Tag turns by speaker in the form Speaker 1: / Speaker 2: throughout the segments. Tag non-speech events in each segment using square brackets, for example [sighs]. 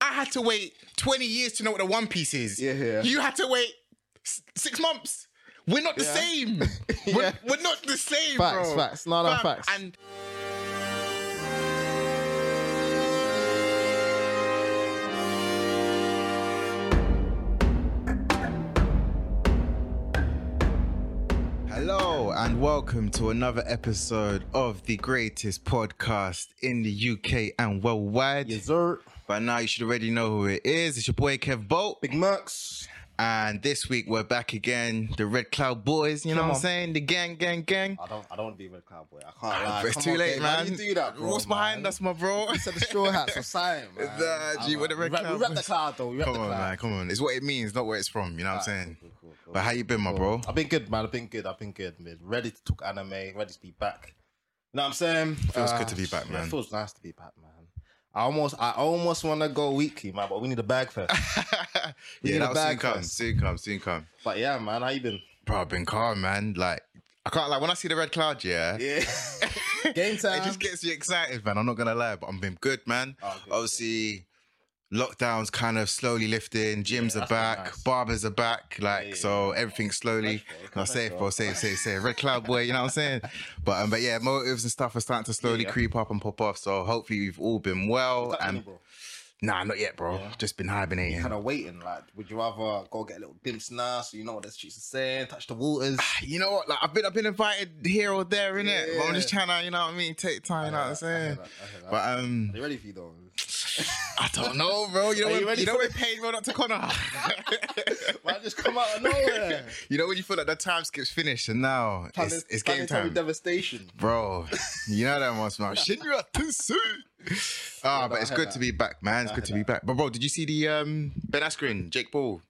Speaker 1: had to wait 20 years to know what a One Piece is.
Speaker 2: Yeah, yeah.
Speaker 1: You had to wait s- six months. We're not the
Speaker 2: Yeah. [laughs]
Speaker 1: same.
Speaker 2: Yeah.
Speaker 1: we're, we're not the same,
Speaker 2: Facts,
Speaker 1: bro.
Speaker 2: facts. No, no,
Speaker 1: Fam,
Speaker 2: facts.
Speaker 1: And
Speaker 2: Hello and welcome to another episode of the greatest podcast in the UK and worldwide.
Speaker 3: Yes, sir.
Speaker 2: By now, you should already know who it is. It's your boy Kev Bolt,
Speaker 3: Big Max.
Speaker 2: and this week we're back again. The Red Cloud Boys, you know
Speaker 3: Come
Speaker 2: what I'm
Speaker 3: on.
Speaker 2: saying? The gang, gang, gang.
Speaker 3: I don't. I don't want to be with cowboy. I can't
Speaker 2: Ah,
Speaker 3: lie.
Speaker 2: bro, it's
Speaker 3: Come
Speaker 2: too
Speaker 3: on,
Speaker 2: late,
Speaker 3: Dave.
Speaker 2: man.
Speaker 3: How do you do that, bro,
Speaker 2: What's behind
Speaker 3: man?
Speaker 2: us, my bro? [laughs]
Speaker 3: You [laughs] said the straw hats are sighing, man.
Speaker 2: Nah, G,
Speaker 3: Ah,
Speaker 2: what the
Speaker 3: man.
Speaker 2: red
Speaker 3: We rep-
Speaker 2: cloud
Speaker 3: We rep the
Speaker 2: was?
Speaker 3: cloud, though. We rep
Speaker 2: Come
Speaker 3: the
Speaker 2: on,
Speaker 3: cloud.
Speaker 2: man, come on. It's what it means, not where it's from. You know what I'm
Speaker 3: Alright,
Speaker 2: saying?
Speaker 3: cool, cool, cool,
Speaker 2: But how you been, my [laughs] bro?
Speaker 3: I've been good, man. I've been good. I've been good, man. Ready to talk anime. Ready to be back. You know what I'm saying? Ah,
Speaker 2: Feels good to be back,
Speaker 3: yeah,
Speaker 2: man.
Speaker 3: It feels nice to be back, man. I almost, I almost want to go weekly, man. But we need a bag [laughs] first. We
Speaker 2: yeah,
Speaker 3: need a
Speaker 2: that'll soon
Speaker 3: bag
Speaker 2: come,
Speaker 3: first.
Speaker 2: soon come, soon come.
Speaker 3: but yeah, man. How you been?
Speaker 2: Bro, I've been calm, man. Like, I can't, like, when I see the red cloud, yeah,
Speaker 3: Yeah. [laughs] Game time.
Speaker 2: it just gets you excited, man. I'm not gonna lie, but I'm been good, man.
Speaker 3: Oh, good,
Speaker 2: Obviously, lockdowns kind of slowly lifting, gyms
Speaker 3: Yeah,
Speaker 2: are
Speaker 3: that's
Speaker 2: back,
Speaker 3: nice.
Speaker 2: barbers are back, like
Speaker 3: Yeah, yeah,
Speaker 2: so everything's slowly.
Speaker 3: Fresh, bro.
Speaker 2: Now
Speaker 3: Fresh,
Speaker 2: safe,
Speaker 3: bro.
Speaker 2: bro, safe, safe, safe. Red cloud boy, you know what I'm
Speaker 3: [laughs]
Speaker 2: saying? But um, but yeah, motives and stuff are starting to slowly
Speaker 3: Yeah.
Speaker 2: creep up and pop off. So hopefully we've all been well.
Speaker 3: What's happening,
Speaker 2: And
Speaker 3: bro?
Speaker 2: nah, not yet, bro. Just been hibernating.
Speaker 3: kind of waiting. Like, would you rather go get a little dim now so you know what the streets are saying, touch the [sighs] waters?
Speaker 2: [sighs] You know what? Like I've been I've been invited here or there, innit? But I'm
Speaker 3: Yeah.
Speaker 2: just trying to, you know what I mean, take time, you know what I'm saying?
Speaker 3: But
Speaker 2: But um
Speaker 3: are you ready for you though?
Speaker 2: I don't know, bro. You know
Speaker 3: Are
Speaker 2: when
Speaker 3: you
Speaker 2: you,
Speaker 3: ready
Speaker 2: know
Speaker 3: for
Speaker 2: when pain rolled up to Connor. [laughs]
Speaker 3: Why just come out of [laughs] nowhere?
Speaker 2: you know when you feel like the time skip's finished and now
Speaker 3: Time
Speaker 2: it's,
Speaker 3: is-
Speaker 2: it's game
Speaker 3: is probably
Speaker 2: time,
Speaker 3: Devastation.
Speaker 2: bro. You know that
Speaker 3: [laughs]
Speaker 2: once, man. Shinra Tensu. Ah,
Speaker 3: Yeah, no,
Speaker 2: but
Speaker 3: I
Speaker 2: it's
Speaker 3: heard
Speaker 2: good
Speaker 3: that.
Speaker 2: to be back, man. It's
Speaker 3: I
Speaker 2: good to
Speaker 3: heard
Speaker 2: be back. But bro, did you see the um Ben Askren, Jake Paul?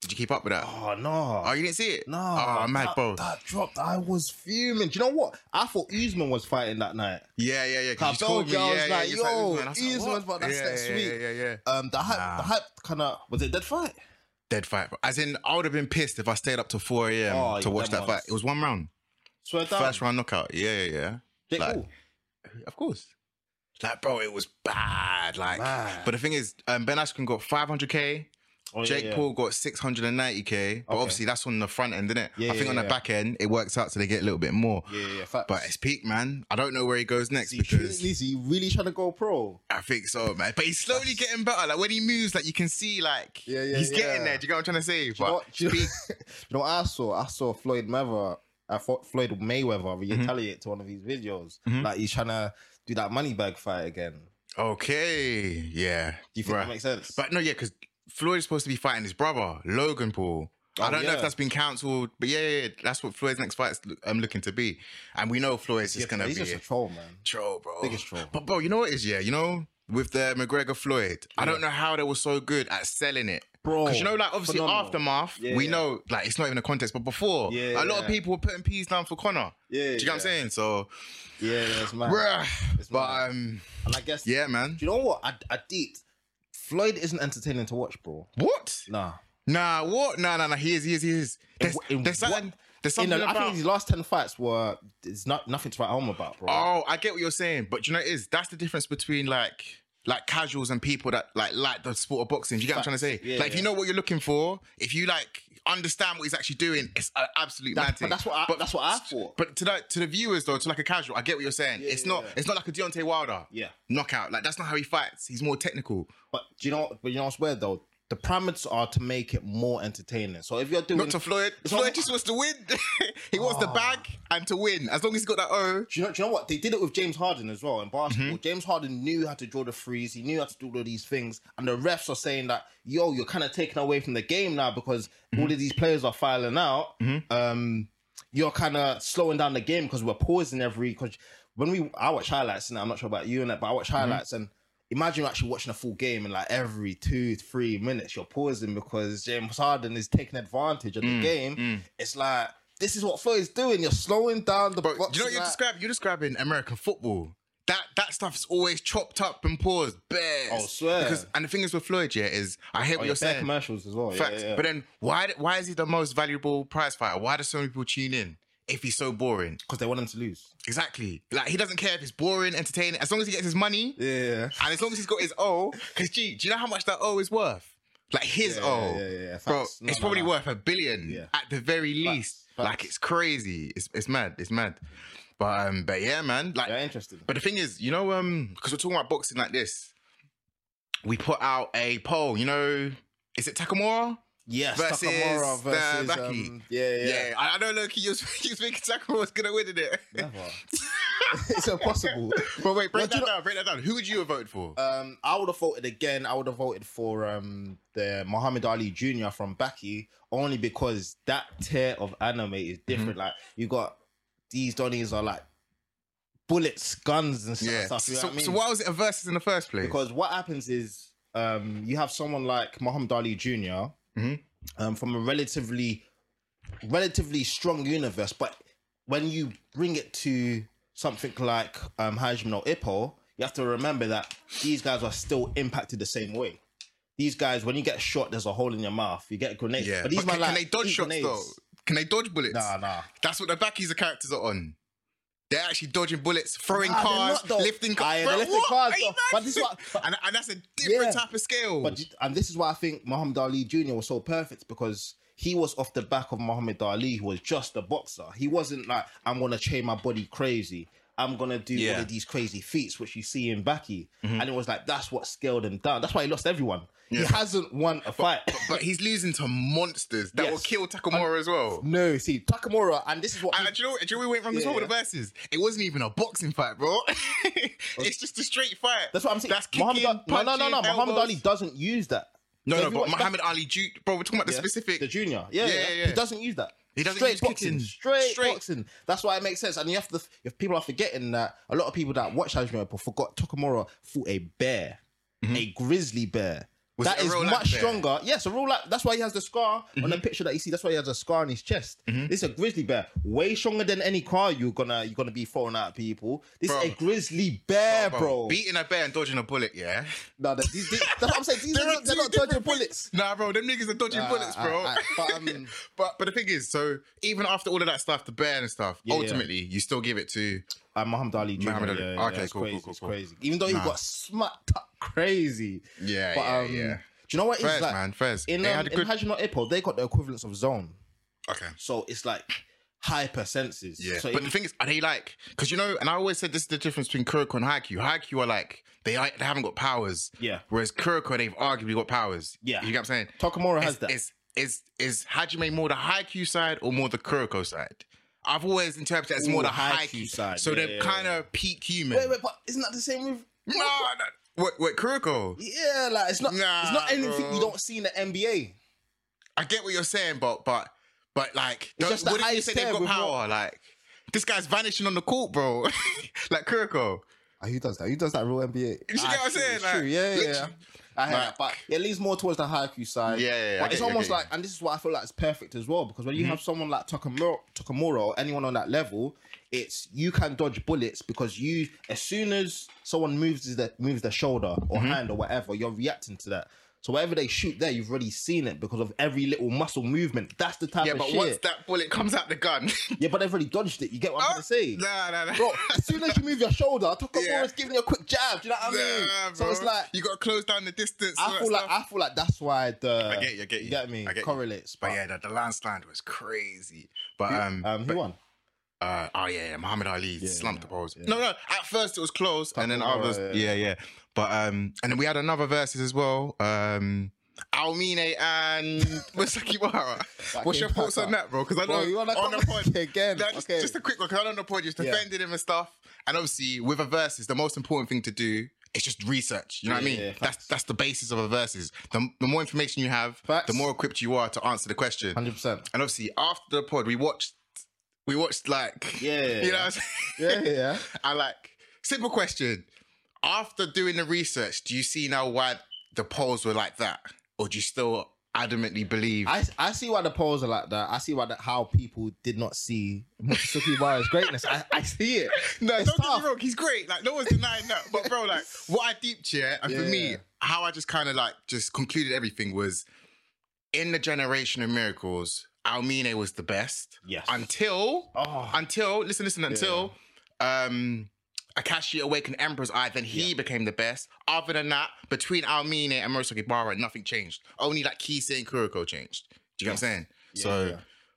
Speaker 2: Did you keep up with that?
Speaker 3: Oh no.
Speaker 2: Oh, you didn't see it?
Speaker 3: no.
Speaker 2: Oh, mad,
Speaker 3: that,
Speaker 2: bro.
Speaker 3: That dropped. I was fuming. Do you know what? I thought Usman was fighting that night.
Speaker 2: Yeah, yeah, yeah. 'cause you
Speaker 3: I
Speaker 2: told me,
Speaker 3: told you, I was
Speaker 2: yeah, yeah,
Speaker 3: like,
Speaker 2: you was like,
Speaker 3: yo,
Speaker 2: "Ooh, man." I was like,
Speaker 3: Eve's
Speaker 2: "What?"
Speaker 3: one's about that's
Speaker 2: Yeah,
Speaker 3: next
Speaker 2: yeah,
Speaker 3: week.
Speaker 2: Yeah, yeah, yeah.
Speaker 3: Um, the hype,
Speaker 2: Nah.
Speaker 3: the hype kind of was it dead fight?
Speaker 2: Dead fight, bro. As in, I would have been pissed if I stayed up till 4 a.m.
Speaker 3: Oh,
Speaker 2: to watch that
Speaker 3: them
Speaker 2: fight.
Speaker 3: ones.
Speaker 2: It was one round.
Speaker 3: Swear down.
Speaker 2: First round knockout. Yeah, yeah, yeah.
Speaker 3: Jake
Speaker 2: like,
Speaker 3: Paul.
Speaker 2: Of course. Like, bro, it was bad. Like,
Speaker 3: Bad.
Speaker 2: but the thing is, um, Ben Askren got 500k.
Speaker 3: Oh, yeah,
Speaker 2: Jake
Speaker 3: yeah.
Speaker 2: Paul got 690k. But
Speaker 3: Okay.
Speaker 2: obviously, that's on the front end, isn't it? I
Speaker 3: Yeah,
Speaker 2: think
Speaker 3: yeah,
Speaker 2: on the
Speaker 3: yeah.
Speaker 2: back end, it works out so they get a little bit more.
Speaker 3: Yeah, yeah, yeah. Facts.
Speaker 2: But it's peak, man. I don't know where he goes next
Speaker 3: See,
Speaker 2: because
Speaker 3: Is he really trying to go pro?
Speaker 2: I think so, man. But he's slowly getting better. Like when he moves, like you can see, like
Speaker 3: Yeah, yeah,
Speaker 2: he's getting
Speaker 3: yeah.
Speaker 2: there. Do you get what I'm trying to say?
Speaker 3: Do you, know,
Speaker 2: But
Speaker 3: do, you
Speaker 2: [laughs]
Speaker 3: know, do you know what I saw? I saw Floyd Mayweather. I thought Floyd Mayweather
Speaker 2: Mm-hmm.
Speaker 3: retaliate to one of his videos. Like he's trying to do that money bag fight again.
Speaker 2: okay, yeah.
Speaker 3: Do you think
Speaker 2: bruh.
Speaker 3: that makes sense?
Speaker 2: But no, yeah, because Floyd is supposed to be fighting his brother, Logan Paul. I
Speaker 3: Oh,
Speaker 2: don't know if
Speaker 3: yeah.
Speaker 2: that's been cancelled, but yeah, yeah, yeah, that's what Floyd's next fight's lo- um, looking to be. And we know Floyd's just
Speaker 3: Yeah,
Speaker 2: gonna
Speaker 3: he's
Speaker 2: be
Speaker 3: just
Speaker 2: a
Speaker 3: a troll, man.
Speaker 2: troll, bro.
Speaker 3: biggest troll.
Speaker 2: But bro, you know what it is, yeah, you know, with the McGregor Floyd, I don't know how they were so good at selling it.
Speaker 3: Bro,
Speaker 2: Because you know, like obviously
Speaker 3: Oh, phenomenal.
Speaker 2: aftermath,
Speaker 3: Yeah,
Speaker 2: we
Speaker 3: yeah.
Speaker 2: know like it's not even a contest, but before
Speaker 3: Yeah,
Speaker 2: a lot of
Speaker 3: yeah.
Speaker 2: people were putting peas down for Connor.
Speaker 3: Yeah,
Speaker 2: Do you get what I'm
Speaker 3: yeah.
Speaker 2: saying? So
Speaker 3: Yeah, that's mad.
Speaker 2: bruh.
Speaker 3: It's
Speaker 2: But
Speaker 3: mad.
Speaker 2: um
Speaker 3: And I guess,
Speaker 2: yeah, man.
Speaker 3: Do you know what? I, I did. Floyd isn't entertaining to watch, bro.
Speaker 2: What?
Speaker 3: Nah.
Speaker 2: Nah, what? Nah, nah, nah. He is, he is, he is. There's,
Speaker 3: wh- in
Speaker 2: there's
Speaker 3: what-
Speaker 2: something, there's
Speaker 3: In
Speaker 2: something
Speaker 3: the, I
Speaker 2: about.
Speaker 3: think his last ten fights were it's not nothing to write home about, bro.
Speaker 2: oh, I get what you're saying, but you know, what it is that's the difference between like like casuals and people that like like the sport of boxing. Do you get what I'm trying to say?
Speaker 3: Facts. Yeah,
Speaker 2: like, if you
Speaker 3: yeah.
Speaker 2: know what you're looking for, if you like understand what he's actually doing, it's an absolute
Speaker 3: That-
Speaker 2: mad
Speaker 3: but
Speaker 2: thing.
Speaker 3: that's what I- that's what I thought.
Speaker 2: But to the to the viewers though, to like a casual, I get what you're saying.
Speaker 3: Yeah,
Speaker 2: it's
Speaker 3: yeah,
Speaker 2: not
Speaker 3: yeah.
Speaker 2: it's not like a Deontay Wilder
Speaker 3: Yeah.
Speaker 2: knockout. Like that's not how he fights. He's more technical.
Speaker 3: But do you know? But you know what's weird though? The parameters are to make it more entertaining. So if you're doing
Speaker 2: Not to Floyd.
Speaker 3: It's
Speaker 2: Floyd
Speaker 3: not- Oh.
Speaker 2: just wants to win. [laughs] he wants the bag and to win. As long as he's got that O,
Speaker 3: Do you, know, do you know what they did it with James Harden as well in basketball?
Speaker 2: Mm-hmm.
Speaker 3: James Harden knew how to draw the freeze. He knew how to do all these things, and the refs are saying that yo, you're kind of taken away from the game now because
Speaker 2: Mm-hmm.
Speaker 3: all of these players are filing out. Um, you're kind of slowing down the game because we're pausing every. Because when we I watch highlights and I'm not sure about you and that, but I watch
Speaker 2: Mm-hmm.
Speaker 3: highlights and imagine you're actually watching a full game and like every two three minutes you're pausing because James Harden is taking advantage of the
Speaker 2: Mm,
Speaker 3: game. It's like. This is what Floyd's doing. You're slowing down the
Speaker 2: Bro, do
Speaker 3: boxing,
Speaker 2: you know what you're
Speaker 3: like-
Speaker 2: describing? You're describing American football. That that stuff's always chopped up and paused. Bears.
Speaker 3: Oh, swear.
Speaker 2: Because and the thing is with Floyd, yeah, is I hear what
Speaker 3: Oh,
Speaker 2: you're
Speaker 3: yeah, fair
Speaker 2: saying.
Speaker 3: commercials as well.
Speaker 2: Facts.
Speaker 3: Yeah, yeah.
Speaker 2: But then why why is he the most valuable prize fighter? Why do so many people tune in? if he's so boring.
Speaker 3: because they want him to lose.
Speaker 2: Exactly. Like he doesn't care if it's boring, entertaining, as long as he gets his money
Speaker 3: Yeah.
Speaker 2: and as long as he's got his O. Because gee, do you know how much that O is worth? Like his
Speaker 3: Yeah,
Speaker 2: O.
Speaker 3: yeah, yeah, yeah.
Speaker 2: Bro,
Speaker 3: Facts. No,
Speaker 2: it's
Speaker 3: no,
Speaker 2: probably
Speaker 3: no.
Speaker 2: worth a billion
Speaker 3: Yeah.
Speaker 2: at the very least.
Speaker 3: Facts.
Speaker 2: Like it's crazy. It's it's mad. It's mad. But um, but yeah, man. Like
Speaker 3: Yeah, interesting.
Speaker 2: but the thing is, you know, um, because we're talking about boxing like this, we put out a poll. You know, is it Takamura?
Speaker 3: Yes,
Speaker 2: versus
Speaker 3: Takamura
Speaker 2: the
Speaker 3: versus
Speaker 2: Baki.
Speaker 3: um, yeah, yeah.
Speaker 2: I, I know Loki. You was, [laughs] you was thinking Takamura was gonna win in it.
Speaker 3: Never. [laughs] it's impossible.
Speaker 2: [laughs] But wait, break
Speaker 3: Well, do
Speaker 2: that
Speaker 3: you know-
Speaker 2: down. Break that down. Who would you have voted for?
Speaker 3: Um, I would have voted again. I would have voted for um the Muhammad Ali Jr. from Baki only because that tier of anime is
Speaker 2: Mm-hmm.
Speaker 3: different. Like you got these Donnies are like bullets, guns, and stuff.
Speaker 2: yeah.
Speaker 3: stuff you know
Speaker 2: so,
Speaker 3: what I mean?
Speaker 2: so why was it a versus in the first place?
Speaker 3: Because what happens is um, you have someone like Muhammad Ali junior
Speaker 2: Mhm.
Speaker 3: um, from a relatively, relatively strong universe, but when you bring it to something like um, Hajime or Ippo, you have to remember that these guys are still impacted the same way. These guys, when you get shot, there's a hole in your mouth. You get grenades.
Speaker 2: yeah.
Speaker 3: But these
Speaker 2: But can,
Speaker 3: man like
Speaker 2: can they dodge
Speaker 3: eat
Speaker 2: shots
Speaker 3: grenades.
Speaker 2: though? Can they dodge bullets?
Speaker 3: Nah, nah.
Speaker 2: That's what the backies of characters are on. They're actually dodging bullets, throwing
Speaker 3: Nah, they're
Speaker 2: cars,
Speaker 3: not, though.
Speaker 2: lifting cars.
Speaker 3: Ah, yeah, they're lifting cars, though. But this one-
Speaker 2: [laughs]
Speaker 3: but-
Speaker 2: and, and that's a different
Speaker 3: Yeah.
Speaker 2: type of scale.
Speaker 3: But and this is why I think Muhammad Ali Jr. was so perfect because he was off the back of Muhammad Ali, who was just a boxer. He wasn't like, I'm gonna train my body crazy. I'm gonna do
Speaker 2: Yeah. Mm-hmm.
Speaker 3: one of these crazy feats, which you see in Baki. And it was like that's what scaled him down. That's why he lost everyone. He hasn't won a fight.
Speaker 2: But he's losing to monsters that will
Speaker 3: Yes.
Speaker 2: kill Takamura as well.
Speaker 3: no, see, Takamura, and this is what
Speaker 2: And do you know, do you know where we went wrong as well with the verses? It wasn't even a boxing fight, bro. [laughs] it's just a straight fight.
Speaker 3: that's what I'm saying.
Speaker 2: That's kicking,
Speaker 3: Muhammad Ali, no, no, no, no.
Speaker 2: punching,
Speaker 3: Muhammad
Speaker 2: elbows.
Speaker 3: Ali doesn't use that.
Speaker 2: No,
Speaker 3: So
Speaker 2: no,
Speaker 3: if you
Speaker 2: but
Speaker 3: watch
Speaker 2: Muhammad Ali, Ju- bro, we're talking about the
Speaker 3: Yeah.
Speaker 2: specific.
Speaker 3: The junior. Yeah, yeah,
Speaker 2: Yeah, yeah,
Speaker 3: He
Speaker 2: yeah.
Speaker 3: doesn't use that.
Speaker 2: He doesn't
Speaker 3: straight
Speaker 2: use
Speaker 3: boxing.
Speaker 2: kicking.
Speaker 3: Straight,
Speaker 2: Straight.
Speaker 3: boxing. That's why it makes sense. And you have to if people are forgetting that a lot of people that watch Hajime Ippo forgot Tokamura fought a bear. A grizzly bear.
Speaker 2: Mm-hmm. Was
Speaker 3: that
Speaker 2: it a
Speaker 3: is
Speaker 2: real life
Speaker 3: much
Speaker 2: bear? Mm-hmm.
Speaker 3: stronger. Yes, a real life. That's why he has the scar on the picture that you see. That's why he has a scar on his chest. This is a grizzly bear, way stronger than any car you're gonna you're gonna be throwing at people. This
Speaker 2: Bro.
Speaker 3: is a grizzly bear, bro.
Speaker 2: Oh, Beating a bear and dodging a bullet, yeah? [laughs]
Speaker 3: No, that- these- these- that's what I'm saying. These
Speaker 2: There
Speaker 3: are
Speaker 2: are
Speaker 3: not, they're
Speaker 2: two
Speaker 3: not dodging
Speaker 2: different
Speaker 3: bullets.
Speaker 2: Nah, bro, them niggas are dodging
Speaker 3: Ah,
Speaker 2: bullets,
Speaker 3: ah,
Speaker 2: bro.
Speaker 3: ah, but, um,
Speaker 2: but but the thing is, so even after all of that stuff, the bear and stuff,
Speaker 3: Yeah, yeah.
Speaker 2: ultimately you still give it to.
Speaker 3: Uh, Muhammad Ali Jr.
Speaker 2: Muhammad Ali.
Speaker 3: Yeah, yeah,
Speaker 2: Okay,
Speaker 3: it's
Speaker 2: cool,
Speaker 3: crazy,
Speaker 2: cool, cool,
Speaker 3: it's
Speaker 2: cool.
Speaker 3: crazy. Even though he
Speaker 2: Nah.
Speaker 3: got smacked up crazy.
Speaker 2: Yeah,
Speaker 3: But,
Speaker 2: yeah, yeah.
Speaker 3: um, Do you know what it's
Speaker 2: Fairs,
Speaker 3: like?
Speaker 2: man, fairs.
Speaker 3: In,
Speaker 2: They
Speaker 3: um,
Speaker 2: had a
Speaker 3: in
Speaker 2: good-
Speaker 3: Hajime Ippo, they got the equivalence of zone.
Speaker 2: Okay.
Speaker 3: So it's like hyper senses.
Speaker 2: Yeah.
Speaker 3: So
Speaker 2: but
Speaker 3: even-
Speaker 2: the thing is, are they like? Because you know, and I always said this is the difference between Kuroko and Haikyuu. Haikyuu are like they are, they haven't got powers.
Speaker 3: Yeah.
Speaker 2: Whereas Kuroko, they've arguably got powers.
Speaker 3: Yeah.
Speaker 2: You get what I'm saying?
Speaker 3: Takamura has
Speaker 2: is,
Speaker 3: that.
Speaker 2: Is is is Hajime more the Haikyuu side or more the Kuroko side? I've always interpreted it as
Speaker 3: Ooh,
Speaker 2: more the
Speaker 3: Haikyuu
Speaker 2: Haikyuu
Speaker 3: side.
Speaker 2: side. So
Speaker 3: Yeah,
Speaker 2: they're
Speaker 3: yeah, yeah.
Speaker 2: kind of peak human.
Speaker 3: wait, wait, but isn't that the same with?
Speaker 2: No, no. Wait, wait, Kuroko.
Speaker 3: Yeah, like it's not.
Speaker 2: Nah,
Speaker 3: it's not anything
Speaker 2: bro.
Speaker 3: you don't see in the NBA.
Speaker 2: I get what you're saying, but but but like, don't,
Speaker 3: just the
Speaker 2: wouldn't you
Speaker 3: highest
Speaker 2: say they've
Speaker 3: tier
Speaker 2: got
Speaker 3: with
Speaker 2: power? Like, this guy's vanishing on the court, bro. [laughs] like Kuroko.
Speaker 3: who Ah, does that? Who does that real NBA? You
Speaker 2: You get what I'm saying? Like,
Speaker 3: Ah, true. Yeah, yeah, yeah.
Speaker 2: literally-
Speaker 3: I hear
Speaker 2: Like-
Speaker 3: that, but it leans more towards the haiku side.
Speaker 2: Yeah, yeah, Mm-hmm. yeah, I
Speaker 3: But
Speaker 2: get
Speaker 3: it's
Speaker 2: you, I
Speaker 3: almost
Speaker 2: get you.
Speaker 3: like, and this is what I feel like is perfect as well, because when you have someone like Takamura, Takamura or anyone on that level, it's you can dodge bullets because you, as soon as someone moves the moves their shoulder or
Speaker 2: Mm-hmm.
Speaker 3: hand or whatever, you're reacting to that. So whatever they shoot there, you've already seen it because of every little muscle movement. That's the type
Speaker 2: Yeah,
Speaker 3: of
Speaker 2: but
Speaker 3: shit.
Speaker 2: once that bullet comes out the Oh, gun, [laughs]
Speaker 3: yeah, but they've already dodged it. You get what I'm trying to say?
Speaker 2: Nah, nah, nah.
Speaker 3: Bro, as soon as you move your shoulder, Takamura's
Speaker 2: Yeah.
Speaker 3: giving you a quick jab. Do you know what I mean?
Speaker 2: Nah,
Speaker 3: so it's
Speaker 2: bro.
Speaker 3: like
Speaker 2: you got to close down the distance. all
Speaker 3: I
Speaker 2: that
Speaker 3: feel like
Speaker 2: stuff.
Speaker 3: I feel like that's why the
Speaker 2: I get you, I get you,
Speaker 3: get me
Speaker 2: I get you.
Speaker 3: correlates.
Speaker 2: But yeah, the, the landslide was crazy. But um,
Speaker 3: um, who won?
Speaker 2: uh, oh yeah, yeah, Muhammad Ali slumped the polls. No, no. At first it was close, and then
Speaker 3: Takamura,
Speaker 2: others,
Speaker 3: yeah.
Speaker 2: yeah. yeah, But um, and then we had another versus as well. Um, Almine and [laughs] Musakiwara. What's your
Speaker 3: came
Speaker 2: thoughts
Speaker 3: back
Speaker 2: on
Speaker 3: up.
Speaker 2: that, bro? Because I know
Speaker 3: Bro, you wanna
Speaker 2: on
Speaker 3: come
Speaker 2: the
Speaker 3: [laughs]
Speaker 2: pod
Speaker 3: again?
Speaker 2: Nah, just,
Speaker 3: Okay.
Speaker 2: just a quick one. Because I know on the pod, you just
Speaker 3: Yeah.
Speaker 2: defended him and stuff. And obviously, with a versus, the most important thing to do. is just research, you know what I
Speaker 3: Yeah,
Speaker 2: mean?
Speaker 3: yeah,
Speaker 2: that's that's the basis of a versus. The, the more information you have,
Speaker 3: Facts.
Speaker 2: the more equipped you are to answer the question.
Speaker 3: Hundred percent.
Speaker 2: And obviously, after the pod, we watched, we watched like, [laughs]
Speaker 3: Yeah, yeah,
Speaker 2: you know,
Speaker 3: yeah.
Speaker 2: what I'm saying?
Speaker 3: Yeah, yeah, yeah.
Speaker 2: I like simple question. After doing the research, do you see now why the polls were like that, or do you still adamantly believe?
Speaker 3: I, I see why the polls are like that. I see why the, how people did not see Mitsuki Mara's greatness. I, I see it.
Speaker 2: no,
Speaker 3: it's
Speaker 2: don't
Speaker 3: tough.
Speaker 2: get me wrong. He's great. Like no one's denying that. But bro,
Speaker 3: [laughs]
Speaker 2: like what I deeped yeah, and for
Speaker 3: Yeah.
Speaker 2: me, how I just kind of like just concluded everything was in the generation of miracles. Almine was the best.
Speaker 3: Yes.
Speaker 2: Until
Speaker 3: Oh.
Speaker 2: until listen, listen, until um Akashi awakened Emperor's Eye, then he became the best. Other than that, between Almine and Morosuke Bara, nothing changed. Only like Kisei and Kuroko changed. Do you get what I'm saying? so
Speaker 3: yeah.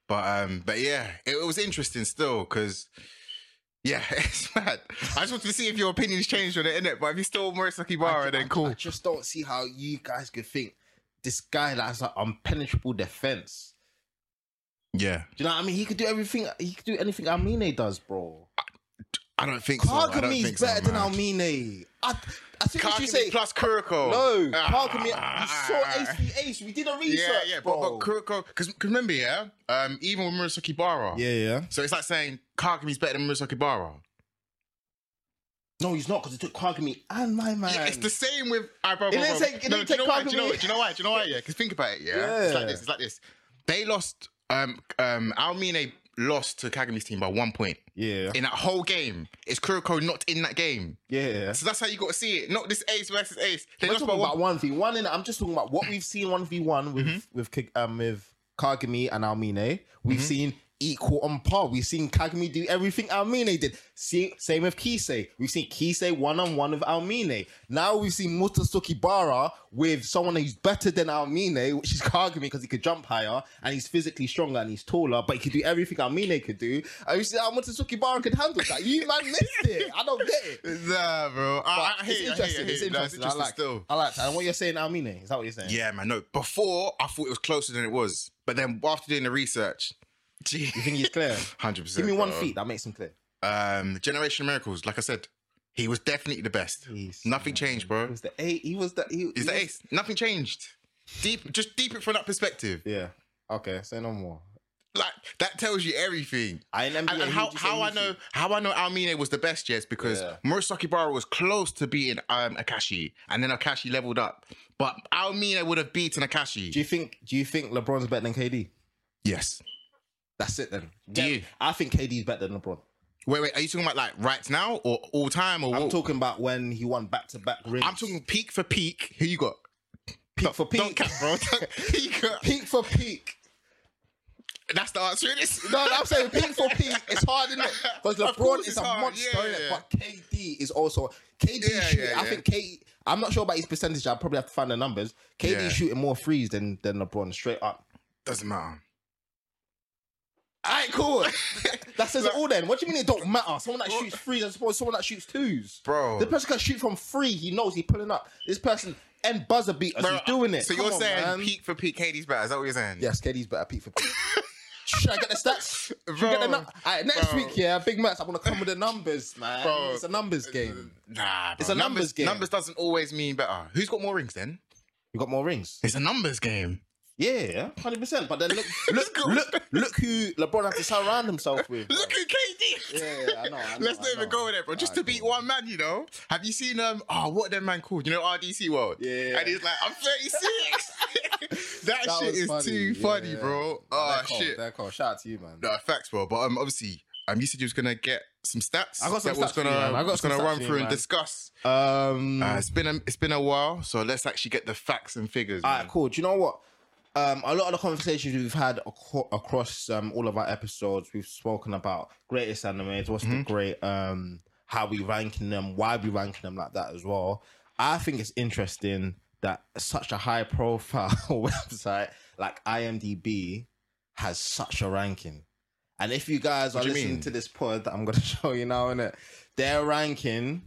Speaker 2: but um but yeah, it, it was interesting still, because yeah, [laughs] it's mad. I just wanted to see if your opinions changed on it, innit? But if you still Morosuke Bara, then
Speaker 3: I
Speaker 2: cool.
Speaker 3: just don't see how you guys could think this guy that has an impenetrable defense.
Speaker 2: Yeah.
Speaker 3: Do you know what I mean? He could do everything. He could do anything Almine does, bro.
Speaker 2: I don't think so. I don't
Speaker 3: Kagami
Speaker 2: think
Speaker 3: is better
Speaker 2: so,
Speaker 3: than
Speaker 2: man.
Speaker 3: Almine. I, I think we
Speaker 2: Kagami
Speaker 3: should say
Speaker 2: plus Kuroko.
Speaker 3: no.
Speaker 2: Ah.
Speaker 3: Kagami, we saw Ace v Ace. We did a research,
Speaker 2: Yeah, yeah, but,
Speaker 3: bro.
Speaker 2: but Kuroko, because remember, yeah, um, even with Murasaki Bara,
Speaker 3: yeah, yeah.
Speaker 2: So it's like saying Kagami's better than Murasaki Bara.
Speaker 3: No, he's not because it took Kagami and my man.
Speaker 2: Yeah, it's the same with. I bro,
Speaker 3: It didn't say- it
Speaker 2: no,
Speaker 3: didn't
Speaker 2: do you know
Speaker 3: take
Speaker 2: why? Do you know,
Speaker 3: Kagami.
Speaker 2: do you know why? Do you know why? Yeah, because think about it. Yeah? it's
Speaker 3: Yeah.
Speaker 2: like this. It's like this. They lost. Um, um, Almine lost to Kagami's team by one point
Speaker 3: yeah,
Speaker 2: in that whole game. It's Kuroko not in that game.
Speaker 3: yeah.
Speaker 2: So that's how you got to see it. Not this Ace versus Ace. They
Speaker 3: We're
Speaker 2: lost
Speaker 3: talking
Speaker 2: by one.
Speaker 3: about one v one, and I'm just talking about what we've seen one v one with with Ki- um with Kagami and Almine. We've seen equal on par. We've seen Kagami do everything Almine did. See, same with Kisei. We've seen Kisei one on one with Almine. Now we've seen Mutasuki Bara with someone who's better than Almine, which is Kagami because he could jump higher and he's physically stronger and he's taller, but he could do everything Almine could do. And you see how Mutasuki Bara could handle that. You man missed it. I don't get it.
Speaker 2: Nah, bro. I, I
Speaker 3: But
Speaker 2: hate,
Speaker 3: it's interesting. It's interesting. I like.
Speaker 2: still.
Speaker 3: I like that. And what you're saying, Almine, is that what you're saying?
Speaker 2: Yeah, man. No, before I thought it was closer than it was, but then after doing the research, gee,
Speaker 3: You think he's clear?
Speaker 2: [laughs] hundred percent.
Speaker 3: Give me one feat. That makes him clear.
Speaker 2: Um, Generation of Miracles. Like I said, he was definitely the best.
Speaker 3: Jeez,
Speaker 2: Nothing changed, bro.
Speaker 3: He was the eight. He was the. He,
Speaker 2: Is
Speaker 3: he
Speaker 2: that
Speaker 3: was-
Speaker 2: ace? Nothing changed. Deep, just deep it from that perspective.
Speaker 3: Yeah. Okay. Say no more.
Speaker 2: Like that tells you everything.
Speaker 3: I ain't
Speaker 2: And, and how, how I know how I know Almine was the best, yes, because
Speaker 3: Yeah.
Speaker 2: Murasaki Bara was close to beating um, Akashi, and then Akashi leveled up. But Almine would have beaten Akashi.
Speaker 3: Do you think? Do you think LeBron's better than KD?
Speaker 2: yes.
Speaker 3: That's it then.
Speaker 2: Do
Speaker 3: Yeah,
Speaker 2: you?
Speaker 3: I think KD's better than LeBron.
Speaker 2: Wait, wait. Are you talking about like right now or all time or
Speaker 3: I'm
Speaker 2: what?
Speaker 3: talking about when he won back to back rings.
Speaker 2: I'm talking peak for peak. Who you got?
Speaker 3: peak for peak.
Speaker 2: Don't cap, bro. peak.
Speaker 3: [laughs] peak for peak.
Speaker 2: That's the answer. It is.
Speaker 3: [laughs] No, no, I'm saying peak for peak. It's hard,
Speaker 2: [laughs]
Speaker 3: isn't it? Because
Speaker 2: Of
Speaker 3: LeBron
Speaker 2: course
Speaker 3: is
Speaker 2: it's
Speaker 3: a
Speaker 2: hard.
Speaker 3: monster,
Speaker 2: Yeah,
Speaker 3: innit?
Speaker 2: yeah.
Speaker 3: but KD is also KD.
Speaker 2: Yeah,
Speaker 3: shooting,
Speaker 2: yeah,
Speaker 3: I
Speaker 2: yeah.
Speaker 3: think KD. I'm not sure about his percentage. I'll probably have to find the numbers. KD
Speaker 2: Yeah.
Speaker 3: shooting more threes than than LeBron, straight up.
Speaker 2: Doesn't matter.
Speaker 3: All right, [laughs] cool. That says
Speaker 2: Like-
Speaker 3: it all. Then what do you mean it don't matter? Someone that
Speaker 2: Well-
Speaker 3: shoots threes as opposed to someone that shoots twos,
Speaker 2: Bro.
Speaker 3: The person can shoot from three. He knows he's pulling up. This person and buzzer beat us.
Speaker 2: Bro,
Speaker 3: He's doing it.
Speaker 2: So
Speaker 3: Come
Speaker 2: you're
Speaker 3: on,
Speaker 2: saying
Speaker 3: man.
Speaker 2: peak for peak, KD's better? Is that what you're saying?
Speaker 3: Yes, KD's better peak for peak. [laughs] Should I get the stats? Should we get the
Speaker 2: Bro.
Speaker 3: nu- Alright, next
Speaker 2: Bro.
Speaker 3: week, yeah, big match. I'm gonna come with the numbers, man.
Speaker 2: Bro.
Speaker 3: It's a numbers game.
Speaker 2: Nah, bro.
Speaker 3: It's a numbers game.
Speaker 2: Numbers doesn't always mean better. Who's got more rings then?
Speaker 3: You got more rings.
Speaker 2: It's a numbers game.
Speaker 3: Yeah, hundred percent. But then [laughs] look, look,
Speaker 2: go.
Speaker 3: look, look who LeBron has to surround himself with. bro.
Speaker 2: [laughs] Look at KD.
Speaker 3: Yeah, I know. I know
Speaker 2: Let's
Speaker 3: I
Speaker 2: not even
Speaker 3: know.
Speaker 2: go there, bro. Just to
Speaker 3: Alright,
Speaker 2: beat
Speaker 3: cool.
Speaker 2: one man, you know. Have you seen um? Oh, what that man called? You know, RDC World.
Speaker 3: Yeah.
Speaker 2: And he's like, I'm 36. [laughs] that,
Speaker 3: That
Speaker 2: shit
Speaker 3: was
Speaker 2: is
Speaker 3: funny.
Speaker 2: too
Speaker 3: Yeah,
Speaker 2: funny,
Speaker 3: yeah.
Speaker 2: bro. Oh
Speaker 3: They're cold,
Speaker 2: shit.
Speaker 3: they're cold. Shout out to you, man.
Speaker 2: No, facts, bro. But um, obviously, um, you said you was gonna get some stats.
Speaker 3: I got some
Speaker 2: that was
Speaker 3: stats for
Speaker 2: gonna,
Speaker 3: you, man. I got
Speaker 2: was
Speaker 3: some
Speaker 2: gonna
Speaker 3: stats
Speaker 2: run
Speaker 3: for you,
Speaker 2: through and
Speaker 3: man.
Speaker 2: discuss.
Speaker 3: Um,
Speaker 2: Uh, it's been a, it's been a while, so let's actually get the facts and figures.
Speaker 3: all
Speaker 2: man.
Speaker 3: right, cool. Do you know what? Um, a lot of the conversations we've had aco- across um, all of our episodes, we've spoken about greatest animes, what's
Speaker 2: Mm-hmm.
Speaker 3: the great, um, how we ranking them, why we ranking them like that as well. I think it's interesting that such a high [laughs] profile website like IMDb has such a ranking. And if you guys are
Speaker 2: do you
Speaker 3: listening
Speaker 2: mean?
Speaker 3: to this pod that I'm going to [laughs] show you now, innit? Their ranking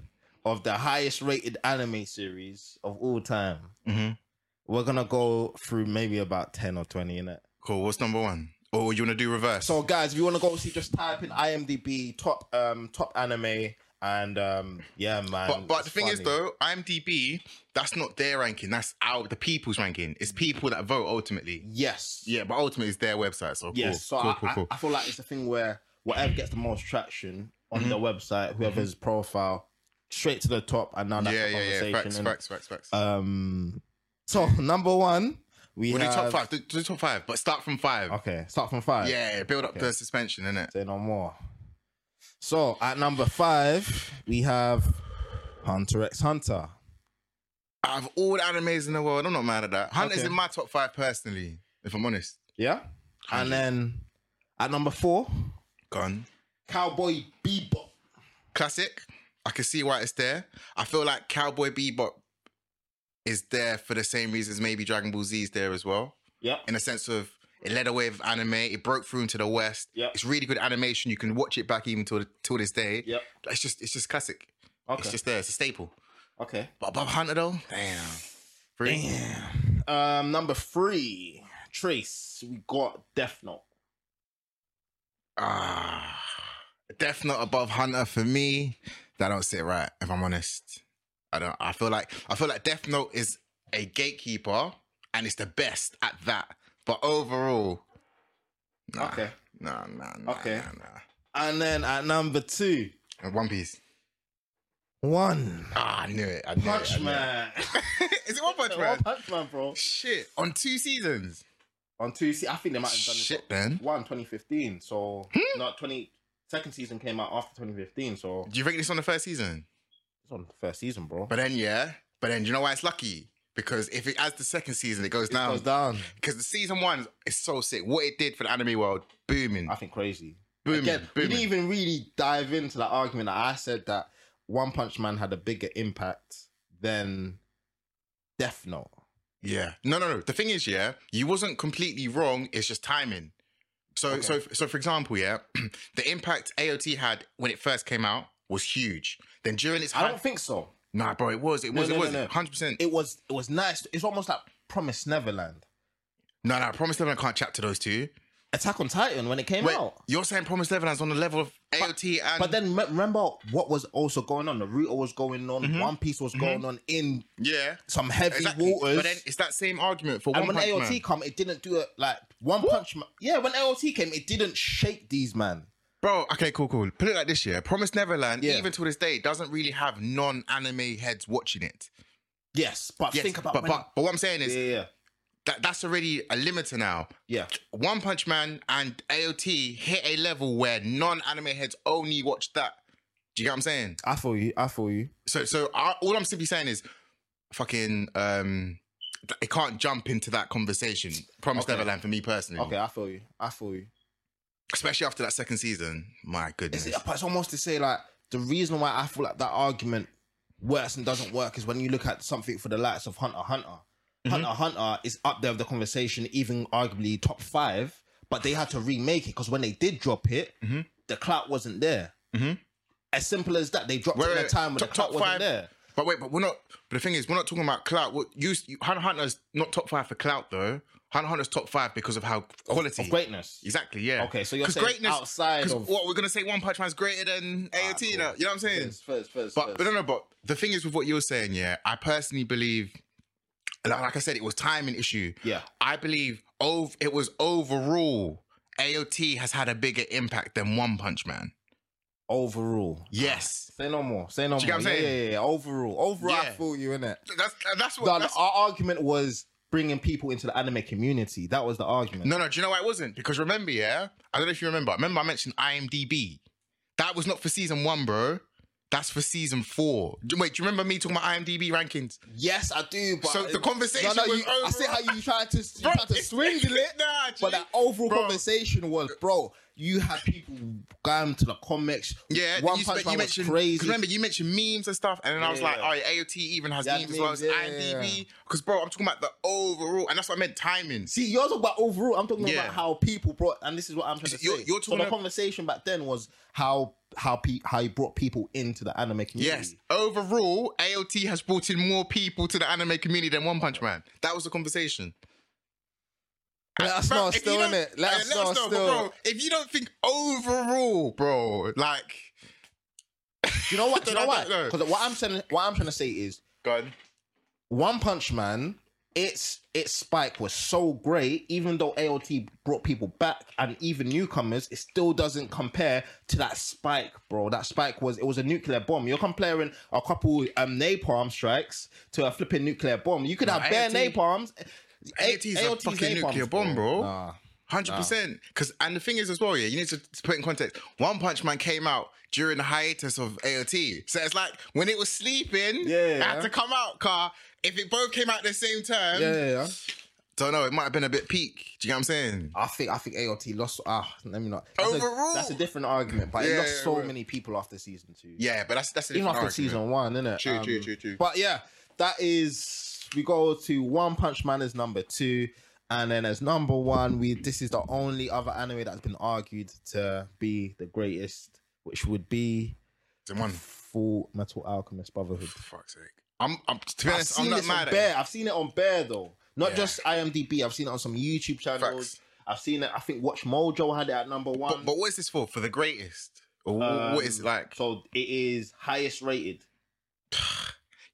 Speaker 3: of the highest rated anime series of all time.
Speaker 2: Mhm.
Speaker 3: We're going to go through maybe about 10 or 20 in it.
Speaker 2: Cool. What's number one? Or you wanna do reverse?
Speaker 3: So, guys, if you want to go see, just type in IMDb top um top anime. And um yeah, man.
Speaker 2: but, but
Speaker 3: it's
Speaker 2: the thing is
Speaker 3: funny.
Speaker 2: though, IMDb, that's not their ranking. That's our the people's ranking. It's people that vote ultimately.
Speaker 3: Yes.
Speaker 2: Yeah, but ultimately it's their website. So cool.
Speaker 3: Yes. So
Speaker 2: cool,
Speaker 3: I,
Speaker 2: cool,
Speaker 3: I-
Speaker 2: cool.
Speaker 3: I, feel like it's a thing where whatever gets the most traction on
Speaker 2: Mm-hmm.
Speaker 3: the website, whoever's profile, straight to the top. And now that's
Speaker 2: yeah,
Speaker 3: the
Speaker 2: yeah, yeah.
Speaker 3: conversation.
Speaker 2: Facts,
Speaker 3: innit?
Speaker 2: facts, facts, facts.
Speaker 3: Um, so [laughs] number one, we
Speaker 2: we'll
Speaker 3: have
Speaker 2: do top five. Do, do top five, but start from five.
Speaker 3: Okay, start from five.
Speaker 2: Yeah, build up the suspension, innit?
Speaker 3: Say no more. So at number five, we have Hunter X Hunter.
Speaker 2: Out of all the animes in the world, I'm not mad at that. Hunter's
Speaker 3: Okay.
Speaker 2: in my top five personally, if I'm honest.
Speaker 3: Yeah. And then at number four,
Speaker 2: Gone.
Speaker 3: Cowboy Bebop.
Speaker 2: Classic. I can see why it's there. I feel like Cowboy Bebop is there for the same reasons maybe Dragon Ball Z is there as well.
Speaker 3: Yep.
Speaker 2: in a sense of it led a wave of anime. It broke through into the West.
Speaker 3: Yep.
Speaker 2: It's really good animation. You can watch it back even till till this day.
Speaker 3: Yep.
Speaker 2: It's just it's just classic.
Speaker 3: Okay.
Speaker 2: It's just there. It's a staple.
Speaker 3: okay.
Speaker 2: But Bob Hunter though, damn. Free.
Speaker 3: Um, number three, Trace. We got Death Note.
Speaker 2: Ah, Death Note above Hunter for me. That don't sit right. If I'm honest, I don't. I feel like I feel like Death Note is a gatekeeper, and it's the best at that. But overall, nah,
Speaker 3: Okay.
Speaker 2: nah, nah, nah,
Speaker 3: Okay.
Speaker 2: nah, nah.
Speaker 3: And then at number two,
Speaker 2: And One Piece.
Speaker 3: one
Speaker 2: Ah, I knew it. I knew it. I
Speaker 3: Punch
Speaker 2: knew
Speaker 3: Man.
Speaker 2: it. [laughs] Is it One Punch Man?
Speaker 3: [laughs] One Punch Man, bro.
Speaker 2: Shit, on two seasons.
Speaker 3: On two, see, I think they might have done this
Speaker 2: Shit, then.
Speaker 3: one 2015. So not 20. Second season came out after 2015, so
Speaker 2: Do you think this on the first season?
Speaker 3: it's on the first season, bro.
Speaker 2: But then, yeah. But then, do you know why it's lucky? Because if it adds the second season, it goes down.
Speaker 3: goes down.
Speaker 2: Because the season one is so sick. What it did for the anime world, booming.
Speaker 3: I think crazy.
Speaker 2: Booming,
Speaker 3: Again, we
Speaker 2: booming.
Speaker 3: didn't even really dive into that argument that I said that One Punch Man had a bigger impact than Death Note.
Speaker 2: Yeah. No, no, no. The thing is, yeah, you wasn't completely wrong. It's just timing. So, so, so, for example, yeah, [clears throat] the impact AOT had when it first came out was huge. Then during its
Speaker 3: I
Speaker 2: hype,
Speaker 3: don't think so.
Speaker 2: nah, bro, it was, it was,
Speaker 3: no,
Speaker 2: it
Speaker 3: no,
Speaker 2: was,
Speaker 3: no.
Speaker 2: hundred percent.
Speaker 3: It was it was nice. It's almost like Promise Neverland.
Speaker 2: No, no, I promise Neverland can't chat to those two.
Speaker 3: Attack on Titan when it came
Speaker 2: Wait,
Speaker 3: out.
Speaker 2: you're saying Promised Neverland's on the level of AOT and
Speaker 3: But then me- remember what was also going on. Naruto was going on. One Piece was going on in
Speaker 2: yeah,
Speaker 3: some heavy
Speaker 2: Mm-hmm. exactly.
Speaker 3: waters.
Speaker 2: But then it's that same argument for
Speaker 3: and
Speaker 2: One
Speaker 3: when
Speaker 2: Punch
Speaker 3: AOT
Speaker 2: Man,
Speaker 3: come, it didn't do it like One Punch Man. Yeah, when AOT came, it didn't shake these man.
Speaker 2: bro. Okay, cool, cool. Put it like this: year, Promised Neverland,
Speaker 3: Yeah.
Speaker 2: even to this day, doesn't really have non-anime heads watching it.
Speaker 3: Yes, but
Speaker 2: Yes,
Speaker 3: think about
Speaker 2: but,
Speaker 3: when-
Speaker 2: but but what I'm saying is
Speaker 3: yeah, yeah,
Speaker 2: that that's already a limiter now.
Speaker 3: yeah.
Speaker 2: One Punch Man and AOT hit a level where non-anime heads only watch that. Do you get what I'm saying?
Speaker 3: I feel you. I feel you.
Speaker 2: So so I, all I'm simply saying is, fucking, um, th- it can't jump into that conversation. Promised
Speaker 3: Okay.
Speaker 2: Neverland for me personally,
Speaker 3: Okay, I feel you. I feel you.
Speaker 2: especially after that second season. My goodness,
Speaker 3: It's, but it's almost to say like the reason why I feel like that argument works and doesn't work is when you look at something for the likes of Hunter x Hunter.
Speaker 2: Mm-hmm.
Speaker 3: Hunter x Hunter is up there with the conversation, even arguably top five. But they had to remake it because when they did drop it,
Speaker 2: Mm-hmm.
Speaker 3: the clout wasn't there. As simple as that, they dropped
Speaker 2: Wait,
Speaker 3: it in
Speaker 2: wait,
Speaker 3: a time when
Speaker 2: top-
Speaker 3: the clout
Speaker 2: top
Speaker 3: wasn't
Speaker 2: five.
Speaker 3: there.
Speaker 2: but wait, but we're not. But the thing is, we're not talking about clout. What you, you Hunter x Hunter's not top five for clout though. Hunter x Hunter's top five because of how quality.
Speaker 3: Of greatness.
Speaker 2: Exactly. Yeah.
Speaker 3: Okay, so you're
Speaker 2: 'Cause
Speaker 3: saying outside
Speaker 2: 'cause
Speaker 3: of- Ah,
Speaker 2: what we're gonna say, One Punch Man's greater than AOT.
Speaker 3: cool.
Speaker 2: now, You know what I'm saying?
Speaker 3: First, first, first,
Speaker 2: But,
Speaker 3: first.
Speaker 2: but no, no, but the thing is with what you're saying, yeah, I personally believe, like, like I said, it was timing issue.
Speaker 3: Yeah.
Speaker 2: I believe ov- it was overall, AOT has had a bigger impact than One Punch Man.
Speaker 3: overall.
Speaker 2: Yes.
Speaker 3: Say no more. Say no
Speaker 2: you
Speaker 3: more.
Speaker 2: get what I'm
Speaker 3: yeah,
Speaker 2: saying?
Speaker 3: yeah, yeah. Overall. Overall, I
Speaker 2: Yeah.
Speaker 3: feel you in it.
Speaker 2: That's, that's
Speaker 3: No,
Speaker 2: what.
Speaker 3: no,
Speaker 2: That's,
Speaker 3: our argument was bringing people into the anime community. That was the argument.
Speaker 2: no, no, do you know why it wasn't? Because remember, yeah, I don't know if you remember, remember I mentioned IMDb. That was not for season one, bro. That's for season four. Do- Wait, do you remember me talking about IMDb rankings?
Speaker 3: Yes, I do. But
Speaker 2: So the conversation
Speaker 3: No, no,
Speaker 2: was
Speaker 3: you, I
Speaker 2: over.
Speaker 3: see how you tried to, you tried to
Speaker 2: it's-
Speaker 3: swing it.
Speaker 2: [laughs] Nah, G.
Speaker 3: But that overall
Speaker 2: Bro.
Speaker 3: conversation was, bro, you had people going to the comics.
Speaker 2: Yeah,
Speaker 3: One
Speaker 2: you,
Speaker 3: Punch
Speaker 2: spe-
Speaker 3: Man
Speaker 2: you
Speaker 3: was
Speaker 2: mentioned
Speaker 3: crazy.
Speaker 2: Remember, you mentioned memes and stuff, and then I was like,
Speaker 3: Yeah.
Speaker 2: "Oh, yeah, AOT even has
Speaker 3: Yeah,
Speaker 2: memes as well as
Speaker 3: memes, yeah.
Speaker 2: IMDb." Because, bro, I'm talking about the overall, and that's what I meant timing.
Speaker 3: See, you're talking about overall. I'm talking
Speaker 2: Yeah.
Speaker 3: about how people brought, and this is what I'm trying to
Speaker 2: You're-
Speaker 3: say.
Speaker 2: you're
Speaker 3: so
Speaker 2: talking
Speaker 3: the
Speaker 2: ab-
Speaker 3: conversation back then was how how pe- how you brought people into the anime community.
Speaker 2: yes, overall, AOT has brought in more people to the anime community than One Punch Man. That was the conversation.
Speaker 3: let us
Speaker 2: Bro,
Speaker 3: know
Speaker 2: if you
Speaker 3: still
Speaker 2: don't-
Speaker 3: in it. Let
Speaker 2: yeah,
Speaker 3: us know
Speaker 2: but
Speaker 3: still.
Speaker 2: bro. If you don't think overall, bro, like,
Speaker 3: You know what? [laughs] You know
Speaker 2: I
Speaker 3: what?
Speaker 2: don't know.
Speaker 3: Because what I'm saying, what I'm trying to say is,
Speaker 2: God,
Speaker 3: One Punch Man, its its spike was so great, even though AOT brought people back and even newcomers, it still doesn't compare to that spike, bro. That spike was it was a nuclear bomb. You're comparing a couple um napalm strikes to a flipping nuclear bomb. You could have bare
Speaker 2: AOT
Speaker 3: napalms.
Speaker 2: AOT is a fucking nuclear bomb, bro.
Speaker 3: Nah.
Speaker 2: Hundred percent. Because and the thing is as well, yeah, you need to to put in context. One Punch Man came out during the hiatus of AOT, so it's like when it was sleeping,
Speaker 3: Yeah,
Speaker 2: it had
Speaker 3: yeah.
Speaker 2: to come out. Car, if it both came out at the same time,
Speaker 3: Yeah, yeah, yeah.
Speaker 2: Don't know. It might have been a bit peak. Do you know what I'm saying?
Speaker 3: I think I think AOT lost. Ah, let me not. That's
Speaker 2: Overall.
Speaker 3: a, that's a different argument. But it
Speaker 2: Yeah,
Speaker 3: lost
Speaker 2: yeah,
Speaker 3: so
Speaker 2: right.
Speaker 3: many people after season two.
Speaker 2: Yeah, but that's that's a
Speaker 3: even
Speaker 2: different
Speaker 3: after
Speaker 2: argument.
Speaker 3: season one, innit? Um,
Speaker 1: True, true, true, true.
Speaker 3: But yeah, that is we go to One Punch Man is number two, and then as number one, we this is the only other anime that's been argued to be the greatest, which would be
Speaker 2: Season one.
Speaker 3: Full Metal Alchemist Brotherhood.
Speaker 2: For fuck's sake. I'm, I'm to be
Speaker 3: I've
Speaker 2: honest, I'm
Speaker 3: seen
Speaker 2: not
Speaker 3: this on
Speaker 2: mad at it.
Speaker 3: Bear. I've seen it on Bear though, not
Speaker 2: Yeah.
Speaker 3: just IMDb. I've seen it on some YouTube channels.
Speaker 2: Facts.
Speaker 3: I've seen it. I think Watch Mojo had it at number one.
Speaker 2: But, but what is this for? For the greatest? Or wh- what is it
Speaker 3: Um,
Speaker 2: like?
Speaker 3: So it is highest rated.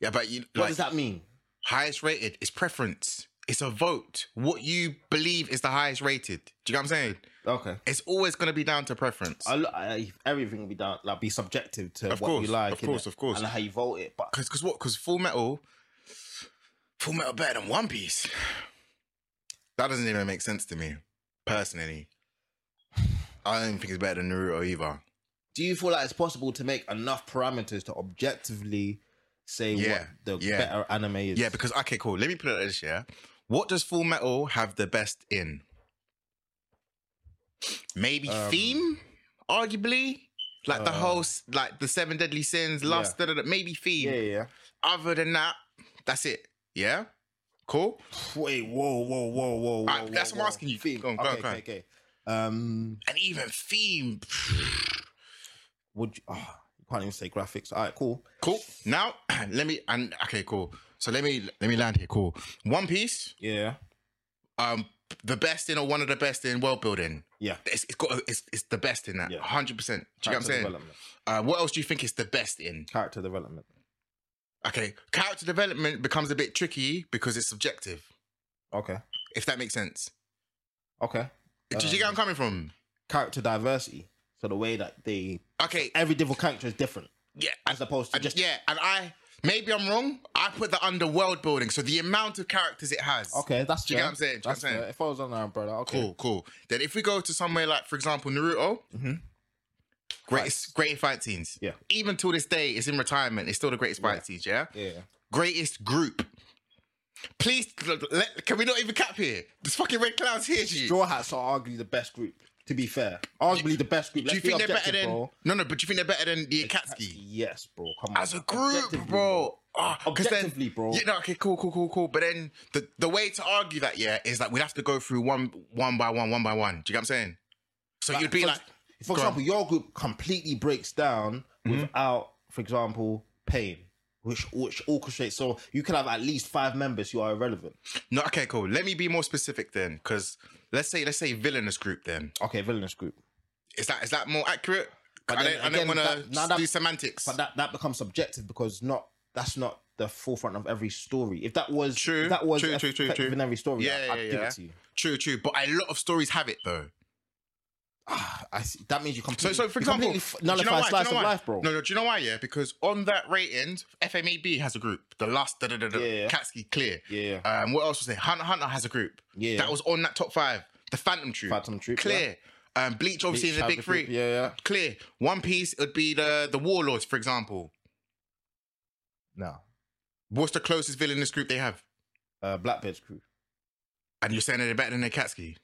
Speaker 2: Yeah, but you
Speaker 3: What
Speaker 2: like
Speaker 3: does that mean?
Speaker 2: highest rated is preference. It's a vote. What you believe is the highest rated. Do you know what I'm saying?
Speaker 3: Okay.
Speaker 2: It's always gonna be down to preference.
Speaker 3: I, lo- I, everything will be down, like be subjective to
Speaker 2: Of
Speaker 3: what
Speaker 2: course,
Speaker 3: you like,
Speaker 2: of course,
Speaker 3: innit?
Speaker 2: of course.
Speaker 3: and how you vote it. But
Speaker 2: Cause, cause what? Cause Full Metal, Full Metal better than One Piece. That doesn't even make sense to me, personally. [sighs] I don't even think it's better than Naruto either.
Speaker 3: do you feel like it's possible to make enough parameters to objectively say
Speaker 2: Yeah,
Speaker 3: what the
Speaker 2: yeah.
Speaker 3: better anime is?
Speaker 2: Yeah, because okay, cool. Let me put it like this. Yeah, what does Full Metal have the best in? Maybe
Speaker 3: Um,
Speaker 2: theme, arguably, like the
Speaker 3: uh,
Speaker 2: whole, s- like the seven deadly sins, lust. Da, da, da, maybe theme.
Speaker 3: yeah, yeah.
Speaker 2: Other than that, that's it. Yeah, cool.
Speaker 3: Wait, whoa, whoa, whoa, whoa, whoa.
Speaker 2: Alright, that's what I'm
Speaker 3: whoa, whoa.
Speaker 2: asking you.
Speaker 3: Theme.
Speaker 2: Go on, go
Speaker 3: okay,
Speaker 2: on, go on.
Speaker 3: okay, okay. Um,
Speaker 2: And even theme.
Speaker 3: would you, oh, you can't even say graphics? All right, cool.
Speaker 2: Cool. Now [clears throat] let me and okay, cool. So let me let me land here. Cool. One Piece,
Speaker 3: Yeah,
Speaker 2: um, the best in or one of the best in world building.
Speaker 3: yeah.
Speaker 2: It's, it's got it's, it's the best in that.
Speaker 3: Yeah.
Speaker 2: Hundred percent. Do you get what I'm
Speaker 3: Character
Speaker 2: saying?
Speaker 3: Development.
Speaker 2: Uh, what else do you think it's the best in?
Speaker 3: Character development.
Speaker 2: Okay, character development becomes a bit tricky because it's subjective.
Speaker 3: Okay,
Speaker 2: If that makes sense.
Speaker 3: okay.
Speaker 2: Did you get where
Speaker 3: Um,
Speaker 2: I'm coming from?
Speaker 3: Character diversity. So the way that they
Speaker 2: Okay.
Speaker 3: every different character is different,
Speaker 2: Yeah.
Speaker 3: as opposed to
Speaker 2: And
Speaker 3: just
Speaker 2: yeah, and I maybe I'm wrong. I put the under world building, so the amount of characters it has.
Speaker 3: Okay, that's
Speaker 2: Do you get
Speaker 3: fair.
Speaker 2: what I'm saying? Do you get what I'm
Speaker 3: That's
Speaker 2: saying?
Speaker 3: fair. If I was on that umbrella, okay.
Speaker 2: Cool, cool. Then if we go to somewhere like, for example, Naruto,
Speaker 3: Mhm.
Speaker 2: greatest greatest fight scenes.
Speaker 3: Yeah.
Speaker 2: Even till this day, it's in retirement. It's still the greatest fight
Speaker 3: Yeah.
Speaker 2: scenes. Yeah.
Speaker 3: Yeah.
Speaker 2: Greatest group. Please, l- l- let, can we not even cap here? This fucking red clouds here, G.
Speaker 3: Straw Hats are arguably the best group. To be fair, arguably the best group.
Speaker 2: Do
Speaker 3: Let's
Speaker 2: you think
Speaker 3: be
Speaker 2: they're better
Speaker 3: objective,
Speaker 2: than?
Speaker 3: bro.
Speaker 2: No, no. But do you think they're better than the Akatsuki
Speaker 3: Yes, bro. Come on.
Speaker 2: as a group,
Speaker 3: Objectively,
Speaker 2: bro? Ah, 'cause then-
Speaker 3: Objectively, bro.
Speaker 2: Yeah, no, okay, cool, cool, cool, cool. But then the, the way to argue that, yeah, is that we'd have to go through one one by one, one by one. Do you get what I'm saying? So you'd be
Speaker 3: for,
Speaker 2: like,
Speaker 3: for
Speaker 2: go on.
Speaker 3: example, your group completely breaks down without, for example, pain, which which orchestrates. So you can have at least five members who are irrelevant.
Speaker 2: No, okay, cool. Let me be more specific then, because let's say let's say villainous group. Then
Speaker 3: Okay, villainous group.
Speaker 2: is that is that more accurate?
Speaker 3: But
Speaker 2: I
Speaker 3: then
Speaker 2: don't, I
Speaker 3: again,
Speaker 2: don't want
Speaker 3: that- now
Speaker 2: to
Speaker 3: that-
Speaker 2: do semantics.
Speaker 3: But that, that becomes subjective because not that's not the forefront of every story. If that was
Speaker 2: True,
Speaker 3: if that was
Speaker 2: true, true, true,
Speaker 3: effective
Speaker 2: true.
Speaker 3: in every story,
Speaker 2: Yeah,
Speaker 3: I, I'd
Speaker 2: yeah,
Speaker 3: give
Speaker 2: yeah.
Speaker 3: it to you.
Speaker 2: true, true. But a lot of stories have it though.
Speaker 3: Ah, I see. That means you
Speaker 2: So,
Speaker 3: completely.
Speaker 2: so for
Speaker 3: you
Speaker 2: example,
Speaker 3: completely f-
Speaker 2: do you know
Speaker 3: nullify
Speaker 2: why? Do you
Speaker 3: slice
Speaker 2: know
Speaker 3: of
Speaker 2: why?
Speaker 3: life, bro.
Speaker 2: No, no. Do you know why? Yeah, because on that rating, FMAB has a group. The last, da da da da.
Speaker 3: Yeah, yeah.
Speaker 2: Katsuki Clear.
Speaker 3: Yeah,
Speaker 2: Um, what else was there? Hunter x Hunter has a group.
Speaker 3: Yeah.
Speaker 2: That was on that top five. The Phantom Troop.
Speaker 3: Phantom Troop,
Speaker 2: Clear. Um, Bleach obviously is the
Speaker 3: Shout
Speaker 2: big
Speaker 3: the
Speaker 2: three.
Speaker 3: group, Yeah, yeah.
Speaker 2: Clear. One Piece would be the the Warlords, for example.
Speaker 3: No,
Speaker 2: What's the closest villainous group they have?
Speaker 3: uh, Blackbeard's crew.
Speaker 2: And you're saying that they're better than Akatsuki.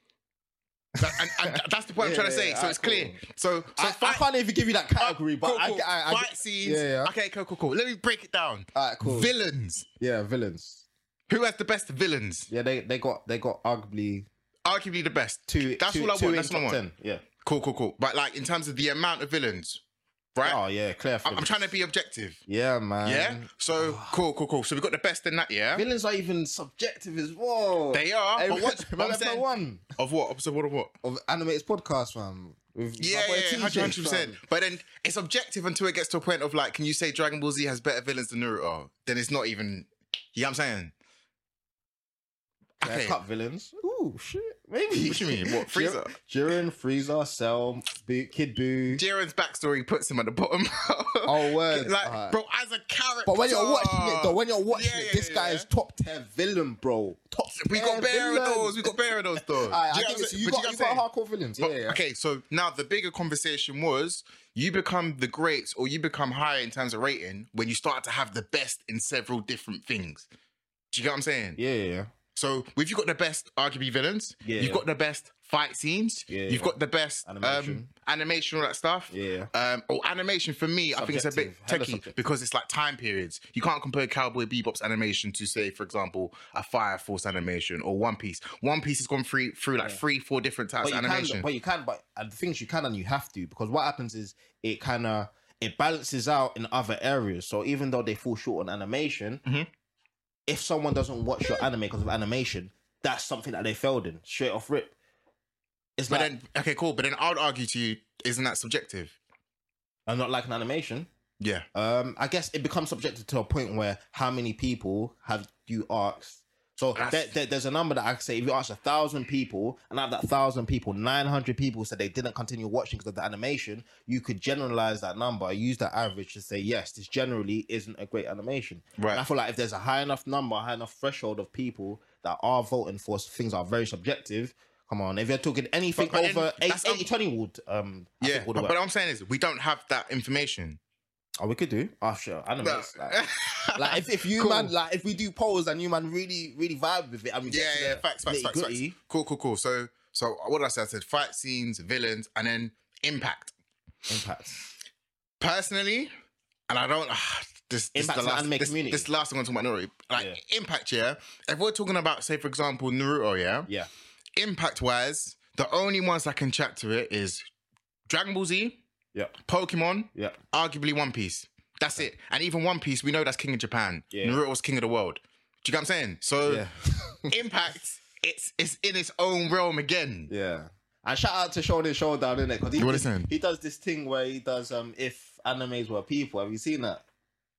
Speaker 2: That, and, and that's the point I'm
Speaker 3: [laughs] Yeah,
Speaker 2: trying to say.
Speaker 3: yeah,
Speaker 2: so
Speaker 3: alright,
Speaker 2: it's clear. So, so
Speaker 3: I, I
Speaker 2: fight,
Speaker 3: can't even give you that category, but
Speaker 2: cool,
Speaker 3: I,
Speaker 2: cool.
Speaker 3: I, I,
Speaker 2: fight scenes.
Speaker 3: Yeah, yeah.
Speaker 2: Okay, cool, cool, cool. Let me break it down.
Speaker 3: Alright, cool.
Speaker 2: Villains.
Speaker 3: yeah, villains.
Speaker 2: Who has the best villains?
Speaker 3: Yeah, they they got they got arguably
Speaker 2: Arguably the best.
Speaker 3: two.
Speaker 2: That's
Speaker 3: two,
Speaker 2: all I
Speaker 3: two
Speaker 2: want.
Speaker 3: in
Speaker 2: That's what I
Speaker 3: top
Speaker 2: want.
Speaker 3: 10. Yeah.
Speaker 2: Cool, cool, cool. But like in terms of the amount of villains, right?
Speaker 3: Oh yeah, Claire.
Speaker 2: I'm, I'm trying to be objective.
Speaker 3: Yeah, man.
Speaker 2: Yeah. So
Speaker 3: ah.
Speaker 2: cool, cool, cool. So we got the best in that. Yeah.
Speaker 3: Villains are even subjective as well.
Speaker 2: They are.
Speaker 3: Hey,
Speaker 2: But what? but I'm
Speaker 3: [laughs] remember that
Speaker 2: saying-
Speaker 3: one
Speaker 2: Of what? Episode what of what?
Speaker 3: of animators podcast, man. With my
Speaker 2: Yeah,
Speaker 3: boy
Speaker 2: yeah,
Speaker 3: TJ,
Speaker 2: hundred percent.
Speaker 3: fam.
Speaker 2: But then it's objective until it gets to a point of like, can you say Dragon Ball Z has better villains than Naruto? Then it's not even. You know what I'm saying?
Speaker 3: They're
Speaker 2: Okay.
Speaker 3: cut villains. Ooh, shit. Maybe.
Speaker 2: What [laughs] you mean? What, Frieza?
Speaker 3: Jir- Jiren, Freezer, Cell, Boo, Kid Boo.
Speaker 2: Jiren's backstory puts him at the bottom.
Speaker 3: [laughs]
Speaker 2: [laughs]
Speaker 3: Oh, word.
Speaker 2: like,
Speaker 3: Alright.
Speaker 2: bro, as a character.
Speaker 3: But when you're watching it, though, when you're watching
Speaker 2: Yeah,
Speaker 3: it,
Speaker 2: yeah,
Speaker 3: this
Speaker 2: yeah,
Speaker 3: guy
Speaker 2: yeah.
Speaker 3: is top tier villain, bro. Top
Speaker 2: we got
Speaker 3: tier
Speaker 2: bare of
Speaker 3: villain.
Speaker 2: those. We got bare of those, though.
Speaker 3: Alright,
Speaker 2: Do
Speaker 3: I
Speaker 2: you know
Speaker 3: give
Speaker 2: what
Speaker 3: it
Speaker 2: I'm
Speaker 3: to you. You
Speaker 2: saying? But
Speaker 3: got,
Speaker 2: do know what I'm
Speaker 3: you got
Speaker 2: saying?
Speaker 3: hardcore villains. Yeah,
Speaker 2: But,
Speaker 3: yeah.
Speaker 2: Okay, so now the bigger conversation was you become the greats or you become higher in terms of rating when you start to have the best in several different things. Do you get what I'm saying?
Speaker 3: Yeah, yeah, yeah.
Speaker 2: So we've you got the best arguably villains.
Speaker 3: Yeah.
Speaker 2: You've got the best fight scenes.
Speaker 3: Yeah.
Speaker 2: You've got the best um,
Speaker 3: Animation.
Speaker 2: animation, all that stuff.
Speaker 3: Yeah.
Speaker 2: Um, oh, animation for me, I think it's a bit
Speaker 3: Subjective. Hella
Speaker 2: techie
Speaker 3: subjective.
Speaker 2: because it's like time periods. You can't compare Cowboy Bebop's animation to, say, for example, a Fire Force animation or One Piece. One Piece has gone through through like three, four different types
Speaker 3: but
Speaker 2: of
Speaker 3: you
Speaker 2: animation.
Speaker 3: can, but you can, but uh, the things you can and you have to because what happens is it kind of it balances out in other areas. So even though they fall short on animation,
Speaker 2: Mhm.
Speaker 3: if someone doesn't watch your anime because of animation, that's something that they failed in straight off rip. It's
Speaker 2: But
Speaker 3: like
Speaker 2: then, okay, cool. But then I would argue to you, isn't that subjective?
Speaker 3: I'm not like an animation.
Speaker 2: Yeah.
Speaker 3: Um, I guess it becomes subjective to a point where how many people have you asked? So
Speaker 2: That's-
Speaker 3: there, there- there's a number that I could say if you ask a thousand people, and out of that thousand people, nine hundred people said they didn't continue watching because of the animation. You could generalize that number, use that average to say yes, this generally isn't a great animation.
Speaker 2: Right.
Speaker 3: And I feel like if there's a high enough number, high enough threshold of people that are voting for things that are very subjective. Come on, if you're talking anything
Speaker 2: But- but then
Speaker 3: over eight,
Speaker 2: that's un-
Speaker 3: 80, 20 would um I
Speaker 2: Yeah,
Speaker 3: think would
Speaker 2: but
Speaker 3: work.
Speaker 2: what I'm saying is we don't have that information.
Speaker 3: oh we could do oh sure anime
Speaker 2: [laughs]
Speaker 3: like, like if, if you
Speaker 2: Cool.
Speaker 3: man like if we do polls and you man really really vibe with it and we
Speaker 2: yeah,
Speaker 3: get to
Speaker 2: yeah,
Speaker 3: the
Speaker 2: facts, facts, facts, facts.
Speaker 3: nitty-gritty,
Speaker 2: Cool, cool, cool. So, so what did I say? I said fight scenes, villains, and then impact.
Speaker 3: impact
Speaker 2: Personally, and I don't. ah, this, this is
Speaker 3: Impact
Speaker 2: the
Speaker 3: to the
Speaker 2: last.
Speaker 3: anime
Speaker 2: This,
Speaker 3: community.
Speaker 2: this is the last thing I'm talking about. Naruto. Like impact, yeah. If we're talking about, say, for example, Naruto, yeah.
Speaker 3: yeah
Speaker 2: Impact wise, the only ones I can chat to it is Dragon Ball Z,
Speaker 3: yeah
Speaker 2: Pokemon,
Speaker 3: yeah
Speaker 2: arguably One Piece. That's it. And even One Piece, we know that's King of Japan.
Speaker 3: Yeah.
Speaker 2: Naruto's King of the World. Do you get what I'm saying? So
Speaker 3: yeah [laughs]
Speaker 2: Impact, it's it's in its own realm again.
Speaker 3: yeah and shout out to Shonen Showdown in it because he,
Speaker 2: What
Speaker 3: does-
Speaker 2: is it?
Speaker 3: he does this thing where he does um if animes were people have you seen that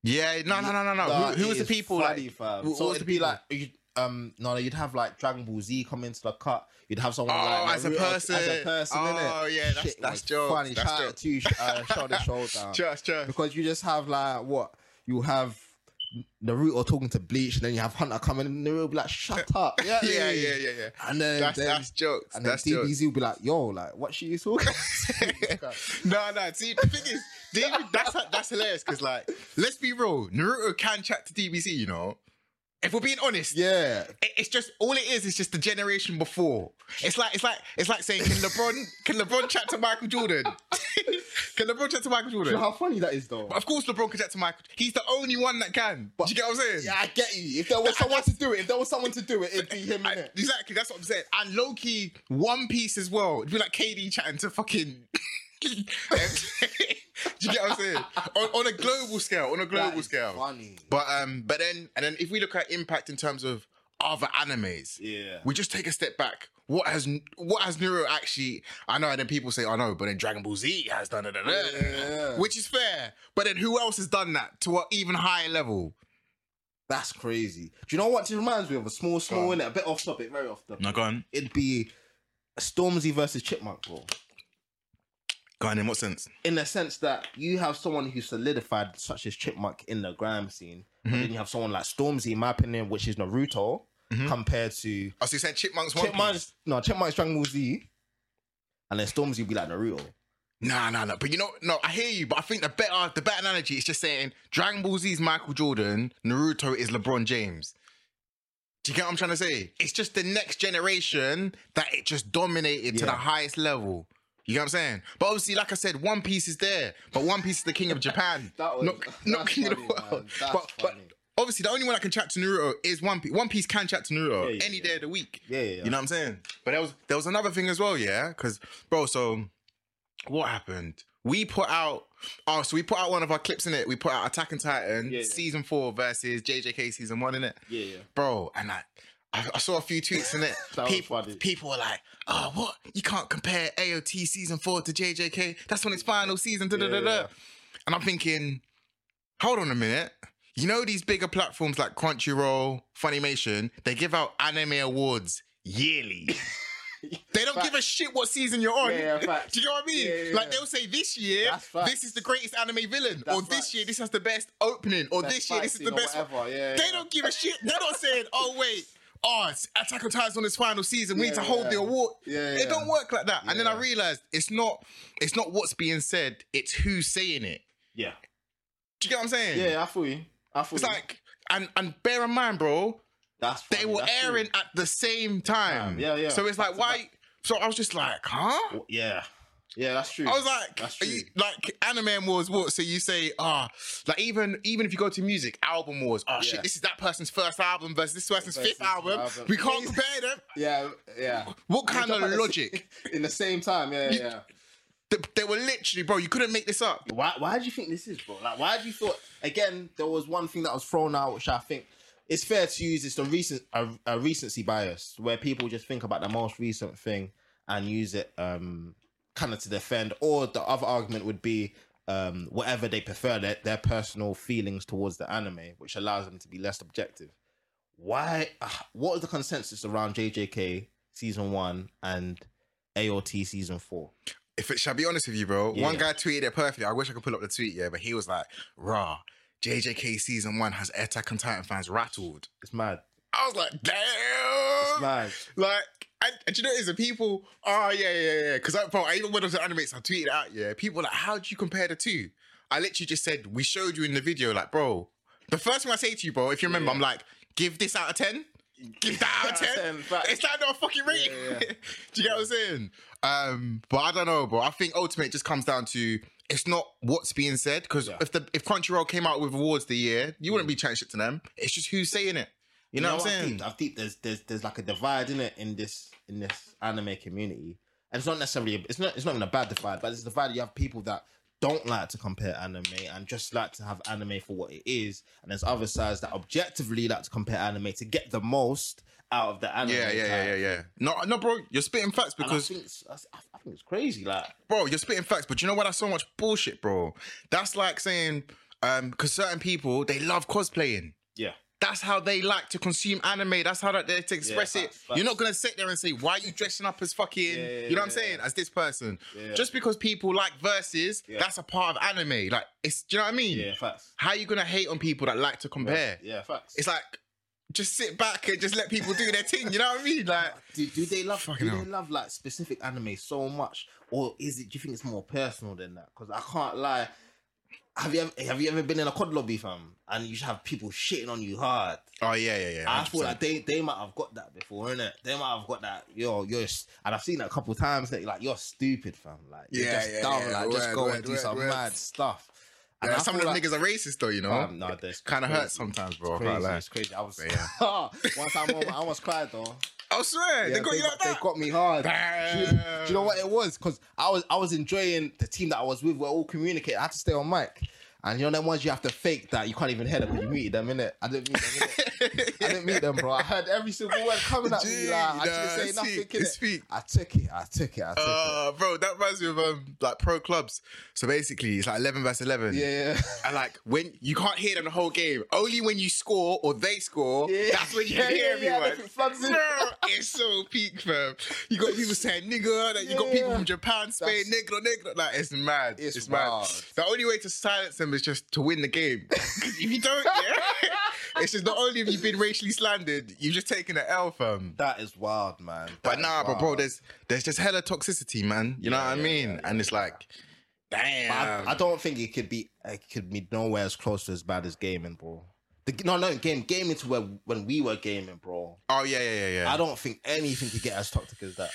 Speaker 2: Yeah, no, no, no, no, no.
Speaker 3: Nah,
Speaker 2: who who
Speaker 3: it
Speaker 2: was the
Speaker 3: is
Speaker 2: people?
Speaker 3: funny,
Speaker 2: Like,
Speaker 3: fam.
Speaker 2: who- who
Speaker 3: so
Speaker 2: was
Speaker 3: it'd
Speaker 2: the
Speaker 3: be
Speaker 2: people?
Speaker 3: like you'd, um no no you'd have like Dragon Ball Z come into the cut you'd have someone
Speaker 2: Oh,
Speaker 3: like
Speaker 2: as a
Speaker 3: Naruto
Speaker 2: person.
Speaker 3: as a person
Speaker 2: Oh,
Speaker 3: innit?
Speaker 2: yeah, that's-
Speaker 3: Shit
Speaker 2: that's
Speaker 3: was
Speaker 2: jokes,
Speaker 3: funny
Speaker 2: that's
Speaker 3: shout out to uh, Shonen
Speaker 2: [laughs]
Speaker 3: Showdown
Speaker 2: Just, just.
Speaker 3: because you just have like what you have Naruto talking to Bleach, and then you have Hunter coming, and Naruto will be
Speaker 2: [laughs]
Speaker 3: like, "Shut up!"
Speaker 2: Yeah, yeah, yeah, yeah, yeah.
Speaker 3: And then,
Speaker 2: That's
Speaker 3: then-
Speaker 2: that's jokes.
Speaker 3: and then
Speaker 2: That's jokes.
Speaker 3: DBZ will be like, "Yo, like, what she is talking?"
Speaker 2: [laughs] No, no. See, the thing is, DB, that's that's hilarious because, like, let's be real. Naruto can chat to DBC. You know, if we're being honest,
Speaker 3: [laughs] yeah,
Speaker 2: It- it's just all it is. It's just the generation before. It's like it's like it's like saying can LeBron can LeBron chat to Michael Jordan? [laughs] can LeBron chat to Michael
Speaker 3: Do you know
Speaker 2: Jordan?
Speaker 3: how funny that is, though.
Speaker 2: Of course, LeBron can chat to Michael. He's the only one that can. Do you get what I'm saying?
Speaker 3: Yeah, I get you. If there was someone to do it, if there was someone to do it, it'd be him.
Speaker 2: [laughs] I-
Speaker 3: innit?
Speaker 2: exactly. That's what I'm saying. And low key, One Piece as well. It'd be like KD chatting to
Speaker 3: [laughs]
Speaker 2: fucking. [laughs] Do you get what I'm saying? On, on a global scale, on a
Speaker 3: That
Speaker 2: global
Speaker 3: is
Speaker 2: scale.
Speaker 3: Funny.
Speaker 2: But um, but then and then if we look at impact in terms of other animes,
Speaker 3: Yeah.
Speaker 2: we just take a step back. What has what has Neuro actually? I know, and then people say, "I know," but then Dragon Ball Z has done it,
Speaker 3: Yeah.
Speaker 2: which is fair. But then who else has done that to an even higher level?
Speaker 3: That's crazy. Do you know what this reminds me of? A small, small,
Speaker 2: on.
Speaker 3: innit? A bit off topic, very off topic.
Speaker 2: No, go on,
Speaker 3: It'd be Stormzy versus Chipmunk, bro.
Speaker 2: go on. In what sense?
Speaker 3: in the sense that you have someone who solidified such as Chipmunk in the grime scene, but
Speaker 2: Mm-hmm.
Speaker 3: then you have someone like Stormzy, in my opinion, which is Naruto compared to
Speaker 2: Oh, so you said Chipmunks One Piece?
Speaker 3: Chipmunk's no Chipmunk's Dragon Ball Z, and then Stormzy would be like Naruto.
Speaker 2: Nah, nah, nah. But you know, no, I hear you. But I think the better the better analogy is just saying Dragon Ball Z is Michael Jordan, Naruto is LeBron James. Do you get what I'm trying to say? It's just the next generation that it just dominated to the
Speaker 3: Yeah.
Speaker 2: highest level. You get what I'm saying? But obviously, like I said, One Piece is there, but One Piece is the king of Japan,
Speaker 3: [laughs] That was-
Speaker 2: not, not
Speaker 3: that's
Speaker 2: king of the
Speaker 3: funny,
Speaker 2: world.
Speaker 3: man. That's
Speaker 2: but, but
Speaker 3: funny.
Speaker 2: obviously, the only one I can chat to Naruto is One Piece. One Piece can chat to Naruto
Speaker 3: Yeah, yeah,
Speaker 2: any
Speaker 3: yeah.
Speaker 2: day of the week.
Speaker 3: Yeah, yeah, yeah.
Speaker 2: You know what I'm saying? But there was there was another thing as well, yeah. Because bro, so what happened? We put out oh, so we put out one of our clips in it. We put out Attack and Titan
Speaker 3: Yeah, yeah.
Speaker 2: season four versus JJK season one in it,
Speaker 3: Yeah, yeah.
Speaker 2: bro. And I, I, I saw a few tweets in it.
Speaker 3: [laughs] That was
Speaker 2: people,
Speaker 3: funny.
Speaker 2: people were like, oh, what? You can't compare AOT season four to JJK. That's on its final season. Da, da, da, da.
Speaker 3: Yeah.
Speaker 2: And I'm thinking, hold on a minute. You know these bigger platforms like Crunchyroll, Funimation, they give out anime awards
Speaker 3: [laughs]
Speaker 2: yearly. they don't give a shit what season you're on.
Speaker 3: Yeah, yeah,
Speaker 2: [laughs]
Speaker 3: facts.
Speaker 2: Do you know what I mean?
Speaker 3: Yeah, yeah,
Speaker 2: like
Speaker 3: yeah.
Speaker 2: they'll say this year,
Speaker 3: That's facts.
Speaker 2: this is the greatest anime villain, or
Speaker 3: That's
Speaker 2: this
Speaker 3: facts.
Speaker 2: year this has the best opening, or
Speaker 3: Best
Speaker 2: this year
Speaker 3: fight
Speaker 2: this is
Speaker 3: scene
Speaker 2: the
Speaker 3: or
Speaker 2: best.
Speaker 3: whatever. Yeah,
Speaker 2: They
Speaker 3: yeah.
Speaker 2: don't give a shit. They're not saying, oh wait, oh it's Attack on Titan's on its final season. We
Speaker 3: Yeah,
Speaker 2: need to
Speaker 3: yeah,
Speaker 2: hold
Speaker 3: yeah.
Speaker 2: the award.
Speaker 3: Yeah,
Speaker 2: It
Speaker 3: yeah.
Speaker 2: don't work like that. And then I
Speaker 3: Yeah.
Speaker 2: realized it's not it's not what's being said, it's who's saying it.
Speaker 3: Yeah,
Speaker 2: Do you get what I'm saying?
Speaker 3: yeah. I feel you. I feel
Speaker 2: It's
Speaker 3: you.
Speaker 2: like and and bear in mind, bro,
Speaker 3: That's
Speaker 2: They
Speaker 3: funny,
Speaker 2: were
Speaker 3: that's true.
Speaker 2: airing at the same time.
Speaker 3: Yeah, yeah.
Speaker 2: So it's like, why? So I was just like, huh?
Speaker 3: Yeah, yeah, that's true.
Speaker 2: I was like,
Speaker 3: [laughs] that's
Speaker 2: are
Speaker 3: true.
Speaker 2: you- like anime wars, what? So you say, ah, like even even if you go to music, album wars, oh
Speaker 3: Yeah.
Speaker 2: shit, this is that person's first album versus this person's
Speaker 3: Versus
Speaker 2: fifth album.
Speaker 3: album.
Speaker 2: We can't compare them.
Speaker 3: yeah, yeah.
Speaker 2: What
Speaker 3: We're
Speaker 2: kind
Speaker 3: talking
Speaker 2: of
Speaker 3: about the [laughs]
Speaker 2: logic?
Speaker 3: s- in the same time? Yeah, yeah. yeah.
Speaker 2: They, they were literally, bro, you couldn't make this up.
Speaker 3: [laughs] Why? Why do you think this is, bro? Like, why do you thought? Again, there was one thing that was thrown out, which I think it's fair to use. It's the recent a, a recency bias, where people just think about the most recent thing and use it um kind of to defend. Or the other argument would be um whatever they prefer, their, their personal feelings towards the anime, which allows them to be less objective. Why? Uh, what is the consensus around JJK season one and AOT season four?
Speaker 2: If it shall be honest with you, bro, one
Speaker 3: Yeah.
Speaker 2: guy tweeted it perfectly. I wish I could pull up the tweet, yeah, but he was like, raw. JJK season one has Attack on Titan fans rattled.
Speaker 3: It's mad.
Speaker 2: I was like, damn.
Speaker 3: It's mad.
Speaker 2: Like, and, and do you know, it's the people. Oh yeah, yeah, yeah. Because I, bro, I even went onto animates. I tweeted out. Yeah, people were like, how do you compare the two? I literally just said we showed you in the video. Like, bro, the first thing I say to you, bro, if you remember, I'm like, give this out of ten. Give that [laughs] out of
Speaker 3: Out of [laughs]
Speaker 2: ten.
Speaker 3: 10, fact.
Speaker 2: It's that not a fucking rating. [laughs]
Speaker 3: Yeah, yeah,
Speaker 2: do you get what I'm saying? Um, but I don't know, bro. I think ultimately it just comes down to. It's not what's being said because
Speaker 3: Yeah. Mm.
Speaker 2: if the if Crunchyroll came out with awards the year, you wouldn't be chatting shit to them. It's just who's saying it. You know, what I'm saying?
Speaker 3: Deep, I think there's there's there's like a divide in it in this in this anime community, and it's not necessarily it's not it's not even a bad divide, but it's a divide. You have people that don't like to compare anime and just like to have anime for what it is, and there's other sides that objectively like to compare anime to get the most out of the anime.
Speaker 2: Yeah, yeah, yeah, yeah, yeah. No, no, bro, you're spitting facts
Speaker 3: Because
Speaker 2: because,
Speaker 3: I think, it's, I I think it's crazy, like
Speaker 2: bro, you're spitting facts. But you know what? That's so much bullshit, bro. That's like saying, um, because certain people they love cosplaying.
Speaker 3: yeah,
Speaker 2: That's how they like to consume anime. That's how that they to express it.
Speaker 3: facts, facts.
Speaker 2: You're not gonna sit there and say, "Why are you dressing up as fucking?"
Speaker 3: Yeah, yeah,
Speaker 2: you know what I'm
Speaker 3: yeah,
Speaker 2: saying? As this person,
Speaker 3: Yeah.
Speaker 2: just because people like verses,
Speaker 3: Yeah.
Speaker 2: that's a part of anime. Like, it's do you know what I mean?
Speaker 3: yeah, facts.
Speaker 2: How you gonna hate on people that like to compare?
Speaker 3: Yeah, facts.
Speaker 2: It's like just sit back and just let people do their thing. You know what I mean?
Speaker 3: [laughs]
Speaker 2: Like.
Speaker 3: do, do they love
Speaker 2: Fucking
Speaker 3: do
Speaker 2: hell.
Speaker 3: they love like specific anime so much or is it do you think it's more personal than that because i can't lie have you ever, have you ever been in a COD lobby fam and you have people shitting on you hard
Speaker 2: Oh yeah, yeah, yeah.
Speaker 3: I feel
Speaker 2: 100%.
Speaker 3: like they, they might have got that before, innit? They might have got that, yo, you're, s- and I've seen that a couple times that like you're stupid, fam. Like, you're
Speaker 2: Yeah,
Speaker 3: just
Speaker 2: yeah,
Speaker 3: dumb,
Speaker 2: yeah.
Speaker 3: like, just
Speaker 2: Word,
Speaker 3: go and
Speaker 2: word,
Speaker 3: do
Speaker 2: word,
Speaker 3: some
Speaker 2: word.
Speaker 3: mad stuff. And
Speaker 2: Yeah,
Speaker 3: I
Speaker 2: some of
Speaker 3: feel
Speaker 2: them
Speaker 3: like-
Speaker 2: niggas are racist though, you know.
Speaker 3: Fam, nah, that's
Speaker 2: kind of
Speaker 3: crazy.
Speaker 2: hurts sometimes, bro. I can't
Speaker 3: Crazy,
Speaker 2: lie.
Speaker 3: it's crazy. I was,
Speaker 2: But yeah.
Speaker 3: [laughs] one time I almost- I almost cried though.
Speaker 2: I Oh, swear, they
Speaker 3: Yeah,
Speaker 2: got you like
Speaker 3: they
Speaker 2: that.
Speaker 3: got me hard. Do you,
Speaker 2: Damn.
Speaker 3: do you know what it was? Because I was I was enjoying the team that I was with. We're all communicating. I had to stay on mic. And you know them ones you have to fake that you can't even hear them because you muted them, innit? I didn't meet them, innit?
Speaker 2: [laughs]
Speaker 3: I didn't meet them, bro. I heard every single word coming at me.
Speaker 2: Gee,
Speaker 3: Like, I
Speaker 2: nah,
Speaker 3: didn't say
Speaker 2: it's
Speaker 3: nothing,
Speaker 2: peak, it's
Speaker 3: innit?
Speaker 2: peak.
Speaker 3: I took it. I took it. I took
Speaker 2: Uh, bro, that reminds me of um, like pro clubs. So basically, it's like eleven versus eleven.
Speaker 3: it. Yeah, yeah.
Speaker 2: And like when you can't hear them the whole game, only when you score or they score,
Speaker 3: Yeah.
Speaker 2: that's when you
Speaker 3: Yeah,
Speaker 2: can hear
Speaker 3: yeah, yeah,
Speaker 2: everyone.
Speaker 3: if it floods in.
Speaker 2: Bro, it's so peak, fam. You got people saying nigga, like, you got people
Speaker 3: Yeah.
Speaker 2: from Japan, Spain,
Speaker 3: That's-
Speaker 2: nigga, nigga. Like it's mad.
Speaker 3: It's
Speaker 2: It's, mad.
Speaker 3: wild.
Speaker 2: The only way to silence them is just to win the game. [laughs] 'Cause if you don't,
Speaker 3: [laughs]
Speaker 2: yeah, it's just not only have you been racially slandered, you've just taken an L, fam.
Speaker 3: That is wild, man. That
Speaker 2: But
Speaker 3: is
Speaker 2: nah, but bro,
Speaker 3: wild.
Speaker 2: there's there's just hella toxicity, man. You know
Speaker 3: Yeah,
Speaker 2: what I
Speaker 3: yeah,
Speaker 2: mean?
Speaker 3: yeah,
Speaker 2: and
Speaker 3: yeah,
Speaker 2: it's like, damn.
Speaker 3: But I, I don't think it could be it could be nowhere as close to as bad as gaming, bro. The, no, no, game gaming to where when we were gaming, bro.
Speaker 2: oh yeah, yeah, yeah, yeah.
Speaker 3: I don't think anything could get as toxic as that.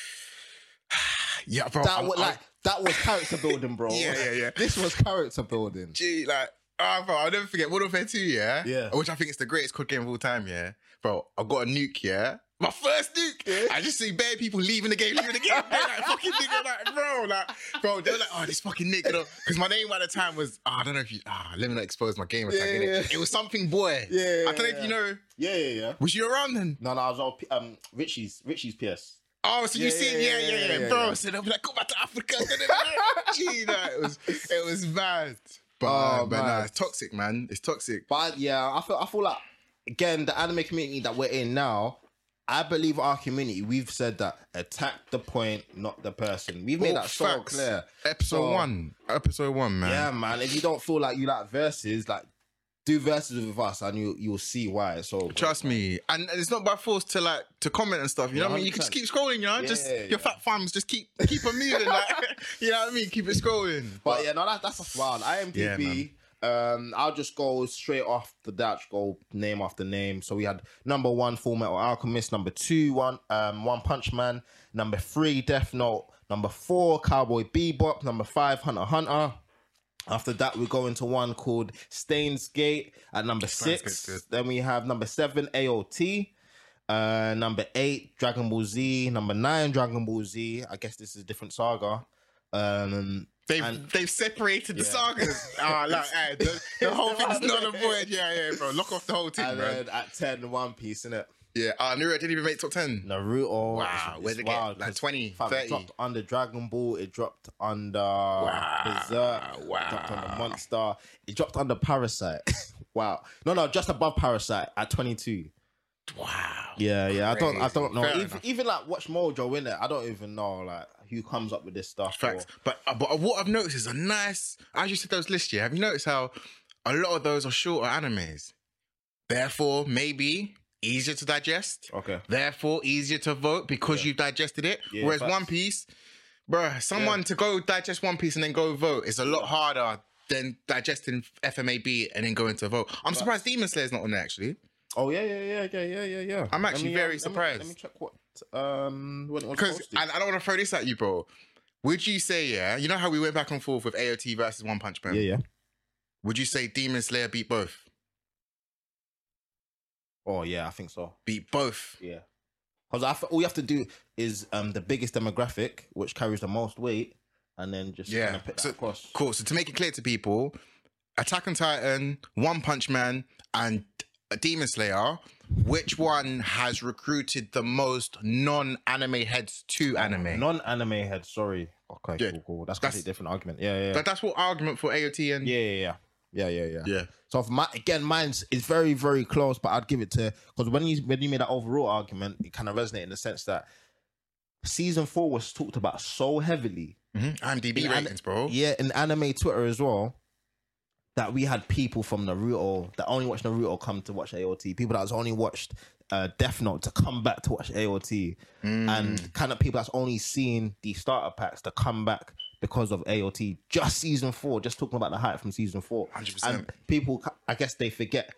Speaker 2: yeah, bro.
Speaker 3: That
Speaker 2: I'm-
Speaker 3: was
Speaker 2: I'm-
Speaker 3: like that was character building, bro.
Speaker 2: Yeah, yeah, yeah.
Speaker 3: This was character building.
Speaker 2: Gee, like, ah, bro, I'll never forget Modern Warfare 2, yeah?
Speaker 3: Yeah.
Speaker 2: Which I think is the greatest COD game of all time, yeah? Bro, I got a nuke, yeah? My first nuke!
Speaker 3: Yeah.
Speaker 2: I just see bare people leaving the game, leaving the game. They're like, fucking nigga, like, bro, like, bro, they were like, oh, this fucking nigga. Because my name at the time was, ah, I don't know if you, ah, let me not expose my gamer
Speaker 3: Yeah,
Speaker 2: tag, innit?
Speaker 3: yeah.
Speaker 2: It was something boy.
Speaker 3: Yeah, yeah,
Speaker 2: I don't know
Speaker 3: yeah.
Speaker 2: if you know,
Speaker 3: Yeah, yeah, yeah.
Speaker 2: was you around then?
Speaker 3: No, no, I was all P- um Richie's Richie's PS.
Speaker 2: Oh, so
Speaker 3: Yeah,
Speaker 2: you seen? Yeah, yeah, yeah,
Speaker 3: yeah,
Speaker 2: bro.
Speaker 3: yeah.
Speaker 2: So they'll be like, go back to Africa. Gee, nah, it was, it was mad. But,
Speaker 3: [laughs] Oh,
Speaker 2: uh, but nah,
Speaker 3: mad.
Speaker 2: it's toxic, man. It's toxic.
Speaker 3: But yeah, I feel I feel like again the anime community that we're in now. I believe our community. We've said that attack the point, not the person. We've made
Speaker 2: Well,
Speaker 3: that so
Speaker 2: facts.
Speaker 3: clear.
Speaker 2: Episode
Speaker 3: So-
Speaker 2: one. Episode one, man.
Speaker 3: Yeah, man. If you don't feel like you like verses, like do verses with us, and you you'll see why. So
Speaker 2: Trust me. And and it's not by force to like to comment and stuff. You know what I mean? You can just keep scrolling, you know?
Speaker 3: Yeah,
Speaker 2: just
Speaker 3: yeah, yeah.
Speaker 2: your fat thumbs, just keep [laughs] keep them moving. like you know what I mean? Keep it scrolling.
Speaker 3: But yeah, no, that, that's just wild. IMDb.
Speaker 2: Yeah, man.
Speaker 3: Um, I'll just go straight off the Dutch, go name after name. So we had number one, Full Metal Alchemist, number two, one, um, One Punch Man, number three, Death Note, number four, Cowboy Bebop, number five, Hunter x Hunter. After that, we go into one called Stains Gate at number
Speaker 2: Gate's good.
Speaker 3: six. Then we have number seven, AOT. Uh, number eight, Dragon Ball Z. Number nine, Dragon Ball Z. I guess this is a different saga. Um,
Speaker 2: They've
Speaker 3: And-
Speaker 2: they've separated the
Speaker 3: Yeah. [laughs]
Speaker 2: sagas. Ah, like, eh, the, the whole thing's not a void. Yeah, yeah, bro. Lock off the whole team,
Speaker 3: and
Speaker 2: bro.
Speaker 3: then at 10, One Piece, innit?
Speaker 2: Yeah, uh, Naruto didn't even make top ten.
Speaker 3: Naruto.
Speaker 2: Wow, where'd it get? Like 20, 30?
Speaker 3: It dropped under Dragon Ball. It dropped under Berserk. It dropped under Monster. It dropped under Parasite. [laughs] wow. No, no, just above Parasite at 22.
Speaker 2: Wow.
Speaker 3: Yeah, yeah. I don't, I don't know.
Speaker 2: Fair
Speaker 3: Even,
Speaker 2: enough.
Speaker 3: even like Watch Mojo in it, I don't even know like who comes up with this stuff. or-
Speaker 2: Facts. But uh, but what I've noticed is a nice. As you said those lists, yeah. Have you noticed how a lot of those are shorter animes? Therefore, maybe easier to digest.
Speaker 3: Okay.
Speaker 2: Therefore, easier to vote because you've digested it.
Speaker 3: Oh. Yeah,
Speaker 2: Whereas
Speaker 3: facts.
Speaker 2: One Piece, bruh, someone to go digest One Piece and then go vote is a lot harder than digesting FMAB and then going to vote. I'm surprised Demon Slayer's not on there actually.
Speaker 3: Oh yeah, yeah, yeah, yeah, yeah, yeah, yeah.
Speaker 2: I'm
Speaker 3: Let
Speaker 2: actually
Speaker 3: me,
Speaker 2: very
Speaker 3: um,
Speaker 2: surprised.
Speaker 3: let me- Let me, check what um when it was
Speaker 2: Because
Speaker 3: posted.
Speaker 2: I, I don't want to throw this at you, bro. Would you say, yeah, you know how we went back and forth with AOT versus One Punch Man?
Speaker 3: yeah, yeah.
Speaker 2: Would you say Demon Slayer beat both?
Speaker 3: Oh yeah, I think so.
Speaker 2: Beat both.
Speaker 3: Yeah. Because all you have to do is um the biggest demographic, which carries the most weight, and then just
Speaker 2: Yeah.
Speaker 3: yeah. kind of put that
Speaker 2: So-
Speaker 3: across.
Speaker 2: Cool. So to make it clear to people, Attack on Titan, One Punch Man, and Demon Slayer, which one has recruited the most non-anime heads to anime?
Speaker 3: Non-anime head, sorry. Okay,
Speaker 2: Yeah.
Speaker 3: cool, cool. That's
Speaker 2: That's-
Speaker 3: completely different argument. Yeah, yeah, yeah.
Speaker 2: But that's what argument for AOT and
Speaker 3: yeah, yeah, yeah, yeah, yeah, yeah.
Speaker 2: yeah.
Speaker 3: So for my again, mine's is very, very close, but I'd give it to because when you when you made that overall argument, it kind of resonated in the sense that season four was talked about so heavily
Speaker 2: Mhm. IMDb
Speaker 3: Yeah, and-
Speaker 2: ratings, bro.
Speaker 3: yeah, in anime Twitter as well, that we had people from Naruto that only watched Naruto come to watch AOT. People that's only watched uh, Death Note to come back to watch AOT,
Speaker 2: Mm.
Speaker 3: and kind of people that's only seen the starter packs to come back because of AOT. Just season four, just talking about the hype from season four,
Speaker 2: 100%.
Speaker 3: and people, I guess they forget.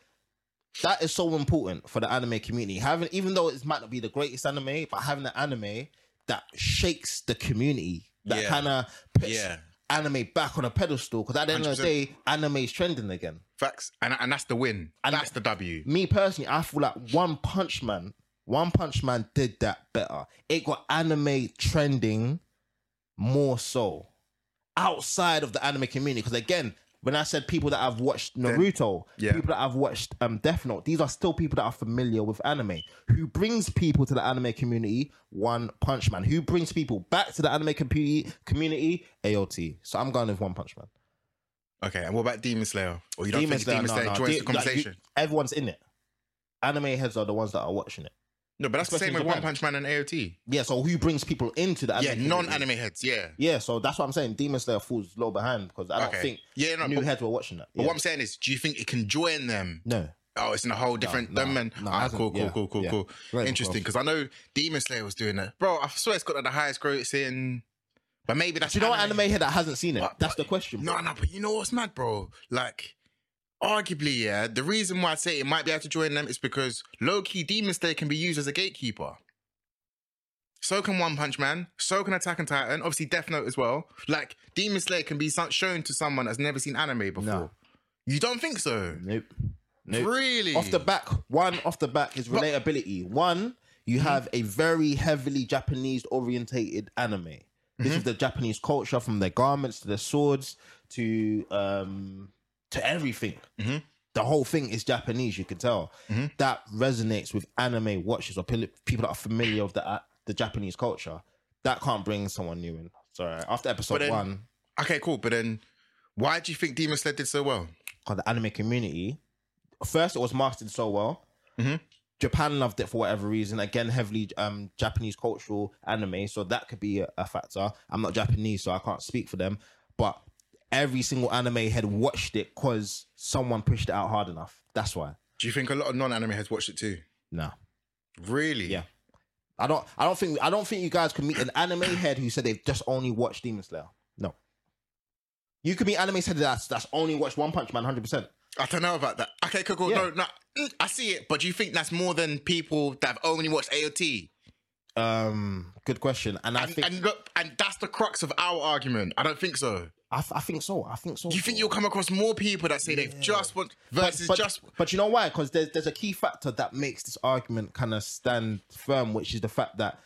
Speaker 3: That is so important for the anime community. Having, even though it might not be the greatest anime, but having an anime that shakes the community, that
Speaker 2: Yeah.
Speaker 3: kind of puts
Speaker 2: Yeah.
Speaker 3: anime back on a pedestal because at the end of the day, anime's trending again.
Speaker 2: Facts. And and that's the win. And that's the W.
Speaker 3: Me personally, I feel like One Punch Man, One Punch Man did that better. It got anime trending more so outside of the anime community because again. When I said people that have watched Naruto,
Speaker 2: yeah.
Speaker 3: people that have watched um, Death Note, these are still people that are familiar with anime. Who brings people to the anime community? One Punch Man. Who brings people back to the anime community? Community AOT. So I'm going with One Punch Man.
Speaker 2: Okay. And what about Demon Slayer? Or you don't
Speaker 3: Demon
Speaker 2: think
Speaker 3: Slayer,
Speaker 2: Demon
Speaker 3: no,
Speaker 2: Slayer
Speaker 3: no.
Speaker 2: joins
Speaker 3: They-
Speaker 2: the
Speaker 3: like, you-
Speaker 2: conversation?
Speaker 3: everyone's in it. Anime heads are the ones that are watching it.
Speaker 2: no, but that's the
Speaker 3: especially
Speaker 2: same
Speaker 3: in
Speaker 2: with One
Speaker 3: Japan.
Speaker 2: Punch Man and AOT.
Speaker 3: Yeah, so who brings people into the anime?
Speaker 2: Yeah,
Speaker 3: community?
Speaker 2: non-anime heads. Yeah.
Speaker 3: Yeah, so that's what I'm saying. Demon Slayer falls low behind because I don't
Speaker 2: Okay.
Speaker 3: think
Speaker 2: Yeah, no,
Speaker 3: new
Speaker 2: but-
Speaker 3: heads were watching that.
Speaker 2: But
Speaker 3: Yeah.
Speaker 2: what I'm saying is, do you think it can join them?
Speaker 3: no,
Speaker 2: Oh, it's in a whole different
Speaker 3: no,
Speaker 2: them and
Speaker 3: no, it
Speaker 2: ah,
Speaker 3: hasn't.
Speaker 2: cool, cool,
Speaker 3: Yeah,
Speaker 2: cool, cool,
Speaker 3: yeah.
Speaker 2: cool.
Speaker 3: Right,
Speaker 2: Interesting, because I know Demon Slayer was doing that, bro. I swear it's got like, the highest growth in, but maybe that's
Speaker 3: do you know what anime head that hasn't seen it?
Speaker 2: But-
Speaker 3: that's the question.
Speaker 2: No,
Speaker 3: bro.
Speaker 2: no, but you know what's mad, bro? Like, arguably, yeah, the reason why I say it might be able to join them is because low key Demon Slayer can be used as a gatekeeper. So can One Punch Man. So can Attack on Titan. Obviously, Death Note as well. Like, Demon Slayer can be so- shown to someone that's never seen anime before.
Speaker 3: No.
Speaker 2: You don't think so?
Speaker 3: nope, nope.
Speaker 2: Really?
Speaker 3: Off the back, one off the back is relatability. one,
Speaker 2: Hmm?
Speaker 3: you have a very heavily Japanese orientated anime. This
Speaker 2: Mm-hmm.
Speaker 3: is the Japanese culture from their garments to their swords to um to everything.
Speaker 2: Mm-hmm.
Speaker 3: The whole thing is Japanese. You can tell that resonates with anime watchers or pil- people that are familiar with the uh, the Japanese culture. That can't bring someone new in. Sorry, after episode
Speaker 2: But then-
Speaker 3: one,
Speaker 2: Okay, cool. But then, why do you think Demon Slayer did so well?
Speaker 3: because the anime community, first it was mastered so well.
Speaker 2: Mhm.
Speaker 3: Japan loved it for whatever reason. Again, heavily um, Japanese cultural anime, so that could be a, a factor. I'm not Japanese, so I can't speak for them. But every single anime had watched it because someone pushed it out hard enough. That's why.
Speaker 2: Do you think a lot of non-anime has watched it too?
Speaker 3: No,
Speaker 2: Really?
Speaker 3: Yeah. I don't. I don't think. I don't think you guys can meet an anime head who said they've just only watched Demon Slayer. No, You could be anime said that's that's only watched One Punch Man 100. percent
Speaker 2: I don't know about that. Okay, cool, cool.
Speaker 3: Yeah.
Speaker 2: No, no, mm, I see it, but do you think that's more than people that have only watched AOT?
Speaker 3: Um, good question. And I
Speaker 2: And,
Speaker 3: think
Speaker 2: and look, and that's the crux of our argument. I don't think so.
Speaker 3: I, th- I think so. I think so.
Speaker 2: Do you think you'll come across more people that say they've just watched versus
Speaker 3: but,
Speaker 2: just?
Speaker 3: but you know why? Because there's there's a key factor that makes this argument kind of stand firm, which is the fact that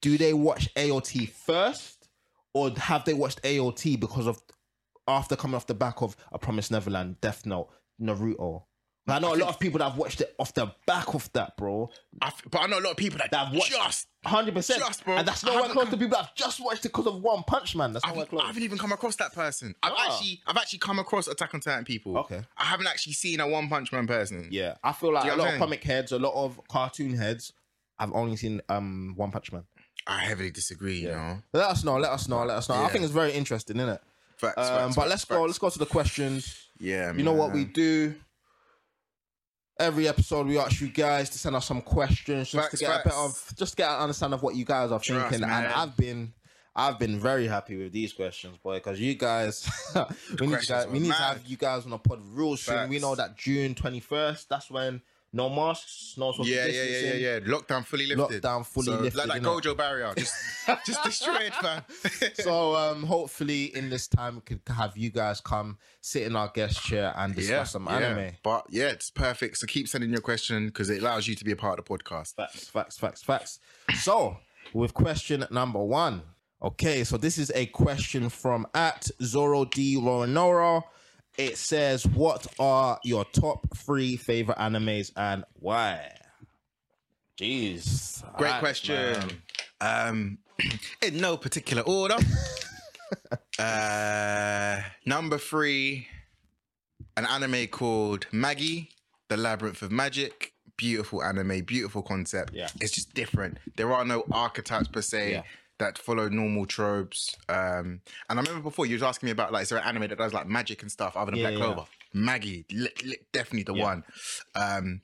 Speaker 3: do they watch AOT first, or have they watched AOT because of after coming off the back of A Promised Neverland, Death Note, Naruto? I know a lot of people that have watched it off the back of that, bro.
Speaker 2: I f- but I know a lot of people that,
Speaker 3: That have watched
Speaker 2: just.
Speaker 3: hundred percent,
Speaker 2: Just, bro.
Speaker 3: and that's
Speaker 2: I
Speaker 3: nowhere
Speaker 2: haven't
Speaker 3: close
Speaker 2: come-
Speaker 3: to people that have just watched it because of One Punch Man. That's
Speaker 2: I
Speaker 3: nowhere
Speaker 2: haven't,
Speaker 3: close.
Speaker 2: I haven't even come across that person. I've
Speaker 3: Ah.
Speaker 2: actually, I've actually come across Attack on Titan people.
Speaker 3: Okay.
Speaker 2: I haven't actually seen a One Punch Man person.
Speaker 3: Yeah, I feel like
Speaker 2: you
Speaker 3: a
Speaker 2: know
Speaker 3: lot
Speaker 2: what
Speaker 3: of
Speaker 2: I'm saying?
Speaker 3: comic heads, a lot of cartoon heads. I've only seen um One Punch Man.
Speaker 2: I heavily disagree. You know,
Speaker 3: Let us know. Let us know. Let us know. I
Speaker 2: Yeah.
Speaker 3: think it's very interesting, isn't it?
Speaker 2: facts,
Speaker 3: Um,
Speaker 2: facts,
Speaker 3: but
Speaker 2: facts,
Speaker 3: let's go.
Speaker 2: facts.
Speaker 3: Let's go to the questions.
Speaker 2: Yeah,
Speaker 3: You know what we do? Every episode, we ask you guys to send us some questions just to
Speaker 2: Facts,
Speaker 3: get a
Speaker 2: facts.
Speaker 3: bit of, just get an understanding of what you guys are
Speaker 2: Trust,
Speaker 3: thinking.
Speaker 2: man.
Speaker 3: And I've been, I've been very happy with these questions, boy, because you guys, [laughs] we need, you
Speaker 2: questions
Speaker 3: guys, we
Speaker 2: were
Speaker 3: need to
Speaker 2: mad.
Speaker 3: have you guys on a pod real soon. We
Speaker 2: Facts.
Speaker 3: know that June twenty first, that's when no masks, no social
Speaker 2: Yeah, yeah,
Speaker 3: distancing.
Speaker 2: yeah, yeah, yeah. Lockdown fully lifted.
Speaker 3: Lockdown fully
Speaker 2: So,
Speaker 3: lifted,
Speaker 2: Like that
Speaker 3: innit?
Speaker 2: Gojo barrier,
Speaker 3: [laughs]
Speaker 2: just, just destroyed, [laughs] fam.
Speaker 3: so um hopefully in this time we could have you guys come sit in our guest chair and discuss some anime
Speaker 2: But yeah, it's perfect. So keep sending your question because it allows you to be a part of the podcast.
Speaker 3: facts facts facts facts so with question number one okay so this is a question from at zoro d roronoro it says what are your top three favorite animes and why jeez
Speaker 2: Great
Speaker 3: Alright, Ah, man.
Speaker 2: question. Um, [clears throat] in no particular
Speaker 3: [laughs]
Speaker 2: order. uh, number three, an anime called Maggie, The Labyrinth of Magic. Beautiful anime, beautiful concept.
Speaker 3: Yeah.
Speaker 2: It's just different. There are no archetypes per se.
Speaker 3: Yeah.
Speaker 2: That follow normal tropes, um, and I remember before you was asking me about like is there an anime that does like magic and stuff other than
Speaker 3: Yeah,
Speaker 2: Black
Speaker 3: yeah.
Speaker 2: Clover? Maggie, li- li- definitely the
Speaker 3: Yeah.
Speaker 2: one. Um,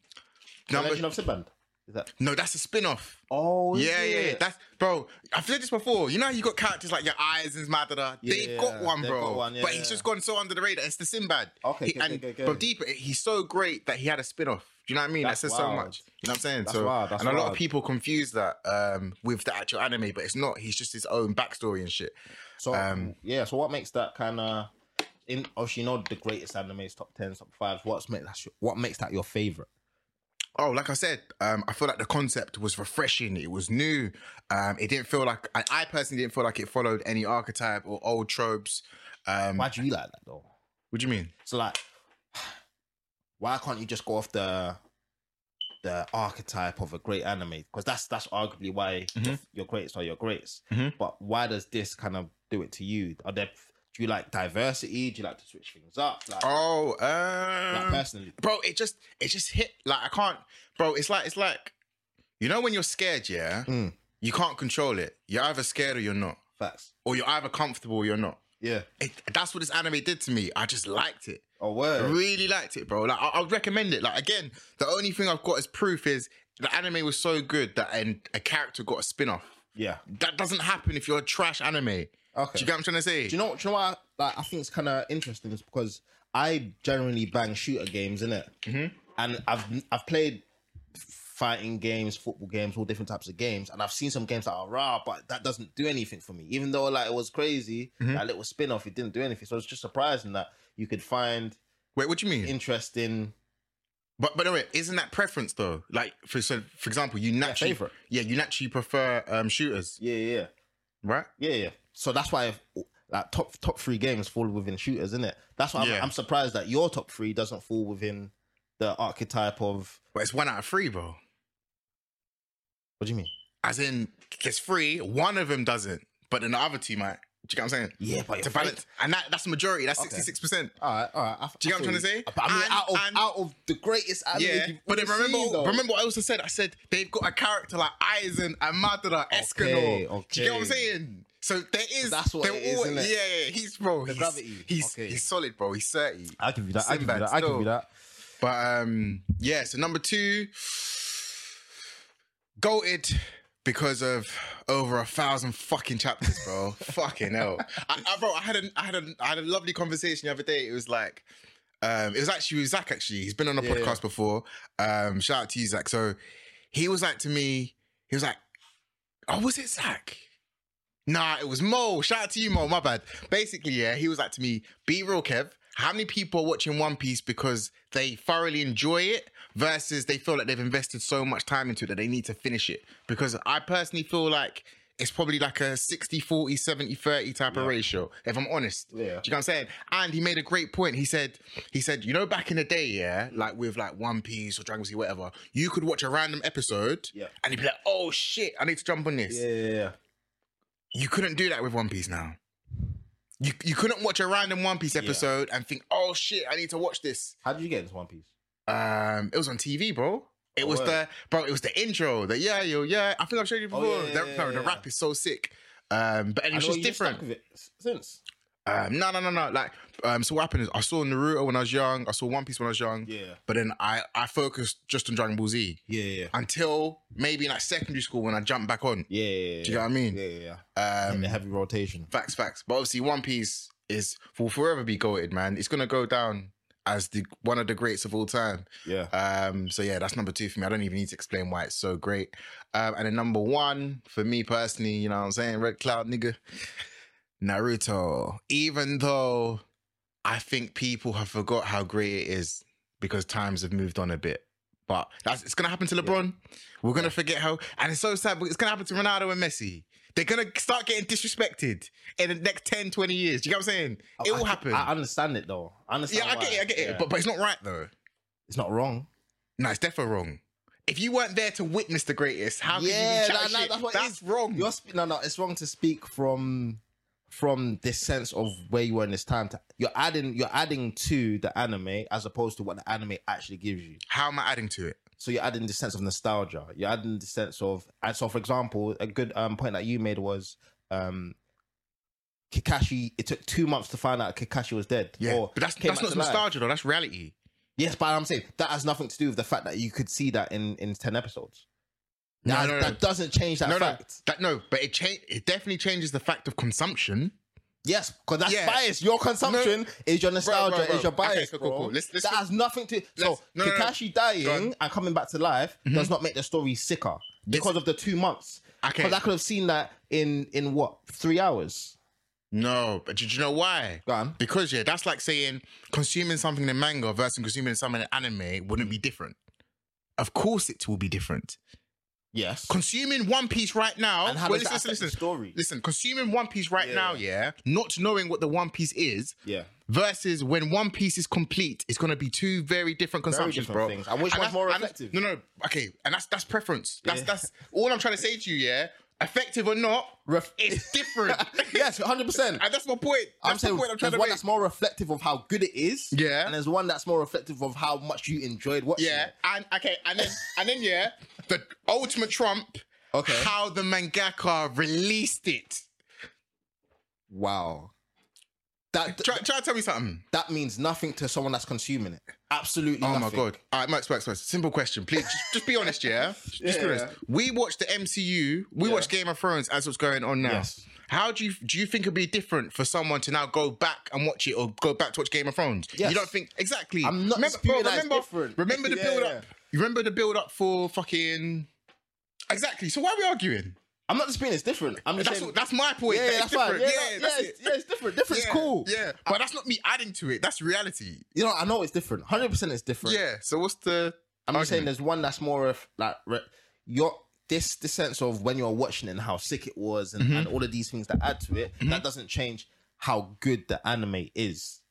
Speaker 3: the
Speaker 2: number,
Speaker 3: legend of Sinbad is that
Speaker 2: no, that's a spin off.
Speaker 3: oh
Speaker 2: Yeah, yeah, yeah. That's bro. I've said this before. You know, how you got characters like your eyes and Madara.
Speaker 3: Yeah,
Speaker 2: they've got one,
Speaker 3: they've
Speaker 2: bro.
Speaker 3: got one, yeah,
Speaker 2: but
Speaker 3: yeah.
Speaker 2: he's just gone so under the radar. It's the Sinbad.
Speaker 3: Okay,
Speaker 2: He-
Speaker 3: good,
Speaker 2: and
Speaker 3: good, good, good.
Speaker 2: but deeper, he's so great that he had a spin off. Do you know what I mean?
Speaker 3: That's
Speaker 2: that says
Speaker 3: wild.
Speaker 2: so much. You know what I'm saying?
Speaker 3: That's
Speaker 2: so,
Speaker 3: wild, that's
Speaker 2: and a lot
Speaker 3: wild.
Speaker 2: of people confuse that um, with the actual anime, but it's not. He's just his own backstory and shit.
Speaker 3: So
Speaker 2: Um,
Speaker 3: yeah, so what makes that kind of in? Obviously, you know the greatest animes, top tens, top fives. What's make that? What makes that your favorite?
Speaker 2: Oh, like I said, um, I feel like the concept was refreshing. It was new. Um, it didn't feel like I, I personally didn't feel like it followed any archetype or old tropes. Um,
Speaker 3: Why do you like that though?
Speaker 2: what do you mean?
Speaker 3: So like, [sighs] why can't you just go off the the archetype of a great anime? Because that's that's arguably why
Speaker 2: Mm-hmm.
Speaker 3: your, your greats are your greats.
Speaker 2: Mhm.
Speaker 3: But why does this kind of do it to you? Are there? Do you like diversity? Do you like to switch things up? Like,
Speaker 2: Oh,
Speaker 3: like
Speaker 2: um,
Speaker 3: personally,
Speaker 2: bro, it just it just hit like I can't, bro. It's like it's like, you know, when you're scared, yeah,
Speaker 3: Mm.
Speaker 2: you can't control it. You're either scared or you're not,
Speaker 3: facts.
Speaker 2: or you're either comfortable or you're not.
Speaker 3: Yeah.
Speaker 2: It, that's what this anime did to me. I just liked it.
Speaker 3: Oh
Speaker 2: I
Speaker 3: word.
Speaker 2: really liked it, bro. Like I, I would recommend it. Like again, the only thing I've got as proof is the anime was so good that an, a character got a spin off.
Speaker 3: Yeah.
Speaker 2: That doesn't happen if you're a trash anime.
Speaker 3: Okay.
Speaker 2: Do you get what I'm trying to say?
Speaker 3: Do you know? Do you know what? I, like, I think it's kind of interesting is because I generally bang shooter games, innit? Mm-hmm. And I've I've played fighting games, football games, all different types of games, and I've seen some games that are raw, but that doesn't do anything for me. Even though like it was crazy, that little spin off, it didn't do anything. So it's just surprising that you could find
Speaker 2: Wait, what do you mean?
Speaker 3: interesting.
Speaker 2: But but anyway, isn't that preference though? Like for so for example, you naturally
Speaker 3: favourite.
Speaker 2: yeah, you naturally prefer um shooters,
Speaker 3: Yeah, yeah, yeah.
Speaker 2: right?
Speaker 3: Yeah, yeah. So that's why like top top three games fall within shooters, isn't it? That's why I'm,
Speaker 2: Yeah.
Speaker 3: I'm surprised that your top three doesn't fall within the archetype of
Speaker 2: But it's one out of three, bro.
Speaker 3: what do you mean?
Speaker 2: As in, it's three. One of them doesn't, but then the other two might. Do you get what I'm saying?
Speaker 3: Yeah, but
Speaker 2: to
Speaker 3: you're right.
Speaker 2: balance, and that, that's the majority. That's
Speaker 3: Okay.
Speaker 2: sixty six percent.
Speaker 3: All right, all right. I,
Speaker 2: Do you
Speaker 3: I
Speaker 2: get what I'm
Speaker 3: feel
Speaker 2: trying to
Speaker 3: you.
Speaker 2: say?
Speaker 3: But I mean,
Speaker 2: And-
Speaker 3: out, of,
Speaker 2: and-
Speaker 3: out of the greatest anime,
Speaker 2: Yeah,
Speaker 3: you've
Speaker 2: but then
Speaker 3: ever
Speaker 2: remember,
Speaker 3: seen, though.
Speaker 2: remember what I also said. I said they've got a character like Aizen and Madara, Escanor. Do you get what I'm
Speaker 3: okay.
Speaker 2: saying? So there is.
Speaker 3: That's what
Speaker 2: they're
Speaker 3: it is,
Speaker 2: all-
Speaker 3: innit?
Speaker 2: Yeah, yeah, he's bro. he's,
Speaker 3: gravity.
Speaker 2: He's
Speaker 3: Okay.
Speaker 2: he's solid, bro. He's thirty.
Speaker 3: I give you that. I give you
Speaker 2: Sinbad
Speaker 3: that. I give
Speaker 2: still.
Speaker 3: you that.
Speaker 2: But um, yeah, so number two, goated because of over a thousand fucking chapters,
Speaker 3: [laughs]
Speaker 2: bro. fucking hell. I, I, bro, I had a, I had a, I had a lovely conversation the other day. It was like, um, it was actually with Zach. Actually, he's been on a
Speaker 3: Yeah, yeah.
Speaker 2: podcast before. Um, shout out to you, Zach. So he was like to me, he was like, "Oh, was it Zach?" Nah, it was Mo. Shout out to you, Mo. My bad. Basically, yeah, he was like to me, "Be real, Kev. How many people are watching One Piece because they thoroughly enjoy it versus they feel like they've invested so much time into it that they need to finish it?" Because I personally feel like it's probably like a 60 40 70 30 type of ratio if i'm honest
Speaker 3: Yeah.
Speaker 2: Do you you know what I'm saying? And he made a great point. He said, he said, you know, back in the day, yeah, like with like One Piece or Dragon Ball Z, whatever, you could watch a random episode
Speaker 3: Yeah.
Speaker 2: and you'd be like, oh shit, I need to jump on this.
Speaker 3: Yeah, yeah, yeah.
Speaker 2: You couldn't do that with One Piece now. You, you couldn't watch a random One Piece episode and think, oh shit, I need to watch this.
Speaker 3: How did you get into One Piece?
Speaker 2: Um, it was on TV, bro. It
Speaker 3: Oh,
Speaker 2: was
Speaker 3: word.
Speaker 2: the bro. It was the intro. The yeah, yo, yeah. I think I've showed you
Speaker 3: Oh,
Speaker 2: before.
Speaker 3: yeah,
Speaker 2: the,
Speaker 3: yeah,
Speaker 2: no,
Speaker 3: yeah,
Speaker 2: the
Speaker 3: yeah.
Speaker 2: rap is so sick. Um, but and
Speaker 3: I
Speaker 2: it's
Speaker 3: know
Speaker 2: just
Speaker 3: you're stuck
Speaker 2: different.
Speaker 3: with it s- since.
Speaker 2: Um, no, no, no, no. Like, um, so what happened is I saw Naruto when I was young. I saw One Piece when I was young.
Speaker 3: Yeah.
Speaker 2: But then I I focused just on Dragon Ball Z
Speaker 3: Yeah, yeah,
Speaker 2: until maybe in like secondary school when I jumped back on.
Speaker 3: yeah. yeah,
Speaker 2: Do you know what I mean?
Speaker 3: Yeah, yeah, yeah.
Speaker 2: Um,
Speaker 3: And the heavy rotation.
Speaker 2: facts, facts. But obviously, One Piece is will forever be goated, man. It's gonna go down as the one of the greats of all time.
Speaker 3: Yeah.
Speaker 2: Um, so yeah, that's number two for me. I don't even need to explain why it's so great. Um, and then number one for me personally, you know what I'm saying? Red Cloud nigga. Naruto. Even though I think people have forgot how great it is because times have moved on a bit. But that's it's gonna happen to LeBron. We're gonna forget how and it's so sad, but it's gonna happen to Ronaldo and Messi. They're gonna start getting disrespected in the next 10, 20 years. Do you get what I'm saying? It
Speaker 3: Oh, I-
Speaker 2: will
Speaker 3: I-
Speaker 2: happen.
Speaker 3: I understand it though. I
Speaker 2: yeah,
Speaker 3: understand.
Speaker 2: I get
Speaker 3: why.
Speaker 2: it, I get it.
Speaker 3: Yeah.
Speaker 2: But but it's not right though.
Speaker 3: it's not wrong.
Speaker 2: No, it's definitely wrong. If you weren't there to witness the greatest, how
Speaker 3: Yeah,
Speaker 2: can you be
Speaker 3: that- that-
Speaker 2: shit?
Speaker 3: that's
Speaker 2: That's,
Speaker 3: what it is.
Speaker 2: wrong.
Speaker 3: You're spe- no, no. It's wrong to speak from from this sense of where you were in this time. To, you're adding you're adding to the anime as opposed to what the anime actually gives you.
Speaker 2: How am I adding to it?
Speaker 3: So you're adding the sense of nostalgia. You're adding the sense of and so for example, a good um, point that you made was um Kakashi. It took two months to find out Kakashi was dead.
Speaker 2: Yeah,
Speaker 3: or
Speaker 2: but that's
Speaker 3: came
Speaker 2: that's
Speaker 3: back
Speaker 2: not
Speaker 3: to life.
Speaker 2: nostalgia though. That's reality.
Speaker 3: Yes, but I'm saying that has nothing to do with the fact that you could see that in in ten episodes.
Speaker 2: No,
Speaker 3: that,
Speaker 2: no, no.
Speaker 3: that doesn't change that
Speaker 2: no,
Speaker 3: fact.
Speaker 2: no, that no. But it cha- It definitely changes the fact of consumption.
Speaker 3: Yes, because that's
Speaker 2: Yeah.
Speaker 3: bias. Your consumption is your nostalgia,
Speaker 2: bro.
Speaker 3: is your bias.
Speaker 2: Okay, cool, cool,
Speaker 3: bro.
Speaker 2: cool. Let's- let's-
Speaker 3: that has nothing to. So
Speaker 2: let's- no, no, no.
Speaker 3: Kakashi
Speaker 2: Go
Speaker 3: dying
Speaker 2: on. Mm-hmm.
Speaker 3: and coming back to life does not make the story sicker because of the two months.
Speaker 2: Okay.
Speaker 3: Because I could have seen that in in what three hours.
Speaker 2: No, but do you know why?
Speaker 3: Go on.
Speaker 2: Because yeah, that's like saying consuming something in manga versus consuming something in anime wouldn't be different. Of course, it will be different.
Speaker 3: Yes.
Speaker 2: Consuming One Piece right now.
Speaker 3: And how
Speaker 2: well,
Speaker 3: does that
Speaker 2: listen,
Speaker 3: affect the
Speaker 2: listen,
Speaker 3: story?
Speaker 2: Listen, consuming One Piece right
Speaker 3: Yeah.
Speaker 2: now, yeah, not knowing what the One Piece is,
Speaker 3: Yeah.
Speaker 2: versus when One Piece is complete, it's going to be two very different consumptions,
Speaker 3: different
Speaker 2: bro.
Speaker 3: things. And which
Speaker 2: that's-
Speaker 3: one's more
Speaker 2: and-
Speaker 3: effective?
Speaker 2: No, no, okay, and that's that's preference. That's
Speaker 3: Yeah.
Speaker 2: that's all I'm trying to say to you. Yeah, effective or not,
Speaker 3: [laughs] Ref-
Speaker 2: it's different.
Speaker 3: yes, hundred percent.
Speaker 2: and that's my point. That's
Speaker 3: I'm saying
Speaker 2: the point I'm trying to
Speaker 3: there's one
Speaker 2: make.
Speaker 3: that's more reflective of how good it is.
Speaker 2: Yeah.
Speaker 3: And there's one that's more reflective of how much you enjoyed watching.
Speaker 2: Yeah,
Speaker 3: it.
Speaker 2: and okay, and then and then yeah, the ultimate trump.
Speaker 3: Okay.
Speaker 2: how the mangaka released it.
Speaker 3: Wow. That
Speaker 2: Try, try to tell me something.
Speaker 3: that means nothing to someone that's consuming it. Absolutely.
Speaker 2: Oh my
Speaker 3: nothing.
Speaker 2: god! All right, Max, Max, Max. Simple question, please. Just, just be honest,
Speaker 3: [laughs]
Speaker 2: yeah. Just be
Speaker 3: Yeah.
Speaker 2: honest. We watch the MCU. We
Speaker 3: Yeah.
Speaker 2: watch Game of Thrones as what's going on now.
Speaker 3: Yes.
Speaker 2: How do you do? You think it'd be different for someone to now go back and watch it, or go back to watch Game of Thrones?
Speaker 3: Yes.
Speaker 2: You don't think exactly?
Speaker 3: I'm not disputing that it's
Speaker 2: remember,
Speaker 3: different.
Speaker 2: remember the
Speaker 3: Yeah,
Speaker 2: build
Speaker 3: yeah.
Speaker 2: up. You remember the build up for fucking. Exactly. So why are we arguing?
Speaker 3: I'm not disputing it's different. I'm just
Speaker 2: That's
Speaker 3: saying,
Speaker 2: what, that's my point.
Speaker 3: yeah,
Speaker 2: that
Speaker 3: yeah,
Speaker 2: it's
Speaker 3: that's fine. Yeah,
Speaker 2: different.
Speaker 3: yeah,
Speaker 2: Yeah, that's
Speaker 3: it's-
Speaker 2: it.
Speaker 3: yeah, it's different. Different
Speaker 2: Yeah,
Speaker 3: is cool.
Speaker 2: Yeah, but that's not me adding to it. That's reality.
Speaker 3: You know, I know it's different. 100 percent it's different.
Speaker 2: Yeah. So what's the?
Speaker 3: I'm just saying
Speaker 2: argument?
Speaker 3: there's one that's more of like re- your this the sense of when you're watching it and how sick it was and,
Speaker 2: Mm-hmm.
Speaker 3: and all of these things that add to it. That doesn't change how good the anime is.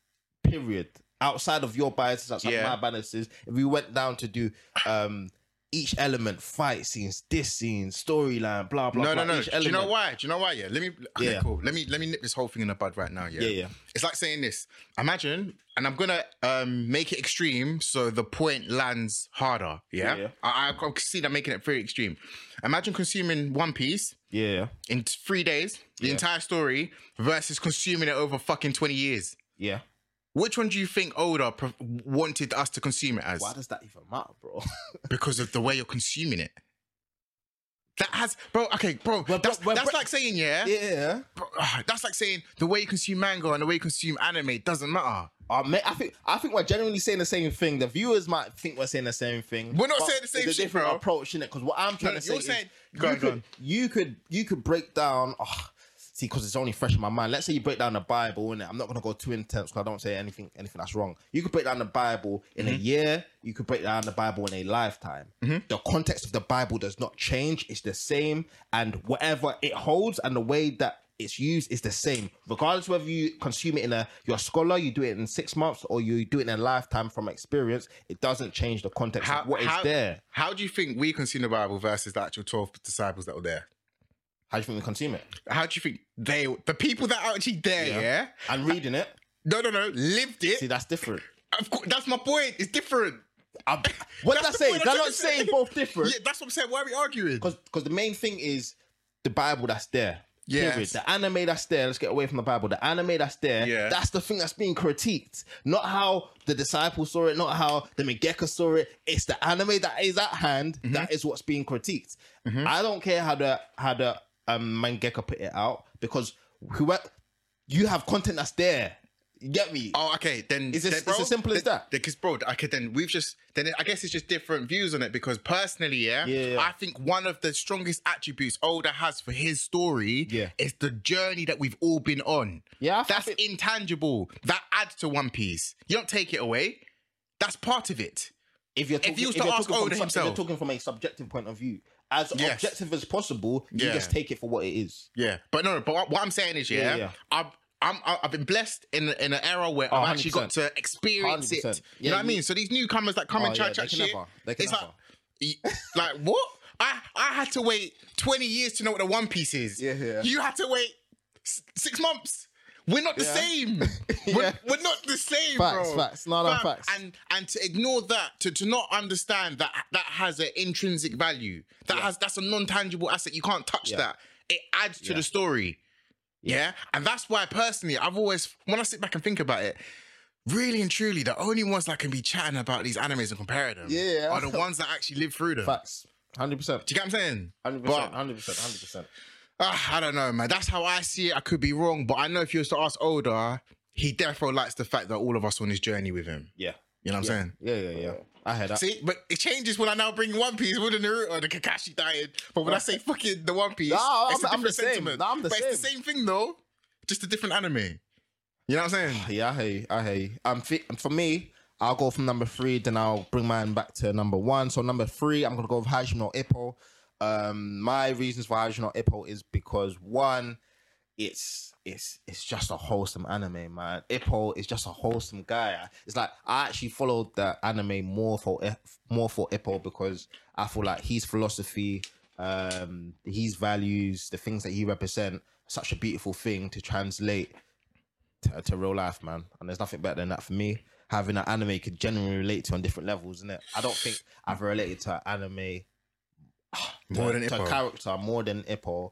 Speaker 3: Period. Outside of your biases, outside
Speaker 2: Yeah.
Speaker 3: of my biases, if we went down to do um each element, fight scenes, this scene, storyline, blah blah.
Speaker 2: No,
Speaker 3: blah,
Speaker 2: no, no.
Speaker 3: each
Speaker 2: Do you know
Speaker 3: element.
Speaker 2: why? Do you know why? Yeah. Let me. Okay,
Speaker 3: Yeah.
Speaker 2: cool. Let me let me nip this whole thing in the bud right now. Yeah.
Speaker 3: Yeah, yeah.
Speaker 2: It's like saying this. Imagine, and I'm gonna um make it extreme so the point lands harder. Yeah.
Speaker 3: Yeah, yeah.
Speaker 2: I, I can see that making it very extreme. Imagine consuming One Piece
Speaker 3: Yeah,
Speaker 2: in t- three days, the
Speaker 3: Yeah.
Speaker 2: entire story, versus consuming it over fucking twenty years.
Speaker 3: yeah.
Speaker 2: Which one do you think Oda pre- wanted us to consume it as?
Speaker 3: Why does that even matter, bro? [laughs]
Speaker 2: Because of the way you're consuming it. That has, bro. Okay, bro.
Speaker 3: We're-
Speaker 2: that's
Speaker 3: we're-
Speaker 2: that's like saying, yeah,
Speaker 3: Yeah.
Speaker 2: bro, [sighs] ah, that's like saying the way you consume manga and the way you consume anime doesn't matter.
Speaker 3: Uh, mate, I think I think we're generally saying the same thing. The viewers might think we're saying the same thing.
Speaker 2: We're not
Speaker 3: but
Speaker 2: saying the same
Speaker 3: it's a
Speaker 2: shit,
Speaker 3: different
Speaker 2: bro.
Speaker 3: approach in it because what I'm trying
Speaker 2: no,
Speaker 3: to
Speaker 2: you're
Speaker 3: say
Speaker 2: saying-
Speaker 3: is
Speaker 2: Go
Speaker 3: you,
Speaker 2: on, go
Speaker 3: could,
Speaker 2: on.
Speaker 3: you could you could break down. Oh, see, because it's only fresh in my mind. Let's say you break down the Bible in it. I'm not gonna go too intense because I don't say anything anything that's wrong. You could break down the Bible in
Speaker 2: Mhm.
Speaker 3: a year. You could break down the Bible in a lifetime. The context of the Bible does not change. It's the same, and whatever it holds, and the way that it's used is the same, regardless whether you consume it in a you're a scholar, you do it in six months, or you do it in a lifetime from experience. It doesn't change the context
Speaker 2: How,
Speaker 3: of what is
Speaker 2: how,
Speaker 3: there.
Speaker 2: How do you think we consume the Bible versus the actual twelve disciples that were there?
Speaker 3: How do you think we consume it?
Speaker 2: How do you think they, the people that are actually there, yeah?
Speaker 3: And reading it,
Speaker 2: No, no, no, lived it.
Speaker 3: see, that's different.
Speaker 2: Of course, that's my point. It's different.
Speaker 3: I'm- what did I
Speaker 2: That's the
Speaker 3: say?
Speaker 2: point
Speaker 3: Did
Speaker 2: I'm
Speaker 3: I
Speaker 2: trying
Speaker 3: not
Speaker 2: to
Speaker 3: say
Speaker 2: say.
Speaker 3: both different?
Speaker 2: Yeah, that's what I'm saying. Why are we arguing?
Speaker 3: Because the main thing is the Bible that's there.
Speaker 2: Yes.
Speaker 3: Period. The anime that's there. Let's get away from the Bible. The anime that's there.
Speaker 2: Yeah.
Speaker 3: That's the thing that's being critiqued. Not how the disciples saw it. Not how the Megeka saw it. It's the anime that is at hand.
Speaker 2: Mm-hmm.
Speaker 3: that is what's being critiqued. I don't care how the how the um, Mangeka put it out because whoever you have content that's there. You get me?
Speaker 2: Oh, okay. Then
Speaker 3: It's as-
Speaker 2: then,
Speaker 3: it's as simple as
Speaker 2: then-
Speaker 3: that.
Speaker 2: Because, bro, okay. Then we've just then I guess it's just different views on it. Because personally, yeah,
Speaker 3: Yeah, yeah.
Speaker 2: I think one of the strongest attributes Older has for his story
Speaker 3: Yeah.
Speaker 2: is the journey that we've all been on.
Speaker 3: Yeah, I
Speaker 2: that's
Speaker 3: think-
Speaker 2: intangible. That adds to One Piece. You don't take it away. That's part of it.
Speaker 3: if you're talking,
Speaker 2: you was to
Speaker 3: you're
Speaker 2: ask
Speaker 3: talking from,
Speaker 2: Oda
Speaker 3: some- if you're
Speaker 2: himself.
Speaker 3: talking from a subjective point of view, as
Speaker 2: Yes.
Speaker 3: objective as possible, you
Speaker 2: Yeah.
Speaker 3: just take it for what it is.
Speaker 2: Yeah, but no, but what, what I'm saying is,
Speaker 3: Yeah,
Speaker 2: yeah,
Speaker 3: yeah.
Speaker 2: I've I'm, I- I've been blessed in in an era where
Speaker 3: Oh,
Speaker 2: I've actually got
Speaker 3: 100%.
Speaker 2: to experience it.
Speaker 3: 100%.
Speaker 2: you know
Speaker 3: Yeah,
Speaker 2: what I mean? So these newcomers that come
Speaker 3: Oh,
Speaker 2: and try
Speaker 3: yeah,
Speaker 2: to
Speaker 3: they
Speaker 2: chat
Speaker 3: can
Speaker 2: shit,
Speaker 3: never. They can
Speaker 2: it's
Speaker 3: never.
Speaker 2: like, y- like what? I I had to wait 20 years to know what a One Piece is.
Speaker 3: Yeah, yeah.
Speaker 2: You had to wait s- six months. We're not the
Speaker 3: Yeah. [laughs]
Speaker 2: same. we're,
Speaker 3: Yeah.
Speaker 2: we're not the same,
Speaker 3: Facts,
Speaker 2: bro.
Speaker 3: facts. No, no,
Speaker 2: Fam,
Speaker 3: facts.
Speaker 2: And and to ignore that, to, to not understand that that has an intrinsic value. That has that's a non-tangible asset. You can't touch
Speaker 3: Yeah.
Speaker 2: that. It adds to
Speaker 3: Yeah.
Speaker 2: the story. Yeah. And that's why personally I've always when I sit back and think about it, really and truly, the only ones that can be chatting about these animes and comparing them
Speaker 3: Yeah.
Speaker 2: are the ones that actually live through them.
Speaker 3: Facts, hundred percent,
Speaker 2: Do you get what I'm saying?
Speaker 3: hundred
Speaker 2: But-
Speaker 3: percent, hundred percent, hundred percent.
Speaker 2: Ah, I don't know, man. That's how I see it. I could be wrong, but I know if you was to ask Oda, he definitely likes the fact that all of us on this journey with him.
Speaker 3: Yeah,
Speaker 2: You know what I'm saying?
Speaker 3: yeah, yeah, yeah. I heard that.
Speaker 2: See, but it changes when I now bring One Piece, with the Naruto, the Kakashi dying. But when I say fucking the One Piece,
Speaker 3: Nah,
Speaker 2: it's
Speaker 3: I'm-
Speaker 2: a
Speaker 3: I'm the
Speaker 2: different
Speaker 3: same.
Speaker 2: sentiment.
Speaker 3: Nah, I'm the
Speaker 2: but it's the same
Speaker 3: same.
Speaker 2: thing though, just a different anime. You know what I'm saying?
Speaker 3: [sighs]
Speaker 2: [sighs]
Speaker 3: Yeah, I hear you. I hear you. Um, fi- for me, I'll go from number three, then I'll bring mine back to number one. So number three, I'm gonna go with Hajime no Ippo. Um, my reasons for Hajime no Ippo is because one, it's it's it's just a wholesome anime, man. Ippo is just a wholesome guy. It's like I actually followed the anime more for eh, more for Ippo because I feel like his philosophy, um, his values, the things that he represent, such a beautiful thing to translate to, to real life, man. And there's nothing better than that for me. Having an anime you could genuinely relate to on different levels, isn't it? I don't think I've related to an anime
Speaker 2: More than
Speaker 3: to a
Speaker 2: Ippo.
Speaker 3: character more than Ippo,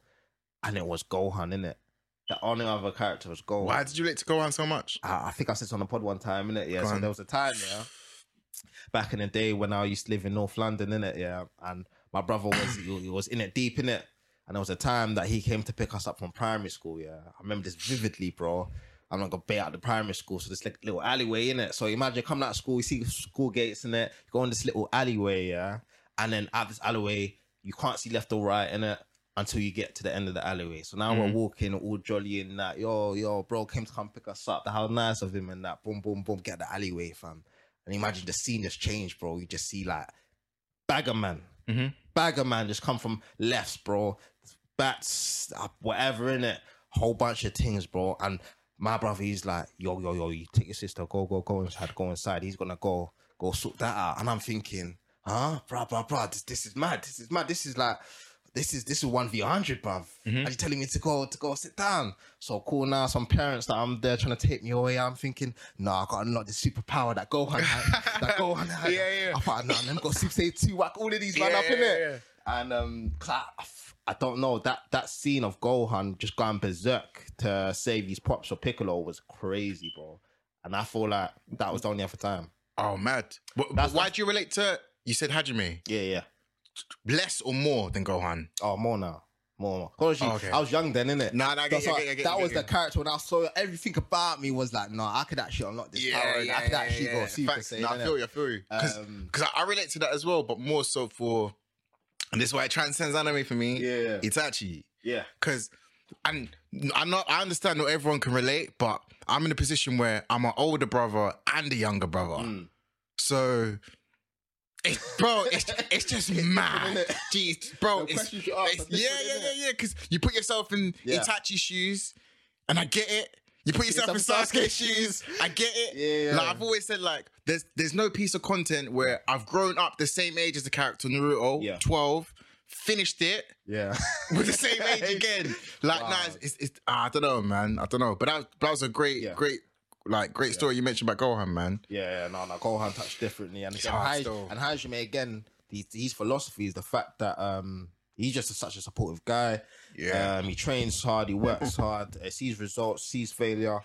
Speaker 3: and it was Gohan, innit? The only other character was Gohan.
Speaker 2: Why did you like to go on so much?
Speaker 3: I, I think I said this on the pod one time, innit? Yeah. so
Speaker 2: on.
Speaker 3: there was a time, yeah, back in the day when I used to live in North London, innit? Yeah, and my brother was he, he was in it deep, innit? And there was a time that he came to pick us up from primary school. Yeah, I remember this vividly, bro. I'm not gonna bait out the primary school, so this like little alleyway in it. So imagine coming out of school, you see school gates in it, you go on this little alleyway, yeah, and then out this alleyway, you can't see left or right in it until you get to the end of the alleyway. So now we're walking all jolly and that, yo, yo, bro came to come pick us up. How nice of him and that, boom, boom, boom, get the alleyway, fam. And imagine the scene has changed, bro. You just see like bagger man,
Speaker 2: Mm-hmm.
Speaker 3: bagger man just come from lefts, bro. Bats, uh, whatever in it, whole bunch of things, bro. And my brother, he's like, yo, yo, yo, you take your sister, go, go, go inside, go inside. He's gonna go, go sort that out. And I'm thinking, huh, bruh, bruh, bruh, this, this is mad. This is mad. This is like, this is this is one v hundred, bruv.
Speaker 2: Mm-hmm.
Speaker 3: Are you telling me to go to go sit down? So cool now. Some parents that I'm there trying to take me away. I'm thinking, no, I gotta unlock this superpower that Gohan had. that Gohan
Speaker 2: [laughs]
Speaker 3: had.
Speaker 2: Yeah, yeah.
Speaker 3: I thought, no, let me go Super Saiyan two, whack all of these man
Speaker 2: Yeah,
Speaker 3: up in
Speaker 2: yeah,
Speaker 3: it.
Speaker 2: yeah.
Speaker 3: And um, 'cause I, I don't know that that scene of Gohan just going berserk to save his props for Piccolo was crazy, bro. And I feel like that was the only other time.
Speaker 2: Oh, mad. But, but
Speaker 3: That's-
Speaker 2: why do you relate to? You said Hajime.
Speaker 3: Yeah, yeah.
Speaker 2: less or more than Gohan?
Speaker 3: Oh, more now. More, more. 'Cause you-
Speaker 2: Okay.
Speaker 3: I was young then, innit?
Speaker 2: Nah, nah, I get
Speaker 4: That's
Speaker 2: you, I
Speaker 4: why-
Speaker 2: get you, I get
Speaker 4: that
Speaker 2: you, I
Speaker 4: was
Speaker 2: get
Speaker 4: the character when I saw it, everything about me was like, nah, I could actually unlock this
Speaker 2: you.
Speaker 4: power. and I could actually go
Speaker 2: yeah.
Speaker 4: Super
Speaker 2: Facts.
Speaker 4: Saiyan.
Speaker 2: Nah, I
Speaker 4: innit?
Speaker 2: feel you, I feel you. Uh, Because
Speaker 4: Um,
Speaker 2: I, I relate to that as well, but more so for, and this is why it transcends anime for me.
Speaker 3: Yeah.
Speaker 2: Itachi.
Speaker 3: Yeah.
Speaker 2: because and I'm not I understand not everyone can relate, but I'm in a position where I'm an older brother and a younger brother.
Speaker 4: Hmm.
Speaker 3: Mm.
Speaker 2: So it's bro, it's
Speaker 4: [laughs]
Speaker 2: it's just mad.
Speaker 4: innit?
Speaker 2: Jeez, bro,
Speaker 4: The
Speaker 2: it's,
Speaker 4: questions you ask
Speaker 2: it's-
Speaker 4: are
Speaker 2: yeah,
Speaker 4: different,
Speaker 2: yeah,
Speaker 4: innit?
Speaker 2: yeah, yeah. Cause you put yourself in
Speaker 4: Yeah.
Speaker 2: Itachi's shoes, and I get it. You put yourself in Sasuke's shoes, I get it.
Speaker 4: Yeah, yeah.
Speaker 2: Like I've always said, like, there's there's no piece of content where I've grown up the same age as the character Naruto,
Speaker 3: Yeah.
Speaker 2: 12, finished it, [laughs]
Speaker 4: yeah.
Speaker 2: with the same age again. Like,
Speaker 4: Wow.
Speaker 2: nah, it's, it's, it's ah, I don't know, man. I don't know. But that, was- that was a great,
Speaker 3: Yeah.
Speaker 2: great, like, great story you mentioned about Gohan, man.
Speaker 3: Yeah, yeah, no, no, Gohan touched differently, and again,
Speaker 2: hard
Speaker 3: Haj-
Speaker 2: still.
Speaker 3: and Hajime again, his, his philosophy is the fact that um he's just such a supportive guy.
Speaker 2: Yeah.
Speaker 3: um, he trains hard, he works hard, uh, sees results, sees failure.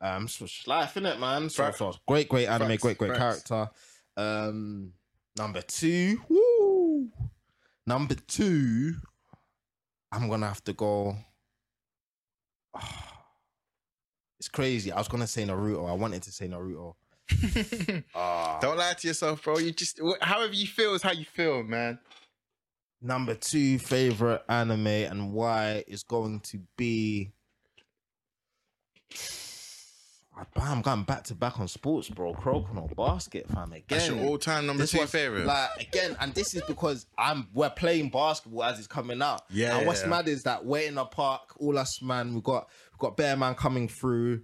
Speaker 3: Um, so it's life, innit, man? So,
Speaker 2: Facts.
Speaker 3: so it's great, great anime,
Speaker 2: Facts,
Speaker 3: great, great
Speaker 2: facts.
Speaker 3: character. Um, number two, woo, number two, I'm gonna have to go. ah, It's crazy. I was gonna say Naruto. I wanted to
Speaker 2: [laughs]
Speaker 3: say Naruto. Ah.
Speaker 2: Um, Don't lie to yourself, bro. You just, wh- however you feel is how you feel, man.
Speaker 3: number two favorite anime and why is going to be. [sighs] Ah, bam, I'm going back to back on sports, bro. Crokinole basket, fam. Again,
Speaker 2: That's your all time number
Speaker 3: This
Speaker 2: two
Speaker 3: was,
Speaker 2: favorite.
Speaker 3: Like again, and this is because I'm we're playing basketball as it's coming out.
Speaker 2: Yeah,
Speaker 3: And what's
Speaker 2: yeah, yeah.
Speaker 3: mad is that we're in the park, all us man, we got we got Bear Man coming through.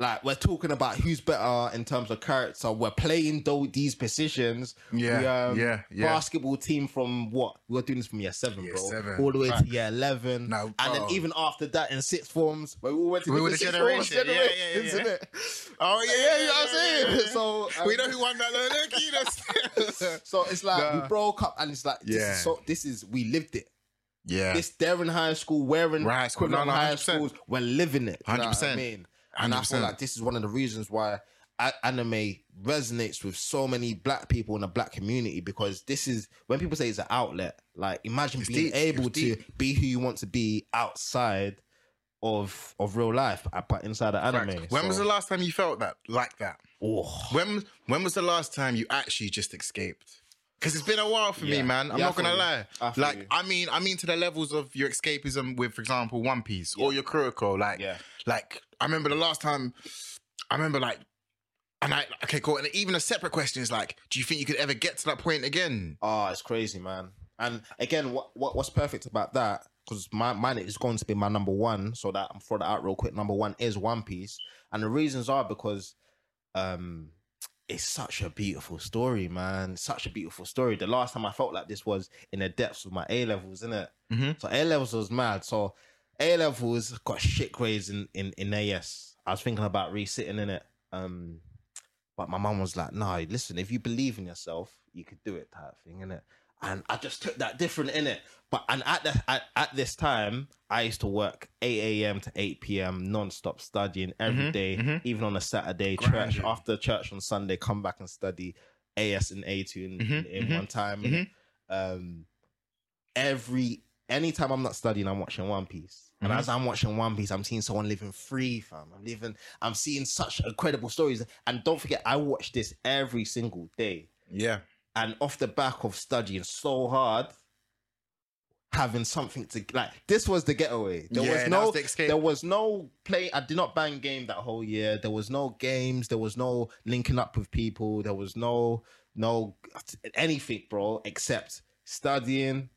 Speaker 3: Like we're talking about who's better in terms of character. We're playing though these positions.
Speaker 2: Yeah,
Speaker 3: We, um,
Speaker 2: yeah, yeah.
Speaker 3: Basketball team from what? We were doing this from year seven,
Speaker 2: Year
Speaker 3: bro.
Speaker 2: seven.
Speaker 3: All the way to
Speaker 2: Facts.
Speaker 3: year eleven.
Speaker 2: No,
Speaker 3: and then
Speaker 2: bro.
Speaker 3: even after that in sixth forms, where we all went to
Speaker 2: We
Speaker 3: different
Speaker 2: were the
Speaker 3: sixth
Speaker 2: generation. Yeah,
Speaker 3: Forms,
Speaker 2: yeah, yeah,
Speaker 3: generations,
Speaker 2: yeah.
Speaker 3: innit?
Speaker 2: oh, yeah,
Speaker 3: Yeah, you know what I'm saying. [laughs] So
Speaker 2: [laughs]
Speaker 3: um,
Speaker 2: we know who won that.
Speaker 3: [laughs]
Speaker 2: Look, look, look,
Speaker 3: so it's like
Speaker 2: Nah.
Speaker 3: we broke up, and it's like this
Speaker 2: Yeah.
Speaker 3: is so this is we lived it.
Speaker 2: [laughs] Yeah.
Speaker 3: This they're in high school, we're in
Speaker 2: We're high school.
Speaker 3: equivalent
Speaker 2: No, no,
Speaker 3: high
Speaker 2: 100%.
Speaker 3: schools, we're living it. you know what
Speaker 2: 100%.
Speaker 3: I mean, and I feel
Speaker 2: 100%.
Speaker 3: like this is one of the reasons why a- anime resonates with so many black people in the black community because this is when people say it's an outlet. Like imagine being
Speaker 2: deep,
Speaker 3: able
Speaker 2: it's
Speaker 3: to be who you want to be outside of of real life, uh, but inside of anime.
Speaker 2: When
Speaker 3: So-
Speaker 2: was the last time you felt that like that?
Speaker 3: Oh.
Speaker 2: When when was the last time you actually just escaped? Because it's been a while for me,
Speaker 3: Yeah.
Speaker 2: man. I'm
Speaker 3: Yeah, I
Speaker 2: not gonna
Speaker 3: feel you.
Speaker 2: lie.
Speaker 3: I feel
Speaker 2: like
Speaker 3: you.
Speaker 2: I mean, I mean to the levels of your escapism with, for example, One Piece or your Kuroko. Like,
Speaker 3: Yeah.
Speaker 2: like I remember the last time. I remember like, and I okay, cool. And even a separate question is like, do you think you could ever get to that point again?
Speaker 3: Oh, it's crazy, man. And again, what, what what's perfect about that? Because my mine is going to be my number one, so that I'm throw that out real quick. Number one is One Piece, and the reasons are because um it's such a beautiful story, man. Such a beautiful story. The last time I felt like this was in the depths of my A levels, innit?
Speaker 2: Mhm.
Speaker 3: So A levels was mad. So A levels got shit grades in, in in AS. I was thinking about resitting in it. Um but my mum was like, "No, listen, if you believe in yourself, you could do it." Type thing, innit? And I just took that different in it. But and at the at, at this time, I used to work eight a.m. to eight p.m. non-stop studying every day, [laughs] even on a Saturday, church after church on Sunday, come back and study AS and A two in,
Speaker 2: Mm-hmm,
Speaker 3: in, in one time. innit? Um, every anytime I'm not studying, I'm watching One Piece. And
Speaker 2: Mm-hmm.
Speaker 3: as I'm watching One Piece, I'm seeing someone living free, fam. I'm living, I'm seeing such incredible stories. And don't forget, I watch this every single day.
Speaker 2: Yeah,
Speaker 3: And off the back of studying so hard, having something to like, this was the getaway. There
Speaker 2: Yeah,
Speaker 3: was
Speaker 2: that
Speaker 3: no,
Speaker 2: was the escape.
Speaker 3: there was no play. I did not bang game that whole year. There was no games. There was no linking up with people. There was no, no anything, bro, except studying,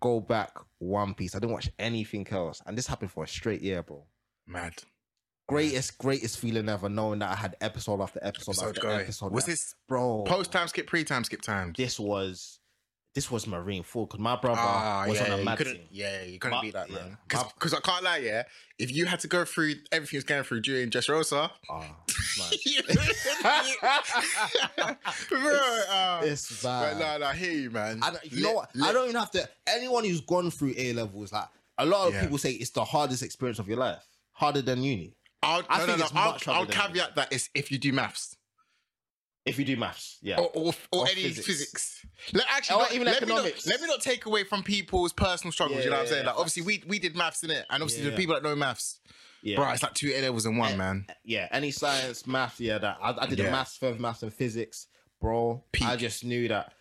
Speaker 3: go back One Piece. I didn't watch anything else, and this happened for a straight year, bro.
Speaker 2: mad.
Speaker 3: Greatest, greatest feeling ever, knowing that I had episode after episode,
Speaker 2: So
Speaker 3: after
Speaker 2: guy,
Speaker 3: episode.
Speaker 2: was
Speaker 3: after-
Speaker 2: this
Speaker 3: bro?
Speaker 2: post time skip, pre time skip time?
Speaker 3: this was, this was Marine Four because my brother
Speaker 2: Ah,
Speaker 3: was
Speaker 2: yeah,
Speaker 3: on a
Speaker 2: you
Speaker 3: mad
Speaker 2: couldn't,
Speaker 3: team.
Speaker 2: yeah, you couldn't
Speaker 3: Ma-
Speaker 2: beat that,
Speaker 3: yeah.
Speaker 2: man. Because I can't lie, yeah. If you had to go through everything you was going through during Dressrosa, [laughs]
Speaker 3: [laughs] Ah, it's mad. [laughs]
Speaker 2: Bro, uh,
Speaker 3: it's
Speaker 2: but
Speaker 3: bad.
Speaker 2: no, no, I hear you, man.
Speaker 3: I don't, you know what? I don't even have to. Anyone who's gone through A levels, like a lot of
Speaker 2: Yeah.
Speaker 3: people say, it's the hardest experience of your life, harder than uni.
Speaker 2: I'll,
Speaker 3: I
Speaker 2: no,
Speaker 3: think
Speaker 2: no, no,
Speaker 3: it's
Speaker 2: I'll,
Speaker 3: much harder
Speaker 2: I'll
Speaker 3: than it is.
Speaker 2: caveat that it's if you do maths.
Speaker 3: If you do maths, yeah.
Speaker 2: or, or, or
Speaker 3: Or
Speaker 2: any physics.
Speaker 3: physics.
Speaker 2: Let, actually,
Speaker 3: Or
Speaker 2: let-
Speaker 3: even
Speaker 2: let
Speaker 3: economics.
Speaker 2: Me not, let me not take away from people's personal struggles.
Speaker 3: Yeah,
Speaker 2: you know what I'm
Speaker 3: yeah,
Speaker 2: saying?
Speaker 3: yeah,
Speaker 2: like, obviously, we we did maths in it, and obviously,
Speaker 3: Yeah.
Speaker 2: the people that know maths,
Speaker 3: yeah.
Speaker 2: bro, it's like two A levels in one,
Speaker 3: Eh,
Speaker 2: man.
Speaker 3: yeah, any science, math, yeah, that I, I did the
Speaker 2: Yeah.
Speaker 3: maths, first maths and physics, bro.
Speaker 2: Peak.
Speaker 3: I just knew that.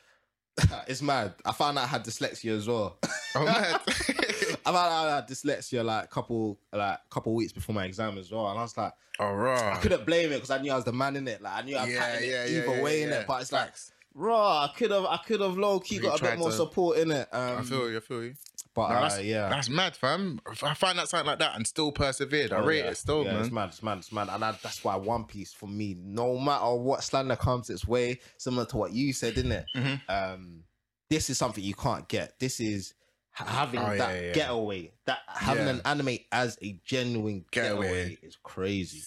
Speaker 3: [laughs] it's mad. I found out I had dyslexia as well. [laughs]
Speaker 2: Oh, man. [laughs]
Speaker 3: I found out I had dyslexia like couple like couple weeks before my exam as well, and I was like,
Speaker 2: oh,
Speaker 3: I
Speaker 2: raw.
Speaker 3: couldn't blame it because I knew I was the man in it. Like I knew I
Speaker 2: Yeah,
Speaker 3: patterned
Speaker 2: yeah,
Speaker 3: it
Speaker 2: yeah,
Speaker 3: either
Speaker 2: yeah,
Speaker 3: way in
Speaker 2: yeah.
Speaker 3: it, but it's like,
Speaker 2: Facts.
Speaker 3: raw. I could have, I could have low key
Speaker 2: You
Speaker 3: got a bit
Speaker 2: tried
Speaker 3: more
Speaker 2: to-
Speaker 3: support in it. Um,
Speaker 2: I feel you. I feel you.
Speaker 3: but
Speaker 2: Nah,
Speaker 3: uh,
Speaker 2: that's,
Speaker 3: yeah.
Speaker 2: that's mad, fam. If I find out something like that and still persevered, I
Speaker 3: Oh,
Speaker 2: rate
Speaker 3: yeah.
Speaker 2: it still,
Speaker 3: Yeah, It's
Speaker 2: man.
Speaker 3: mad, it's mad, it's mad. And I, that's why One Piece for me, no matter what slander comes its way, similar to what you said, isn't it?
Speaker 2: Mhm.
Speaker 3: Um, this is something you can't get. This is ha- having
Speaker 2: Oh,
Speaker 3: that
Speaker 2: yeah, yeah.
Speaker 3: getaway, that having
Speaker 2: Yeah.
Speaker 3: an anime as a genuine
Speaker 2: Getaway.
Speaker 3: getaway. is crazy.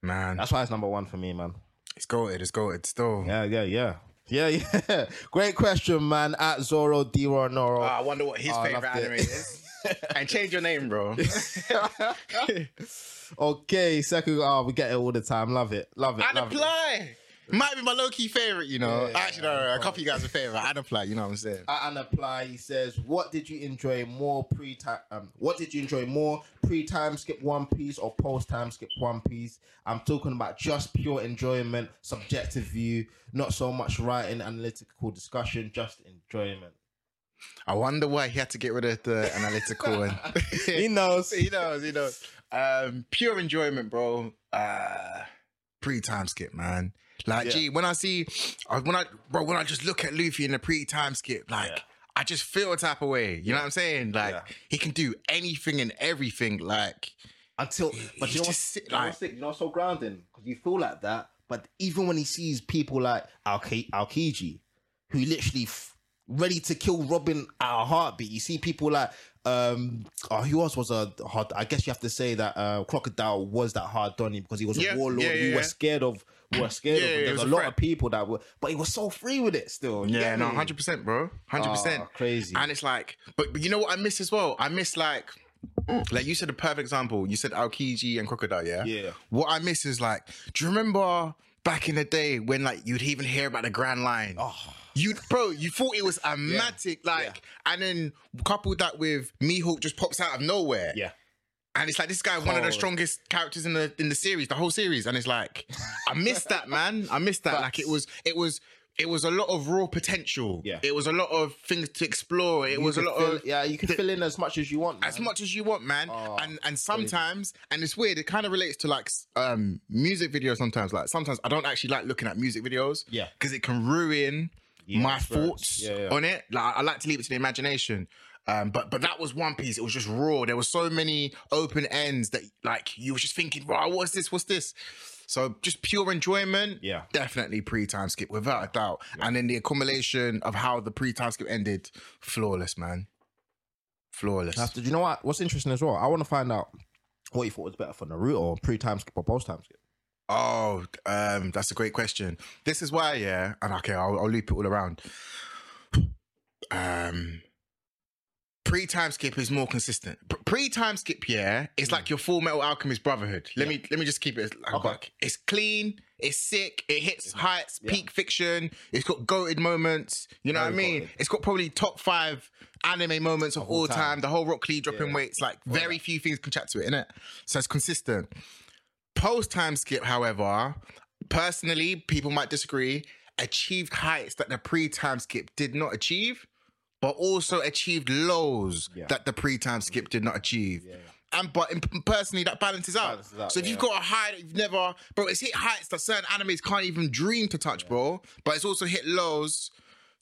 Speaker 2: Man,
Speaker 3: That's why it's number one for me, man.
Speaker 2: it's goated. It's goated still.
Speaker 3: Yeah, yeah, yeah. Yeah, [laughs] yeah. Great question, man. At Zoro D Noro.
Speaker 2: Oh, I wonder what his
Speaker 3: Oh, I
Speaker 2: favorite
Speaker 3: loved it.
Speaker 2: anime
Speaker 3: [laughs]
Speaker 2: is. and change your name, bro.
Speaker 3: [laughs] okay, second. Oh, we get it all the time. Love it. Love it.
Speaker 2: I'd
Speaker 3: love it.
Speaker 2: apply. Might be my low key favorite, you know.
Speaker 3: Yeah, yeah,
Speaker 2: Actually, no, no, no, a couple of you guys are favorite. I'd apply, you know what I'm
Speaker 3: [laughs]
Speaker 2: saying?
Speaker 3: at an apply. He says, "What did you enjoy more pre time? Um, what did you enjoy more pre time skip One Piece or post time skip One Piece? I'm talking about just pure enjoyment, subjective view, not so much writing, analytical discussion, just enjoyment.
Speaker 2: I wonder why he had to get rid of the analytical
Speaker 3: [laughs]
Speaker 2: one. [laughs]
Speaker 3: He
Speaker 2: he
Speaker 3: knows.
Speaker 2: knows, he knows. Um, pure enjoyment, bro. Uh, pre-time skip, man. Like,
Speaker 3: Yeah.
Speaker 2: gee, when I see, uh, when I, bro, when I just look at Luffy in the pre-time skip, like,
Speaker 3: Yeah.
Speaker 2: I just feel a type of way. You know what I'm saying? Like,
Speaker 3: Yeah.
Speaker 2: he can do anything and everything. Like,
Speaker 3: Until, but
Speaker 2: He's
Speaker 3: you know,
Speaker 2: just
Speaker 3: what's,
Speaker 2: sit
Speaker 3: you know
Speaker 2: like-
Speaker 3: what's sick? You know what's so grounding because you feel like that. But even when he sees people like Aoki, Aokiji, who literally f- ready to kill Robin at a heartbeat, you see people like um, oh, who else was a hard? I guess you have to say that uh, Crocodile was that hard Donnie because he was
Speaker 2: Yeah,
Speaker 3: a warlord.
Speaker 2: yeah,
Speaker 3: we
Speaker 2: yeah, yeah.
Speaker 3: were scared of. We were scared
Speaker 2: Yeah,
Speaker 3: of.
Speaker 2: yeah,
Speaker 3: him.
Speaker 2: it
Speaker 3: There's
Speaker 2: was
Speaker 3: a
Speaker 2: a
Speaker 3: lot
Speaker 2: threat.
Speaker 3: of people that were, but he was so free with it still. you
Speaker 2: yeah,
Speaker 3: get
Speaker 2: no,
Speaker 3: me?
Speaker 2: 100%, bro. 100%.
Speaker 3: Ah, crazy.
Speaker 2: And it's like, but, but you know what I miss as well? I miss like, like you said, a perfect example. You said Aokiji and Crocodile, yeah?
Speaker 3: Yeah.
Speaker 2: What I miss is like, do you remember back in the day when like you'd even hear about the Grand Line?
Speaker 3: Oh.
Speaker 2: You bro, you thought it was a matic, like, and then coupled that with Mihawk just pops out of nowhere,
Speaker 3: yeah,
Speaker 2: and it's like this guy one of the
Speaker 3: Cold.
Speaker 2: strongest characters in the in the series, the whole series, and it's like, I miss that man, I miss that. Like it was, it was, it was a lot of raw potential.
Speaker 3: Yeah.
Speaker 2: it was a lot of things to explore. It was a
Speaker 3: You
Speaker 2: lot
Speaker 3: can fill-
Speaker 2: of
Speaker 3: yeah. You can fill in as much as you want.
Speaker 2: as
Speaker 3: man.
Speaker 2: much as you want, man.
Speaker 3: Oh,
Speaker 2: and and sometimes, and it's weird. It kind of relates to like s- um music videos. Sometimes, like sometimes I don't actually like looking at music videos.
Speaker 3: Yeah.
Speaker 2: because it can ruin my
Speaker 3: experience.
Speaker 2: thoughts
Speaker 3: Yeah, yeah.
Speaker 2: on it. Like I like to leave it to the imagination. Um, but but that was One Piece. It was just raw. There were so many open ends that like you were just thinking, wow, what's this? What's this? So just pure enjoyment.
Speaker 3: Yeah.
Speaker 2: definitely pre-time skip without a doubt. And then the accumulation of how the pre-time skip ended, flawless, man. Flawless.
Speaker 3: After, do you know what? What's interesting as well? I want to find out what you thought was better for Naruto or pre time skip or post time skip.
Speaker 2: Oh, um, that's a great question. This is why, yeah, and okay, I'll, I'll loop it all around. Um, pre time skip is more consistent. Pre time skip, yeah, it's like your Full Metal Alchemist Brotherhood. Let me let me just keep it. as- Like,
Speaker 3: Hmm. Okay.
Speaker 2: buck. It's clean. It's sick. It hits heights. Peak fiction. It's got goated moments. You know what I
Speaker 3: Very
Speaker 2: mean?
Speaker 3: goated.
Speaker 2: It's got probably top five anime moments of, all time. The whole Rock Lee dropping weights. Like very few things can chat to it, innit? So it's consistent. Post time skip, however, personally, people might disagree, achieved heights that the pre time skip did not achieve, but also achieved lows
Speaker 3: Yeah.
Speaker 2: that the pre time skip did not achieve. And but in, personally, that balances out.
Speaker 3: Balances out,
Speaker 2: so if you've
Speaker 3: yeah.
Speaker 2: got a high that you've never, bro, it's hit heights that certain animes can't even dream to touch, bro. But it's also hit lows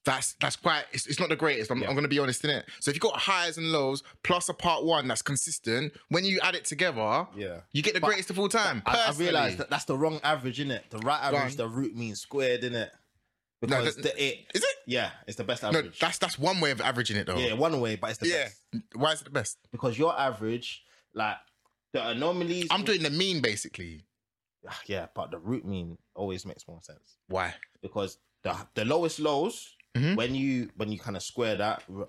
Speaker 2: that's that's quite it's, it's not the greatest I'm, I'm gonna be honest in it so if you've got highs and lows plus a part one that's consistent when you add it together
Speaker 3: Yeah.
Speaker 2: you get the greatest of all time
Speaker 3: I, I
Speaker 2: personally.
Speaker 3: realized that that's the wrong average, innit? The right average,
Speaker 2: on.
Speaker 3: the root means squared, innit? Because
Speaker 2: that-
Speaker 3: the, it,
Speaker 2: is it
Speaker 3: yeah, it's the best
Speaker 2: no
Speaker 3: average.
Speaker 2: that's that's one way of averaging it though
Speaker 3: yeah, one way, but it's the
Speaker 2: Yeah.
Speaker 3: best
Speaker 2: why is it the best
Speaker 3: because your average, like the anomalies.
Speaker 2: i'm doing the mean basically
Speaker 3: [sighs] yeah, but the root mean always makes more sense
Speaker 2: why
Speaker 3: because the the lowest lows
Speaker 2: Mhm.
Speaker 3: when you when you kind of square that r-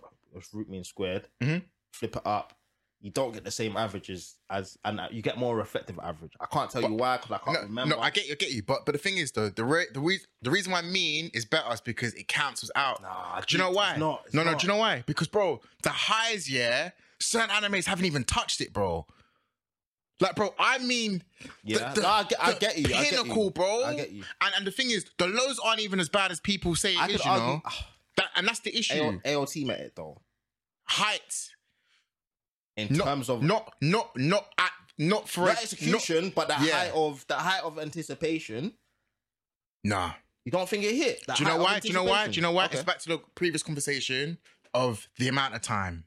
Speaker 3: root mean squared,
Speaker 2: Mhm.
Speaker 3: flip it up, you don't get the same averages as, and uh, you get more reflective average. I can't tell you why because I can't
Speaker 2: No,
Speaker 3: remember.
Speaker 2: no, I get you, I get you. But but the thing is though, the re- the reason the reason why mean is better is because it cancels out.
Speaker 3: Nah,
Speaker 2: do you know
Speaker 3: it's
Speaker 2: why?
Speaker 3: not, it's
Speaker 2: no, no.
Speaker 3: not.
Speaker 2: Do you know why? Because bro, the highs, yeah. Certain animes haven't even touched it, bro. Like, bro, I mean,
Speaker 3: Yeah, no, I get- I
Speaker 2: the
Speaker 3: get you, I get you,
Speaker 2: pinnacle, bro.
Speaker 3: I get you.
Speaker 2: And and the thing is, the lows aren't even as bad as people say it is.
Speaker 3: I could
Speaker 2: you
Speaker 3: argue ah,
Speaker 2: know, that, and that's the issue.
Speaker 3: AL, ALT met it though.
Speaker 2: Heights,
Speaker 3: In
Speaker 2: not,
Speaker 3: terms of
Speaker 2: not, not, not at, not for
Speaker 3: not execution, but the
Speaker 2: Yeah.
Speaker 3: height of the height of anticipation.
Speaker 2: Not, nah.
Speaker 3: You don't think it hit?
Speaker 2: Do you know why? Do you know why? Do you know why?
Speaker 3: Okay.
Speaker 2: It's back to the previous conversation of the amount of time.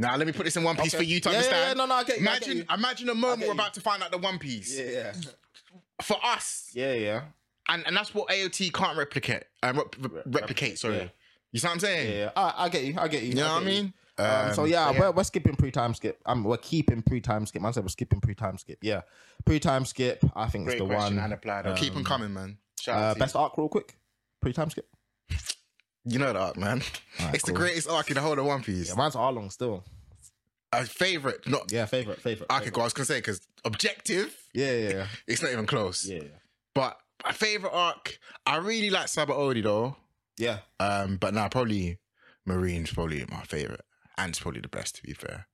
Speaker 2: Now let me put this in one piece
Speaker 3: Okay.
Speaker 2: for you to
Speaker 3: Yeah, yeah,
Speaker 2: understand.
Speaker 3: yeah, no, no, I get you, I get
Speaker 2: imagine,
Speaker 3: you.
Speaker 2: imagine a
Speaker 3: I get
Speaker 2: moment we're
Speaker 3: you.
Speaker 2: about to find out the One Piece
Speaker 3: Yeah, yeah,
Speaker 2: for us,
Speaker 3: yeah, yeah.
Speaker 2: and and that's what AOT can't replicate. Um, rep- re- replicate, sorry.
Speaker 3: yeah.
Speaker 2: You see what I'm saying?
Speaker 3: yeah. I, I get you. I get you.
Speaker 2: You know what I
Speaker 3: get you.
Speaker 2: mean?
Speaker 3: Um, so yeah, We're, we're skipping pre-time skip. Um, we're keeping pre-time skip. I said we're skipping pre-time skip. Yeah, pre-time skip. I think it's the one.
Speaker 2: Keep them coming, man. Shout out
Speaker 3: Uh,
Speaker 2: to you.
Speaker 3: best arc, real quick. Pre-time skip.
Speaker 2: You know the arc, man.
Speaker 3: Alright,
Speaker 2: it's
Speaker 3: cool.
Speaker 2: the greatest arc in the whole of One Piece.
Speaker 3: Yeah, mine's Arlong still.
Speaker 2: A favorite, not
Speaker 3: Yeah, favorite, favorite.
Speaker 2: arc.
Speaker 3: favorite.
Speaker 2: I was gonna say because objective,
Speaker 3: Yeah, yeah, yeah,
Speaker 2: it's not even close.
Speaker 3: yeah, yeah.
Speaker 2: But my favorite arc, I really like Sabaody though.
Speaker 3: yeah.
Speaker 2: Um, but now nah, probably Marine's probably my favorite, and it's probably the best to be fair.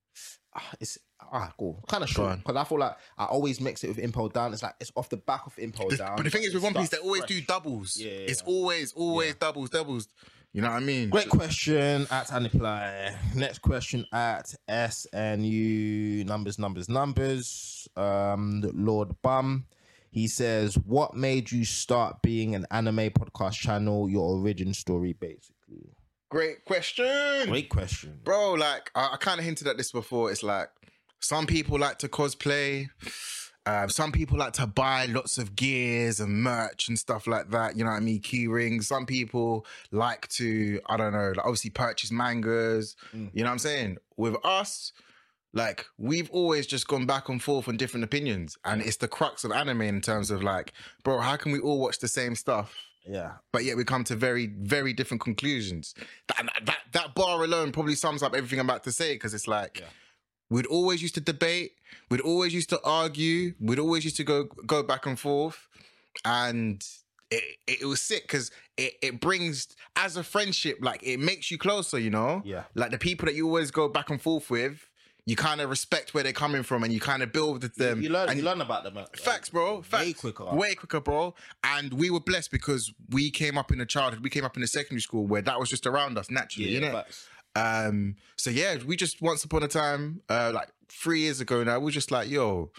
Speaker 3: Ah, It's ah cool, kind of
Speaker 2: on.
Speaker 3: short because I feel like I always mix it with Impel Down. It's like it's off the back of Impel
Speaker 2: The-
Speaker 3: Down.
Speaker 2: but the thing is, with
Speaker 3: it
Speaker 2: One Piece, they
Speaker 3: starts
Speaker 2: always
Speaker 3: fresh.
Speaker 2: do doubles.
Speaker 3: Yeah, yeah,
Speaker 2: it's
Speaker 3: yeah.
Speaker 2: always, always doubles, doubles. You know what I mean?
Speaker 3: Great question at Aniply. Next question at SNU numbers, numbers, numbers. Um, Lord Bum. He says, What made you start being an anime podcast channel? Your origin story, basically.
Speaker 2: Great question,
Speaker 3: Great question.
Speaker 2: bro. Like I, I kind of hinted at this before. It's like some people like to cosplay. Um, some people like to buy lots of gears and merch and stuff like that. You know what I mean? Key rings. Some people like to, I don't know, like obviously purchase mangas. You know what I'm saying? With us, like we've always just gone back and forth on different opinions, and it's the crux of anime in terms of like, bro, how can we all watch the same stuff?
Speaker 3: Yeah.
Speaker 2: but yet we come to very very different conclusions that that, that bar alone probably sums up everything i'm about to say because it's like we'd always used to debate we'd always used to argue we'd always used to go go back and forth and it, it, it was sick because it, it brings as a friendship like it makes you closer you know
Speaker 3: Yeah.
Speaker 2: like the people that you always go back and forth with you kind of respect where they're coming from and you kind of build with them
Speaker 3: you learn
Speaker 2: Um, and
Speaker 3: you learn about them. uh, like,
Speaker 2: Facts, bro. Facts.
Speaker 3: Way quicker.
Speaker 2: Way quicker, bro. And we were blessed because we came up in a childhood. We came up in a secondary school where that was just around us naturally, you know.
Speaker 3: facts.
Speaker 2: Um, so yeah, we just once upon a time, uh, like three years ago now, we were just like, yo,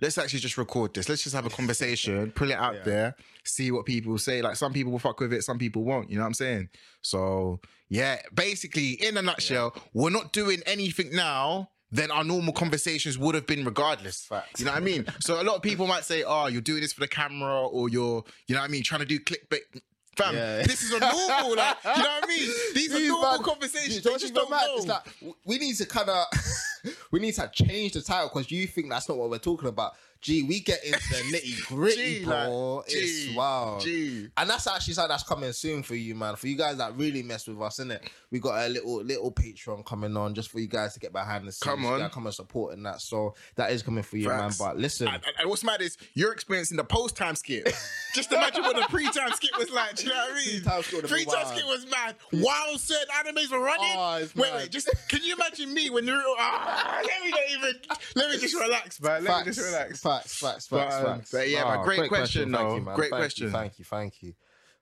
Speaker 2: let's actually just record this. Let's just have a conversation, pull it out there, see what people say. Like some people will fuck with it, some people won't. You know what I'm saying? So yeah, basically, in a nutshell, we're not doing anything now. than our normal conversations would have been regardless. You know what I mean? So a lot of people might say, "Oh, you're doing this for the camera, or you're, you know what I mean, trying to do clickbait." Fam,
Speaker 3: Yeah.
Speaker 2: this is a normal, like, you know what I
Speaker 3: [laughs]
Speaker 2: mean? These are
Speaker 3: These
Speaker 2: normal
Speaker 3: man-
Speaker 2: conversations.
Speaker 3: Dude,
Speaker 2: They
Speaker 3: don't
Speaker 2: just
Speaker 3: even
Speaker 2: don't
Speaker 3: matter.
Speaker 2: know.
Speaker 3: It's like w- we need to kind of [laughs] we need to change the title because you think that's not what we're talking about. Gee, we get into the
Speaker 2: [laughs]
Speaker 3: nitty gritty,
Speaker 2: Gee, like,
Speaker 3: bro.
Speaker 2: gee,
Speaker 3: it's wild.
Speaker 2: gee.
Speaker 3: And that's actually something that's coming soon for you, man. For you guys that really mess with us, innit? We got a little little Patreon coming on just for you guys to get behind the scenes.
Speaker 2: Come
Speaker 3: You
Speaker 2: on.
Speaker 3: gotta come and support and that. So that is coming for you,
Speaker 2: Facts.
Speaker 3: man. But listen,
Speaker 2: And, and- and what's mad is you're experiencing the post time
Speaker 3: [laughs]
Speaker 2: skip. Just imagine what the pre time skip was like. Do you know what I mean?
Speaker 3: Pre-time skip would've been
Speaker 2: Pre-time
Speaker 3: wild.
Speaker 2: skip was
Speaker 3: [laughs]
Speaker 2: mad. While certain animes were running.
Speaker 3: Oh, it's
Speaker 2: wait,
Speaker 3: mad.
Speaker 2: wait. Just can you imagine me when you're? Ah, let me not even. Let me just relax, man. Let me
Speaker 3: facts,
Speaker 2: just relax.
Speaker 3: facts, facts, facts,
Speaker 2: But, um,
Speaker 3: facts.
Speaker 2: but yeah, but great question,
Speaker 3: Ah, Thank
Speaker 2: though.
Speaker 3: you, man.
Speaker 2: Great
Speaker 3: Thank you,
Speaker 2: question.
Speaker 3: thank you, thank you.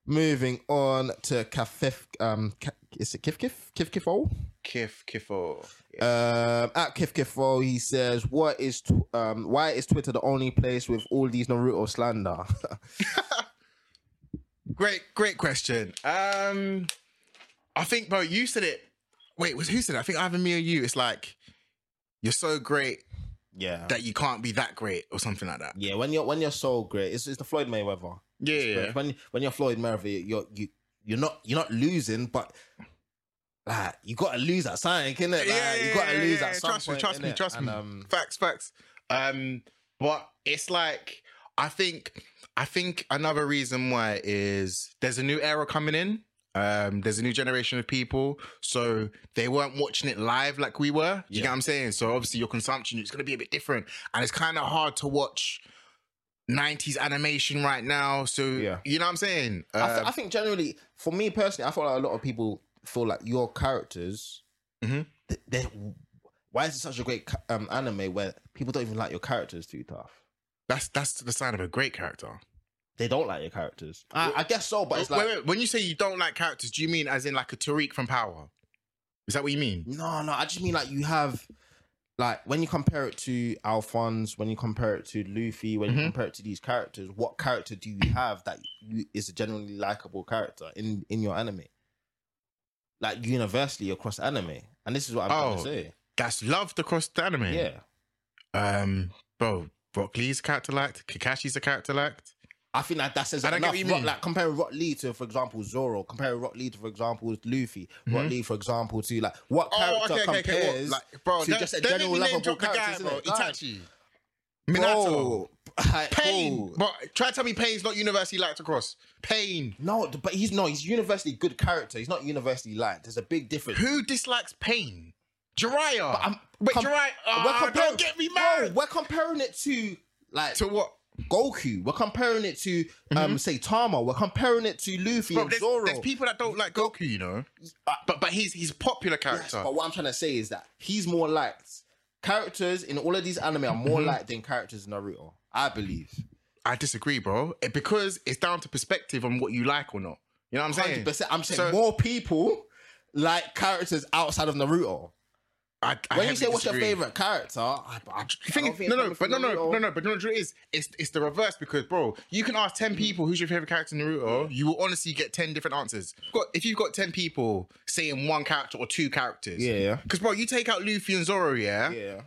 Speaker 3: Moving on to Kafif, um, Ka- is it Kif Kif Kif Kifol?
Speaker 2: Kif Kifo.
Speaker 3: Um, at Kif Kifol, he says, "What is tw- um, why is Twitter the only place with all these Naruto slander?" [laughs]
Speaker 2: Great, great question. Um, I think, bro, you said it. Wait, was who said it? I think either me or you. It's like you're so great
Speaker 3: yeah,
Speaker 2: that you can't be that great or something like that.
Speaker 3: yeah. When you're when you're so great, it's, it's the Floyd Mayweather.
Speaker 2: Yeah,
Speaker 3: But When when you're Floyd Mayweather, you're you you're not you're not losing, but like you gotta lose at something, innit? Like, "Ah, you gotta lose at some
Speaker 2: trust
Speaker 3: point.
Speaker 2: me, trust me,
Speaker 3: innit?
Speaker 2: trust
Speaker 3: And,
Speaker 2: me.
Speaker 3: um,
Speaker 2: facts, facts. Um, but it's like I think I think another reason why is there's a new era coming in. Um, there's a new generation of people, so they weren't watching it live like we were. Do you get what I'm saying? So obviously your consumption is going to be a bit different, and it's kind of hard to watch 90s animation right now. So
Speaker 3: Yeah.
Speaker 2: you know what I'm saying? Uh,
Speaker 3: I, th- I think generally, for me personally, I feel like a lot of people feel like your characters.
Speaker 2: Mhm.
Speaker 3: th- they're- why is it such a great ca- um, anime where people don't even like your characters too tough?
Speaker 2: that's that's the sign of a great character.
Speaker 3: They don't like your characters. I, I guess so, but it's
Speaker 2: Wait,
Speaker 3: like
Speaker 2: wait, when you say you don't like characters, do you mean as in like a Tariq from Power? Is that what you mean?
Speaker 3: no, no. I just mean like you have like when you compare it to Alphonse, when you compare it to Luffy, when
Speaker 2: Mm-hmm.
Speaker 3: you compare it to these characters, what character do you have that you, is a generally likable character in in your anime? Like universally across anime, and this is what I'm
Speaker 2: Oh.
Speaker 3: gonna say.
Speaker 2: That's loved across the anime.
Speaker 3: Yeah.
Speaker 2: Um, bro, Brock Lee's a character liked. Kakashi's a character liked.
Speaker 3: I think that that says
Speaker 2: I don't get
Speaker 3: enough.
Speaker 2: what you
Speaker 3: Rock-
Speaker 2: mean.
Speaker 3: like comparing Rock Lee to, for example, Zoro. Comparing Rock Lee to, for example, Luffy.
Speaker 2: Mm-hmm.
Speaker 3: Rock Lee, for example, to like
Speaker 2: Oh,
Speaker 3: what character compares
Speaker 2: what, like, bro,
Speaker 3: to
Speaker 2: don't-
Speaker 3: just a
Speaker 2: don't let
Speaker 3: general
Speaker 2: me name
Speaker 3: lovable
Speaker 2: drop the guy,
Speaker 3: character,
Speaker 2: bro.
Speaker 3: isn't it? Like,
Speaker 2: Itachi, Minato,
Speaker 3: Oh, [laughs] like,
Speaker 2: Pain.
Speaker 3: bro.
Speaker 2: Bro, try to tell me Pain's not universally liked across. Pain.
Speaker 3: No, th- but he's no. He's universally good character. He's not universally liked. There's a big difference.
Speaker 2: Who dislikes Pain? Jiraiya. But
Speaker 3: I'm-
Speaker 2: Wait,
Speaker 3: com-
Speaker 2: Jiraiya. Ah, don't get me
Speaker 3: bro,
Speaker 2: mad.
Speaker 3: we're comparing it to like
Speaker 2: to what?
Speaker 3: Goku. We're comparing it to um, say Tama. We're comparing it to Luffy
Speaker 2: Bro,
Speaker 3: and
Speaker 2: there's,
Speaker 3: Zoro.
Speaker 2: there's people that don't like Goku, you know. But but he's he's a popular
Speaker 3: Yes,
Speaker 2: character.
Speaker 3: but what I'm trying to say is that he's more liked. Characters in all of these anime are more
Speaker 2: Mm-hmm.
Speaker 3: liked than characters in Naruto, I believe.
Speaker 2: I disagree, bro. It- because it's down to perspective on what you like or not. You know what I'm saying?
Speaker 3: 100%. I'm saying
Speaker 2: So-
Speaker 3: more people like characters outside of Naruto.
Speaker 2: I, I
Speaker 3: When you say
Speaker 2: heavily
Speaker 3: what's your
Speaker 2: disagree.
Speaker 3: favorite character, I, I, I
Speaker 2: The thing
Speaker 3: don't
Speaker 2: is,
Speaker 3: think
Speaker 2: no,
Speaker 3: it's
Speaker 2: no, but no,
Speaker 3: coming
Speaker 2: no,
Speaker 3: from
Speaker 2: no,
Speaker 3: Naruto.
Speaker 2: no, but no, no, it is. It's it's the reverse because, bro, you can ask ten people who's your favorite character in Naruto, you will honestly get ten different answers. Got if you've got ten people saying one character or two characters,
Speaker 3: Yeah, yeah.
Speaker 2: Because bro, you take out Luffy and Zoro, yeah,
Speaker 3: Yeah.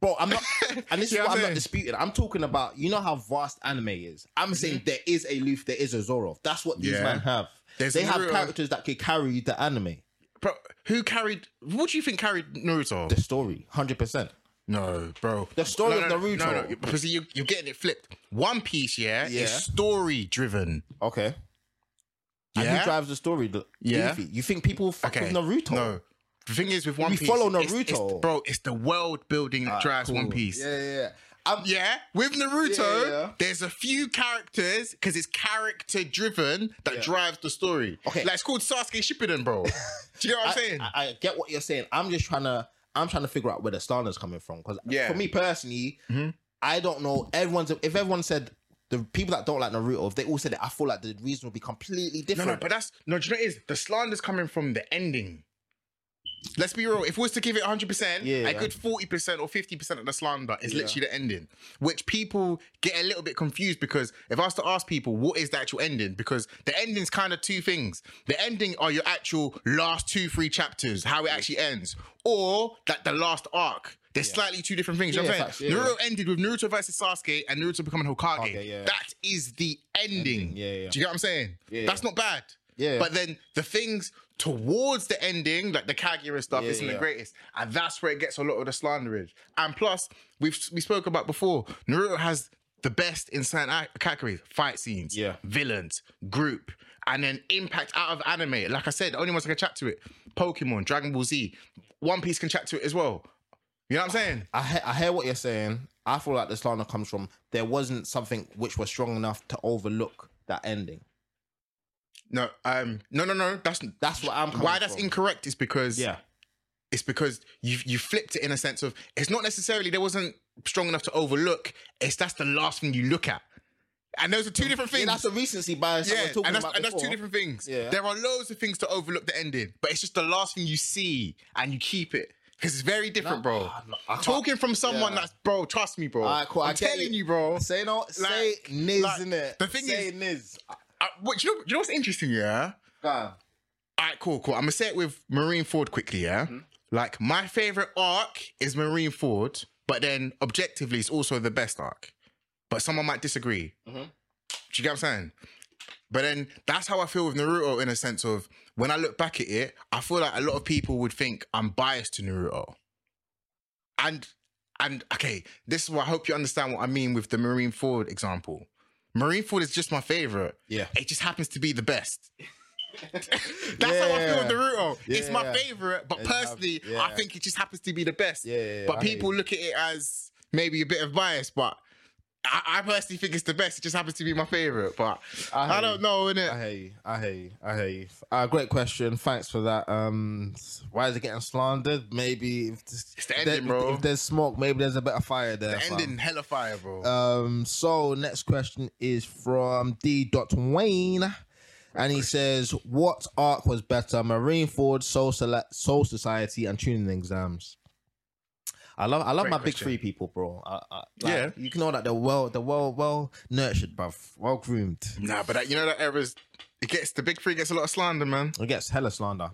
Speaker 3: Bro,
Speaker 2: [laughs]
Speaker 3: I'm not, and this is
Speaker 2: You know what I'm
Speaker 3: what I'm not
Speaker 2: saying? Mm-hmm.
Speaker 3: disputing. I'm talking about, you know how vast anime is. I'm saying there is a Luffy, there is a Zoro. That's what these
Speaker 2: Yeah.
Speaker 3: men have.
Speaker 2: There's
Speaker 3: they have
Speaker 2: Naruto.
Speaker 3: characters that could carry the anime,
Speaker 2: bro. Who carried? What do you think carried Naruto?
Speaker 3: the story, hundred percent.
Speaker 2: No, bro.
Speaker 3: The story
Speaker 2: no,
Speaker 3: of
Speaker 2: no,
Speaker 3: Naruto.
Speaker 2: No, no, because you, you're getting it flipped. One Piece, yeah,
Speaker 3: Yeah.
Speaker 2: is story driven.
Speaker 3: Okay. And who
Speaker 2: Yeah.
Speaker 3: drives the story? The-
Speaker 2: Yeah.
Speaker 3: Luffy. You think people fuck
Speaker 2: Okay.
Speaker 3: with Naruto?
Speaker 2: No. The thing is with One
Speaker 3: We
Speaker 2: Piece.
Speaker 3: follow
Speaker 2: it's- it's-
Speaker 3: Naruto. Ah,
Speaker 2: bro, it's the world building that drives One
Speaker 3: Cool.
Speaker 2: Piece.
Speaker 3: Yeah,
Speaker 2: Yeah.
Speaker 3: yeah, yeah. I'm,
Speaker 2: with Naruto,
Speaker 3: Yeah, yeah.
Speaker 2: there's a few characters because it's character driven that drives the story.
Speaker 3: Okay.
Speaker 2: like it's called Sasuke Shippuden,
Speaker 3: [laughs]
Speaker 2: bro. Do you know what I'm
Speaker 3: I,
Speaker 2: saying?
Speaker 3: I, I get what you're saying. I'm just trying to. I'm trying to figure out where the standard's coming from because
Speaker 2: Yeah. Mm-hmm.
Speaker 3: for me personally, I don't know. Everyone's if everyone said the people that don't like Naruto, if they all said it, I feel like the reason would be completely
Speaker 2: no,
Speaker 3: different.
Speaker 2: no, but that's no. Do you know what it is? The slander's coming from the ending. Let's be real. If we was to give it 100, percent
Speaker 3: Yeah,
Speaker 2: a
Speaker 3: yeah.
Speaker 2: good 40 percent or 50 percent of the slander is literally the ending, which people get a little bit confused because if I was to ask people what is the actual ending, because the ending's kind of two things. The ending are your actual last two, three chapters, how it actually ends, or that the last arc. They're slightly two different things. you know
Speaker 3: Yeah,
Speaker 2: what I'm
Speaker 3: facts,
Speaker 2: saying?
Speaker 3: yeah,
Speaker 2: Naruto ended with Naruto versus Sasuke and Naruto becoming Hokage.
Speaker 3: Hokage, yeah.
Speaker 2: That is the ending.
Speaker 3: yeah, yeah.
Speaker 2: Do you get what I'm saying?
Speaker 3: Yeah,
Speaker 2: That's
Speaker 3: yeah.
Speaker 2: not bad.
Speaker 3: Yeah.
Speaker 2: But then the things towards the ending, like the Kaguya and stuff,
Speaker 3: Yeah,
Speaker 2: isn't
Speaker 3: yeah.
Speaker 2: the greatest. And that's where it gets a lot of the slanderage. And plus, we've we spoke about before, Naruto has the best in certain a- categories, fight scenes,
Speaker 3: Yeah.
Speaker 2: villains, group, and then impact out of anime. Like I said, the only ones that can chat to it, Pokemon, Dragon Ball Z, One Piece can chat to it as well. You know what I'm saying?
Speaker 3: I, he- I hear what you're saying. I feel like the slander comes from there wasn't something which was strong enough to overlook that ending.
Speaker 2: No, um, no, no, no. That's
Speaker 3: That's what I'm. Coming
Speaker 2: why that's
Speaker 3: from.
Speaker 2: incorrect is because
Speaker 3: Yeah.
Speaker 2: it's because you you flipped it in a sense of it's not necessarily there wasn't strong enough to overlook. It's that's the last thing you look at, and those are two different things.
Speaker 3: Mm. Yeah, that's the recency bias.
Speaker 2: Yeah,
Speaker 3: I was talking
Speaker 2: and, that's,
Speaker 3: about
Speaker 2: and that's two
Speaker 3: before.
Speaker 2: different things.
Speaker 3: Yeah.
Speaker 2: There are loads of things to overlook the ending, but it's just the last thing you see and you keep it because it's very different, bro.
Speaker 3: Ah, no, I can't-
Speaker 2: Talking from someone
Speaker 3: Yeah.
Speaker 2: that's bro, trust me, bro.
Speaker 3: Alright, cool, I
Speaker 2: I'm
Speaker 3: get
Speaker 2: telling
Speaker 3: you.
Speaker 2: you, bro.
Speaker 3: Say no, say niz
Speaker 2: like,
Speaker 3: innit?
Speaker 2: the thing
Speaker 3: say
Speaker 2: is-
Speaker 3: niz. Ah,
Speaker 2: I, Uh, what, you know, you know what's interesting, yeah?
Speaker 3: Go on.
Speaker 2: All right, cool, cool. I'm gonna say it with Marine Ford quickly, yeah. Like my favorite arc is Marine Ford, but then objectively, it's also the best arc. But someone might disagree. Do you get what I'm saying? But then that's how I feel with Naruto in a sense of when I look back at it, I feel like a lot of people would think I'm biased to Naruto. And and okay, this is why I hope you understand what I mean with the Marine Ford example. Marine Ford is just my favorite.
Speaker 3: Yeah.
Speaker 2: It just happens to be the best. [laughs] That's how I feel
Speaker 3: Yeah.
Speaker 2: with Naruto. it's
Speaker 3: Yeah,
Speaker 2: my
Speaker 3: yeah.
Speaker 2: favorite, but
Speaker 3: It's ab-
Speaker 2: personally,
Speaker 3: yeah.
Speaker 2: I think it just happens to be the best.
Speaker 3: Yeah, yeah, yeah,
Speaker 2: but
Speaker 3: I hear
Speaker 2: people
Speaker 3: you.
Speaker 2: look at it as maybe a bit of bias, but I, I personally think it's the best. It just happens to be my favorite, but
Speaker 3: I hear
Speaker 2: I, don't
Speaker 3: you.
Speaker 2: know,
Speaker 3: I
Speaker 2: innit?
Speaker 3: hear you. I hear you. I hear you. Uh, great question. Thanks for that. Um, why is it getting slandered? Maybe if, this,
Speaker 2: It's the
Speaker 3: if
Speaker 2: ending,
Speaker 3: there-
Speaker 2: bro.
Speaker 3: if there's smoke, maybe there's a better fire there.
Speaker 2: The
Speaker 3: fam.
Speaker 2: ending hella fire, bro.
Speaker 3: Um, so next question is from D. Dot Wayne, and he says, "What arc was better, Marine Ford, Soul, Sele- Soul Society, and Tuning Exams?" I love, I love
Speaker 2: Great
Speaker 3: my big
Speaker 2: question.
Speaker 3: three people, bro. I, I, like,
Speaker 2: Yeah.
Speaker 3: you can know that they're well, they're well, well nurtured, bruv, well groomed.
Speaker 2: nah, but that, you know that era's it gets the big three gets a lot of slander, man.
Speaker 3: It gets hella slander.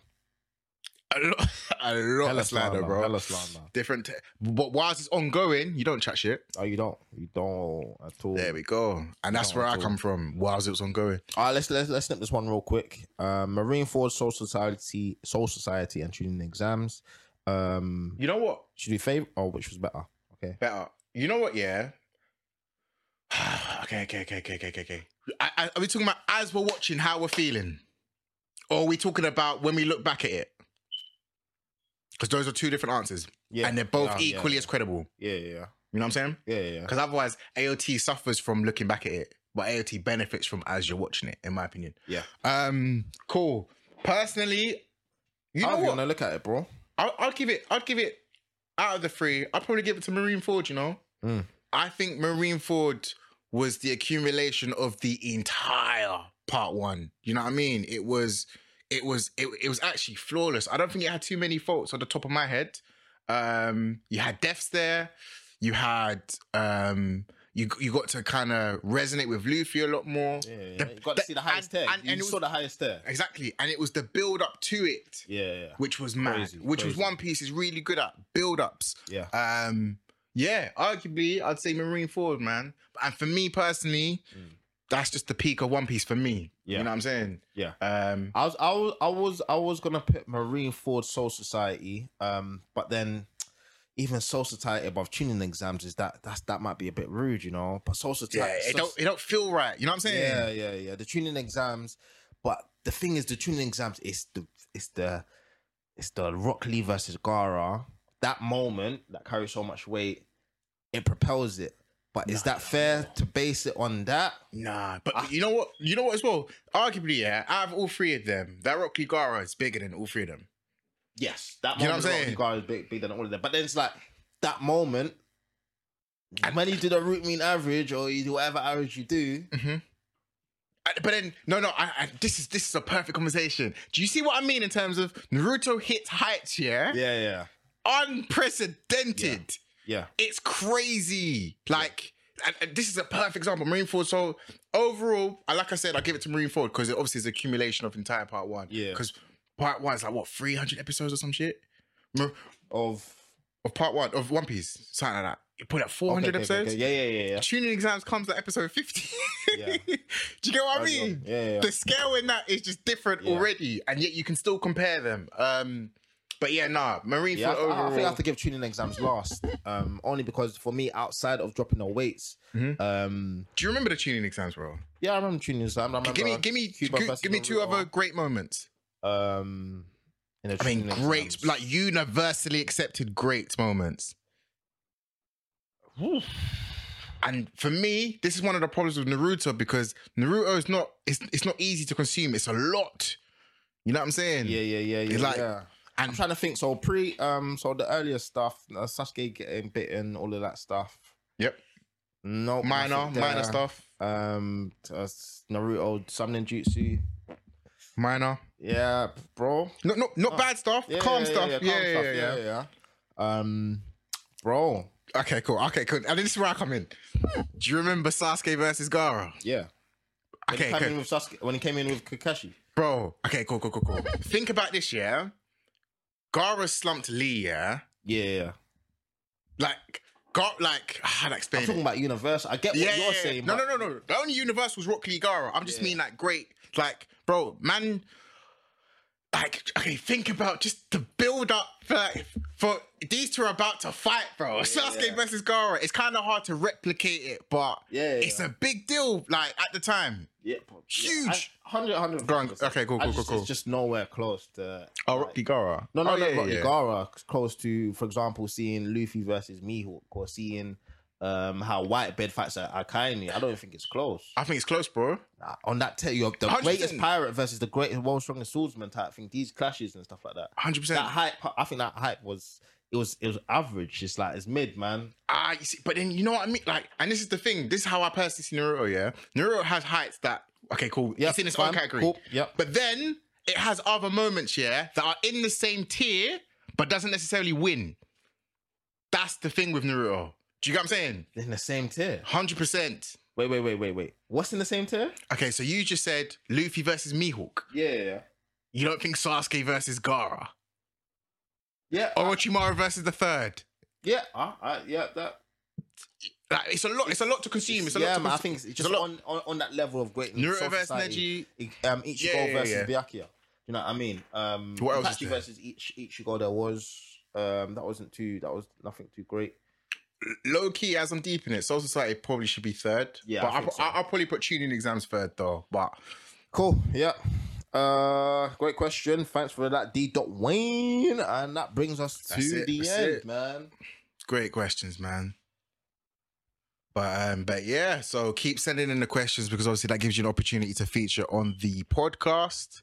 Speaker 2: [laughs] A lot, a lot
Speaker 3: Hella
Speaker 2: of slander,
Speaker 3: slander,
Speaker 2: bro.
Speaker 3: hella slander.
Speaker 2: Different, te- but whilst it's ongoing, you don't chat shit.
Speaker 3: Oh, you don't, you don't at all.
Speaker 2: There we go, and that's where I
Speaker 3: cool.
Speaker 2: come from. Whilst it was ongoing,
Speaker 3: All right, let's let's let's snip this one real quick. Um, Marine Ford Soul Society, Soul Society, and tuning exams. Um,
Speaker 2: you know what?
Speaker 3: should we favor or which was better? Okay,
Speaker 2: better. You know what? Yeah. [sighs] okay, okay, okay, okay, okay, okay, okay. I, I, are we talking about as we're watching how we're feeling, or are we talking about when we look back at it? Because those are two different answers,
Speaker 3: yeah,
Speaker 2: and they're both
Speaker 3: Yeah, Oh, yeah,
Speaker 2: equally as credible.
Speaker 3: yeah, yeah,
Speaker 2: You know what I'm saying?
Speaker 3: yeah, yeah.
Speaker 2: Because otherwise, AOT suffers from looking back at it, but AOT benefits from as you're watching it, in my opinion.
Speaker 3: Yeah.
Speaker 2: Um. Cool. Personally, you know
Speaker 3: How are you
Speaker 2: what?
Speaker 3: gonna look at it, bro?
Speaker 2: I'll, I'll give it. I'd give it out of the three. I'd probably give it to Marine Ford. You know,
Speaker 3: Mm.
Speaker 2: I think Marine Ford was the accumulation of the entire part one. You know what I mean? It was, it was, it, it was actually flawless. I don't think it had too many faults on the top of my head. Um, you had deaths there. You had um, you you got to kind of resonate with Luffy a lot more. The-
Speaker 3: you got to see the highest
Speaker 2: and-
Speaker 3: tier.
Speaker 2: and-
Speaker 3: you
Speaker 2: and it
Speaker 3: saw
Speaker 2: was-
Speaker 3: the highest tier.
Speaker 2: Exactly, and it was the build up to it
Speaker 3: Yeah, yeah,
Speaker 2: which was mad,
Speaker 3: Crazy,
Speaker 2: which was
Speaker 3: crazy.
Speaker 2: One Piece is really good at build ups.
Speaker 3: yeah.
Speaker 2: Um, yeah, arguably, I'd say Marine Ford, man. And for me personally,
Speaker 3: Mm.
Speaker 2: that's just the peak of One Piece for me.
Speaker 3: Yeah.
Speaker 2: You know what I'm saying?
Speaker 3: Yeah.
Speaker 2: Um,
Speaker 3: I was, I was, I was, I was gonna put Marine Ford Soul Society, um, but then even Soul Society above tuning exams is that that's that might be a bit rude, you know. But Soul Society,
Speaker 2: yeah, it don't it don't feel right. You know what I'm saying?
Speaker 3: Yeah, yeah, yeah. The tuning exams, but the thing is, the tuning exams is the it's the it's the Rock Lee versus Gara. That moment that carries so much weight, it propels it. But is that fair to base it on that?
Speaker 2: Nah, but you know what? You know what as well? Arguably, yeah, out of all three of them, that Rock Lee Gara is bigger than all three of them.
Speaker 3: Yes, that
Speaker 2: You know what I'm
Speaker 3: moment Rock Lee
Speaker 2: saying?
Speaker 3: Gara is big, bigger than all of them. But then it's like that moment. When you do the root mean average, or you do whatever average you do,
Speaker 2: Uh, But then, no, no. I, I, this is this is a perfect conversation. Do you see what I mean in terms of Naruto hits heights? Yeah,
Speaker 3: yeah, yeah,
Speaker 2: unprecedented.
Speaker 3: yeah,
Speaker 2: it's crazy. Like, and, and this is a perfect example. Marine Ford. So overall, I like I said, I give it to Marine Ford because it obviously is accumulation of entire part one.
Speaker 3: Yeah.
Speaker 2: Because part one's like what three hundred episodes or some shit Mar-
Speaker 3: of
Speaker 2: of part one of One Piece, something like that. You put at four hundred
Speaker 3: okay, okay, okay.
Speaker 2: episodes.
Speaker 3: Yeah, yeah, yeah, yeah.
Speaker 2: Tuning exams comes at episode fifty.
Speaker 3: Yeah.
Speaker 2: [laughs] Do you get what I
Speaker 3: Right on.
Speaker 2: mean?
Speaker 3: Yeah, yeah.
Speaker 2: The scale in that is just different
Speaker 3: Yeah.
Speaker 2: already, and yet you can still compare them. Um, but yeah, nah, Marine
Speaker 3: Yeah, I,
Speaker 2: Ford
Speaker 3: I- I
Speaker 2: overall.
Speaker 3: think I have to give tuning exams last, um, only because for me, outside of dropping the weights,
Speaker 2: Mhm.
Speaker 3: um,
Speaker 2: Do you remember the tuning exams, bro?
Speaker 3: yeah, I remember tuning exams. I remember
Speaker 2: give me, give me,
Speaker 3: Oh Cuba
Speaker 2: gi-
Speaker 3: versus
Speaker 2: give me two
Speaker 3: Naruto.
Speaker 2: other great moments.
Speaker 3: um, in the
Speaker 2: I mean,
Speaker 3: tuning
Speaker 2: great,
Speaker 3: exams.
Speaker 2: like universally accepted great moments. And for me, this is one of the problems with Naruto because Naruto is not it's, it's not easy to consume. It's a lot. You know what I'm saying?
Speaker 3: yeah, yeah, yeah, yeah.
Speaker 2: It's like-
Speaker 3: yeah. I'm
Speaker 2: And
Speaker 3: trying to think. So pre, um, so the earlier stuff, uh, Sasuke getting bitten, all of that stuff.
Speaker 2: yep,
Speaker 3: No,
Speaker 2: minor,
Speaker 3: nothing
Speaker 2: minor
Speaker 3: there.
Speaker 2: stuff,
Speaker 3: Um, t- uh, Naruto summoning jutsu.
Speaker 2: minor.
Speaker 3: Yeah, bro.
Speaker 2: No, no, not bad stuff.
Speaker 3: Oh. Yeah,
Speaker 2: calm
Speaker 3: yeah,
Speaker 2: stuff. Yeah,
Speaker 3: Yeah, calm
Speaker 2: yeah,
Speaker 3: stuff.
Speaker 2: yeah,
Speaker 3: yeah, yeah, yeah. Um, bro.
Speaker 2: Okay, cool. Okay, cool. And this is where I come in. Do you remember Sasuke versus Gara?
Speaker 3: Yeah. When
Speaker 2: Okay,
Speaker 3: he came
Speaker 2: okay.
Speaker 3: in with Sasuke, when he came in with Kakashi.
Speaker 2: Bro, okay, cool, cool, cool, cool. Think about this, yeah? Gara slumped Lee, yeah?
Speaker 3: Yeah, yeah.
Speaker 2: Like, got like, [sighs] how to explain
Speaker 3: I'm talking
Speaker 2: it?
Speaker 3: about universe. I get what
Speaker 2: yeah,
Speaker 3: you're
Speaker 2: yeah, yeah.
Speaker 3: saying.
Speaker 2: No,
Speaker 3: but-
Speaker 2: no, no, no. The only universe was Rock Lee Gara. I'm just
Speaker 3: Yeah.
Speaker 2: mean like great, like, bro, man. Like, okay, think about just the build up for, like, for these two are about to fight, bro. Sasuke
Speaker 3: yeah.
Speaker 2: versus Gara. It's kind of hard to replicate it, but
Speaker 3: Yeah, yeah,
Speaker 2: it's
Speaker 3: yeah.
Speaker 2: a big deal, like, at the time.
Speaker 3: Yeah, prob-
Speaker 2: Huge.
Speaker 3: Yeah, I- 100, 100.
Speaker 2: Go on. Okay, cool,
Speaker 3: I
Speaker 2: cool,
Speaker 3: just,
Speaker 2: cool, cool.
Speaker 3: It's just nowhere close to.
Speaker 2: Oh,
Speaker 3: like-
Speaker 2: Rocky Gara.
Speaker 3: No, no,
Speaker 2: oh,
Speaker 3: no,
Speaker 2: yeah,
Speaker 3: not
Speaker 2: yeah.
Speaker 3: Ligara. Close to, for example, seeing Luffy versus Mihawk or seeing um, how White Bed fights at Akainu. I don't think it's close.
Speaker 2: I think it's close, bro.
Speaker 3: Nah, on that, tell you the
Speaker 2: 100%.
Speaker 3: greatest pirate versus the greatest world's strongest swordsman type thing. These clashes and stuff like that.
Speaker 2: 100.
Speaker 3: That
Speaker 2: percent
Speaker 3: hype, I think that hype was it was it was average. It's like it's mid, man.
Speaker 2: Ah, you see, but then you know what I mean? Like, and this is the thing. This is how I personally see Naruto, yeah? Naruto has heights that, okay, cool.
Speaker 3: Yep,
Speaker 2: it's in its
Speaker 3: fine,
Speaker 2: own category.
Speaker 3: cool, yep.
Speaker 2: But then it has other moments, yeah, that are in the same tier, but doesn't necessarily win. That's the thing with Naruto. Do you get what I'm saying?
Speaker 3: In the same tier.
Speaker 2: 100%.
Speaker 3: Wait, wait, wait, wait, wait. What's in the same tier?
Speaker 2: Okay, so you just said Luffy versus Mihawk.
Speaker 3: Yeah,
Speaker 2: You don't think Sasuke versus Gara?
Speaker 3: yeah,
Speaker 2: Oh.
Speaker 3: yeah,
Speaker 2: Orochimaru versus the third?
Speaker 3: yeah, uh, uh, yeah. That
Speaker 2: Like, it's a lot. It's a lot to consume. It's a
Speaker 3: yeah,
Speaker 2: lot. To
Speaker 3: man. I
Speaker 2: consume.
Speaker 3: think it's
Speaker 2: a
Speaker 3: just
Speaker 2: lot.
Speaker 3: on, on on that level of greatness.
Speaker 2: Naruto
Speaker 3: soul
Speaker 2: versus
Speaker 3: society, I- um, Ichigo
Speaker 2: Yeah, yeah,
Speaker 3: versus
Speaker 2: yeah.
Speaker 3: Byakuya. You know what I mean? Um,
Speaker 2: What else is
Speaker 3: Itachi
Speaker 2: there?
Speaker 3: versus Ich- Ichigo. There was um, that wasn't too. That was nothing too great.
Speaker 2: low key as I'm deep in it. Soul Society probably should be third.
Speaker 3: Yeah,
Speaker 2: but
Speaker 3: I
Speaker 2: I
Speaker 3: think so.
Speaker 2: will probably put tuning exams third though. But
Speaker 3: Cool. Yeah. Uh, great question. Thanks for that, D. Dot Wayne, and that brings us
Speaker 2: That's
Speaker 3: to
Speaker 2: it,
Speaker 3: the
Speaker 2: that's
Speaker 3: end,
Speaker 2: it. [laughs]
Speaker 3: man.
Speaker 2: great questions, man. But um, but yeah, so keep sending in the questions because obviously that gives you an opportunity to feature on the podcast.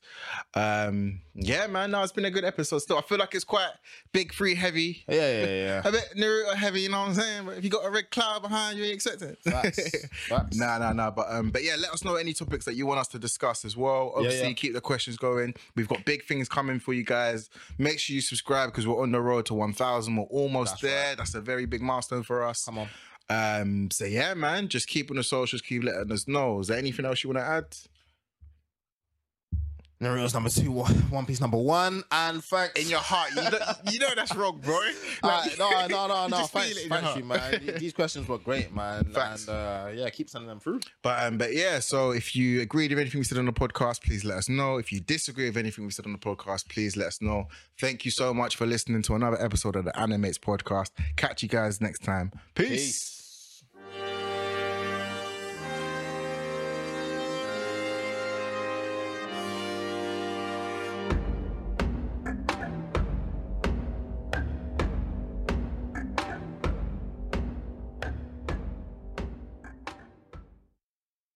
Speaker 2: Um, yeah, man, no, it's been a good episode. Still, I feel like it's quite big, free, heavy.
Speaker 3: Yeah, yeah, yeah.
Speaker 2: A bit Naruto heavy, you know what I'm saying? But if you got a red cloud behind you, you accept it. [laughs]
Speaker 3: yeah. Facts. Facts.
Speaker 2: Nah, nah, nah. But um, but yeah, let us know any topics that you want us to discuss as well. Obviously,
Speaker 3: yeah.
Speaker 2: keep the questions going. We've got big things coming for you guys. Make sure you subscribe because we're on the road to 1,000. We're almost there. That's a very big milestone for us.
Speaker 3: Come on.
Speaker 2: Um, so yeah, man, just keep on the socials. Keep letting us know. Is there anything else you want to add?
Speaker 3: Naruto's number two, One Piece number one, and thanks.
Speaker 2: In your heart, you know, you know that's wrong, [laughs] bro.
Speaker 3: Uh,
Speaker 2: Like-
Speaker 3: no, no,
Speaker 2: [laughs]
Speaker 3: no,
Speaker 2: you
Speaker 3: no.
Speaker 2: just feel
Speaker 3: Thanks,
Speaker 2: it in your
Speaker 3: thank you, man. Th- These questions were great, man.
Speaker 2: Facts.
Speaker 3: And uh, yeah, keep sending them through.
Speaker 2: But um, but yeah, so if you agreed with anything we said on the podcast, please let us know. If you disagree with anything we said on the podcast, please let us know. Thank you so much for listening to another episode of the Animates Podcast. Catch you guys next time. Peace.
Speaker 3: Peace.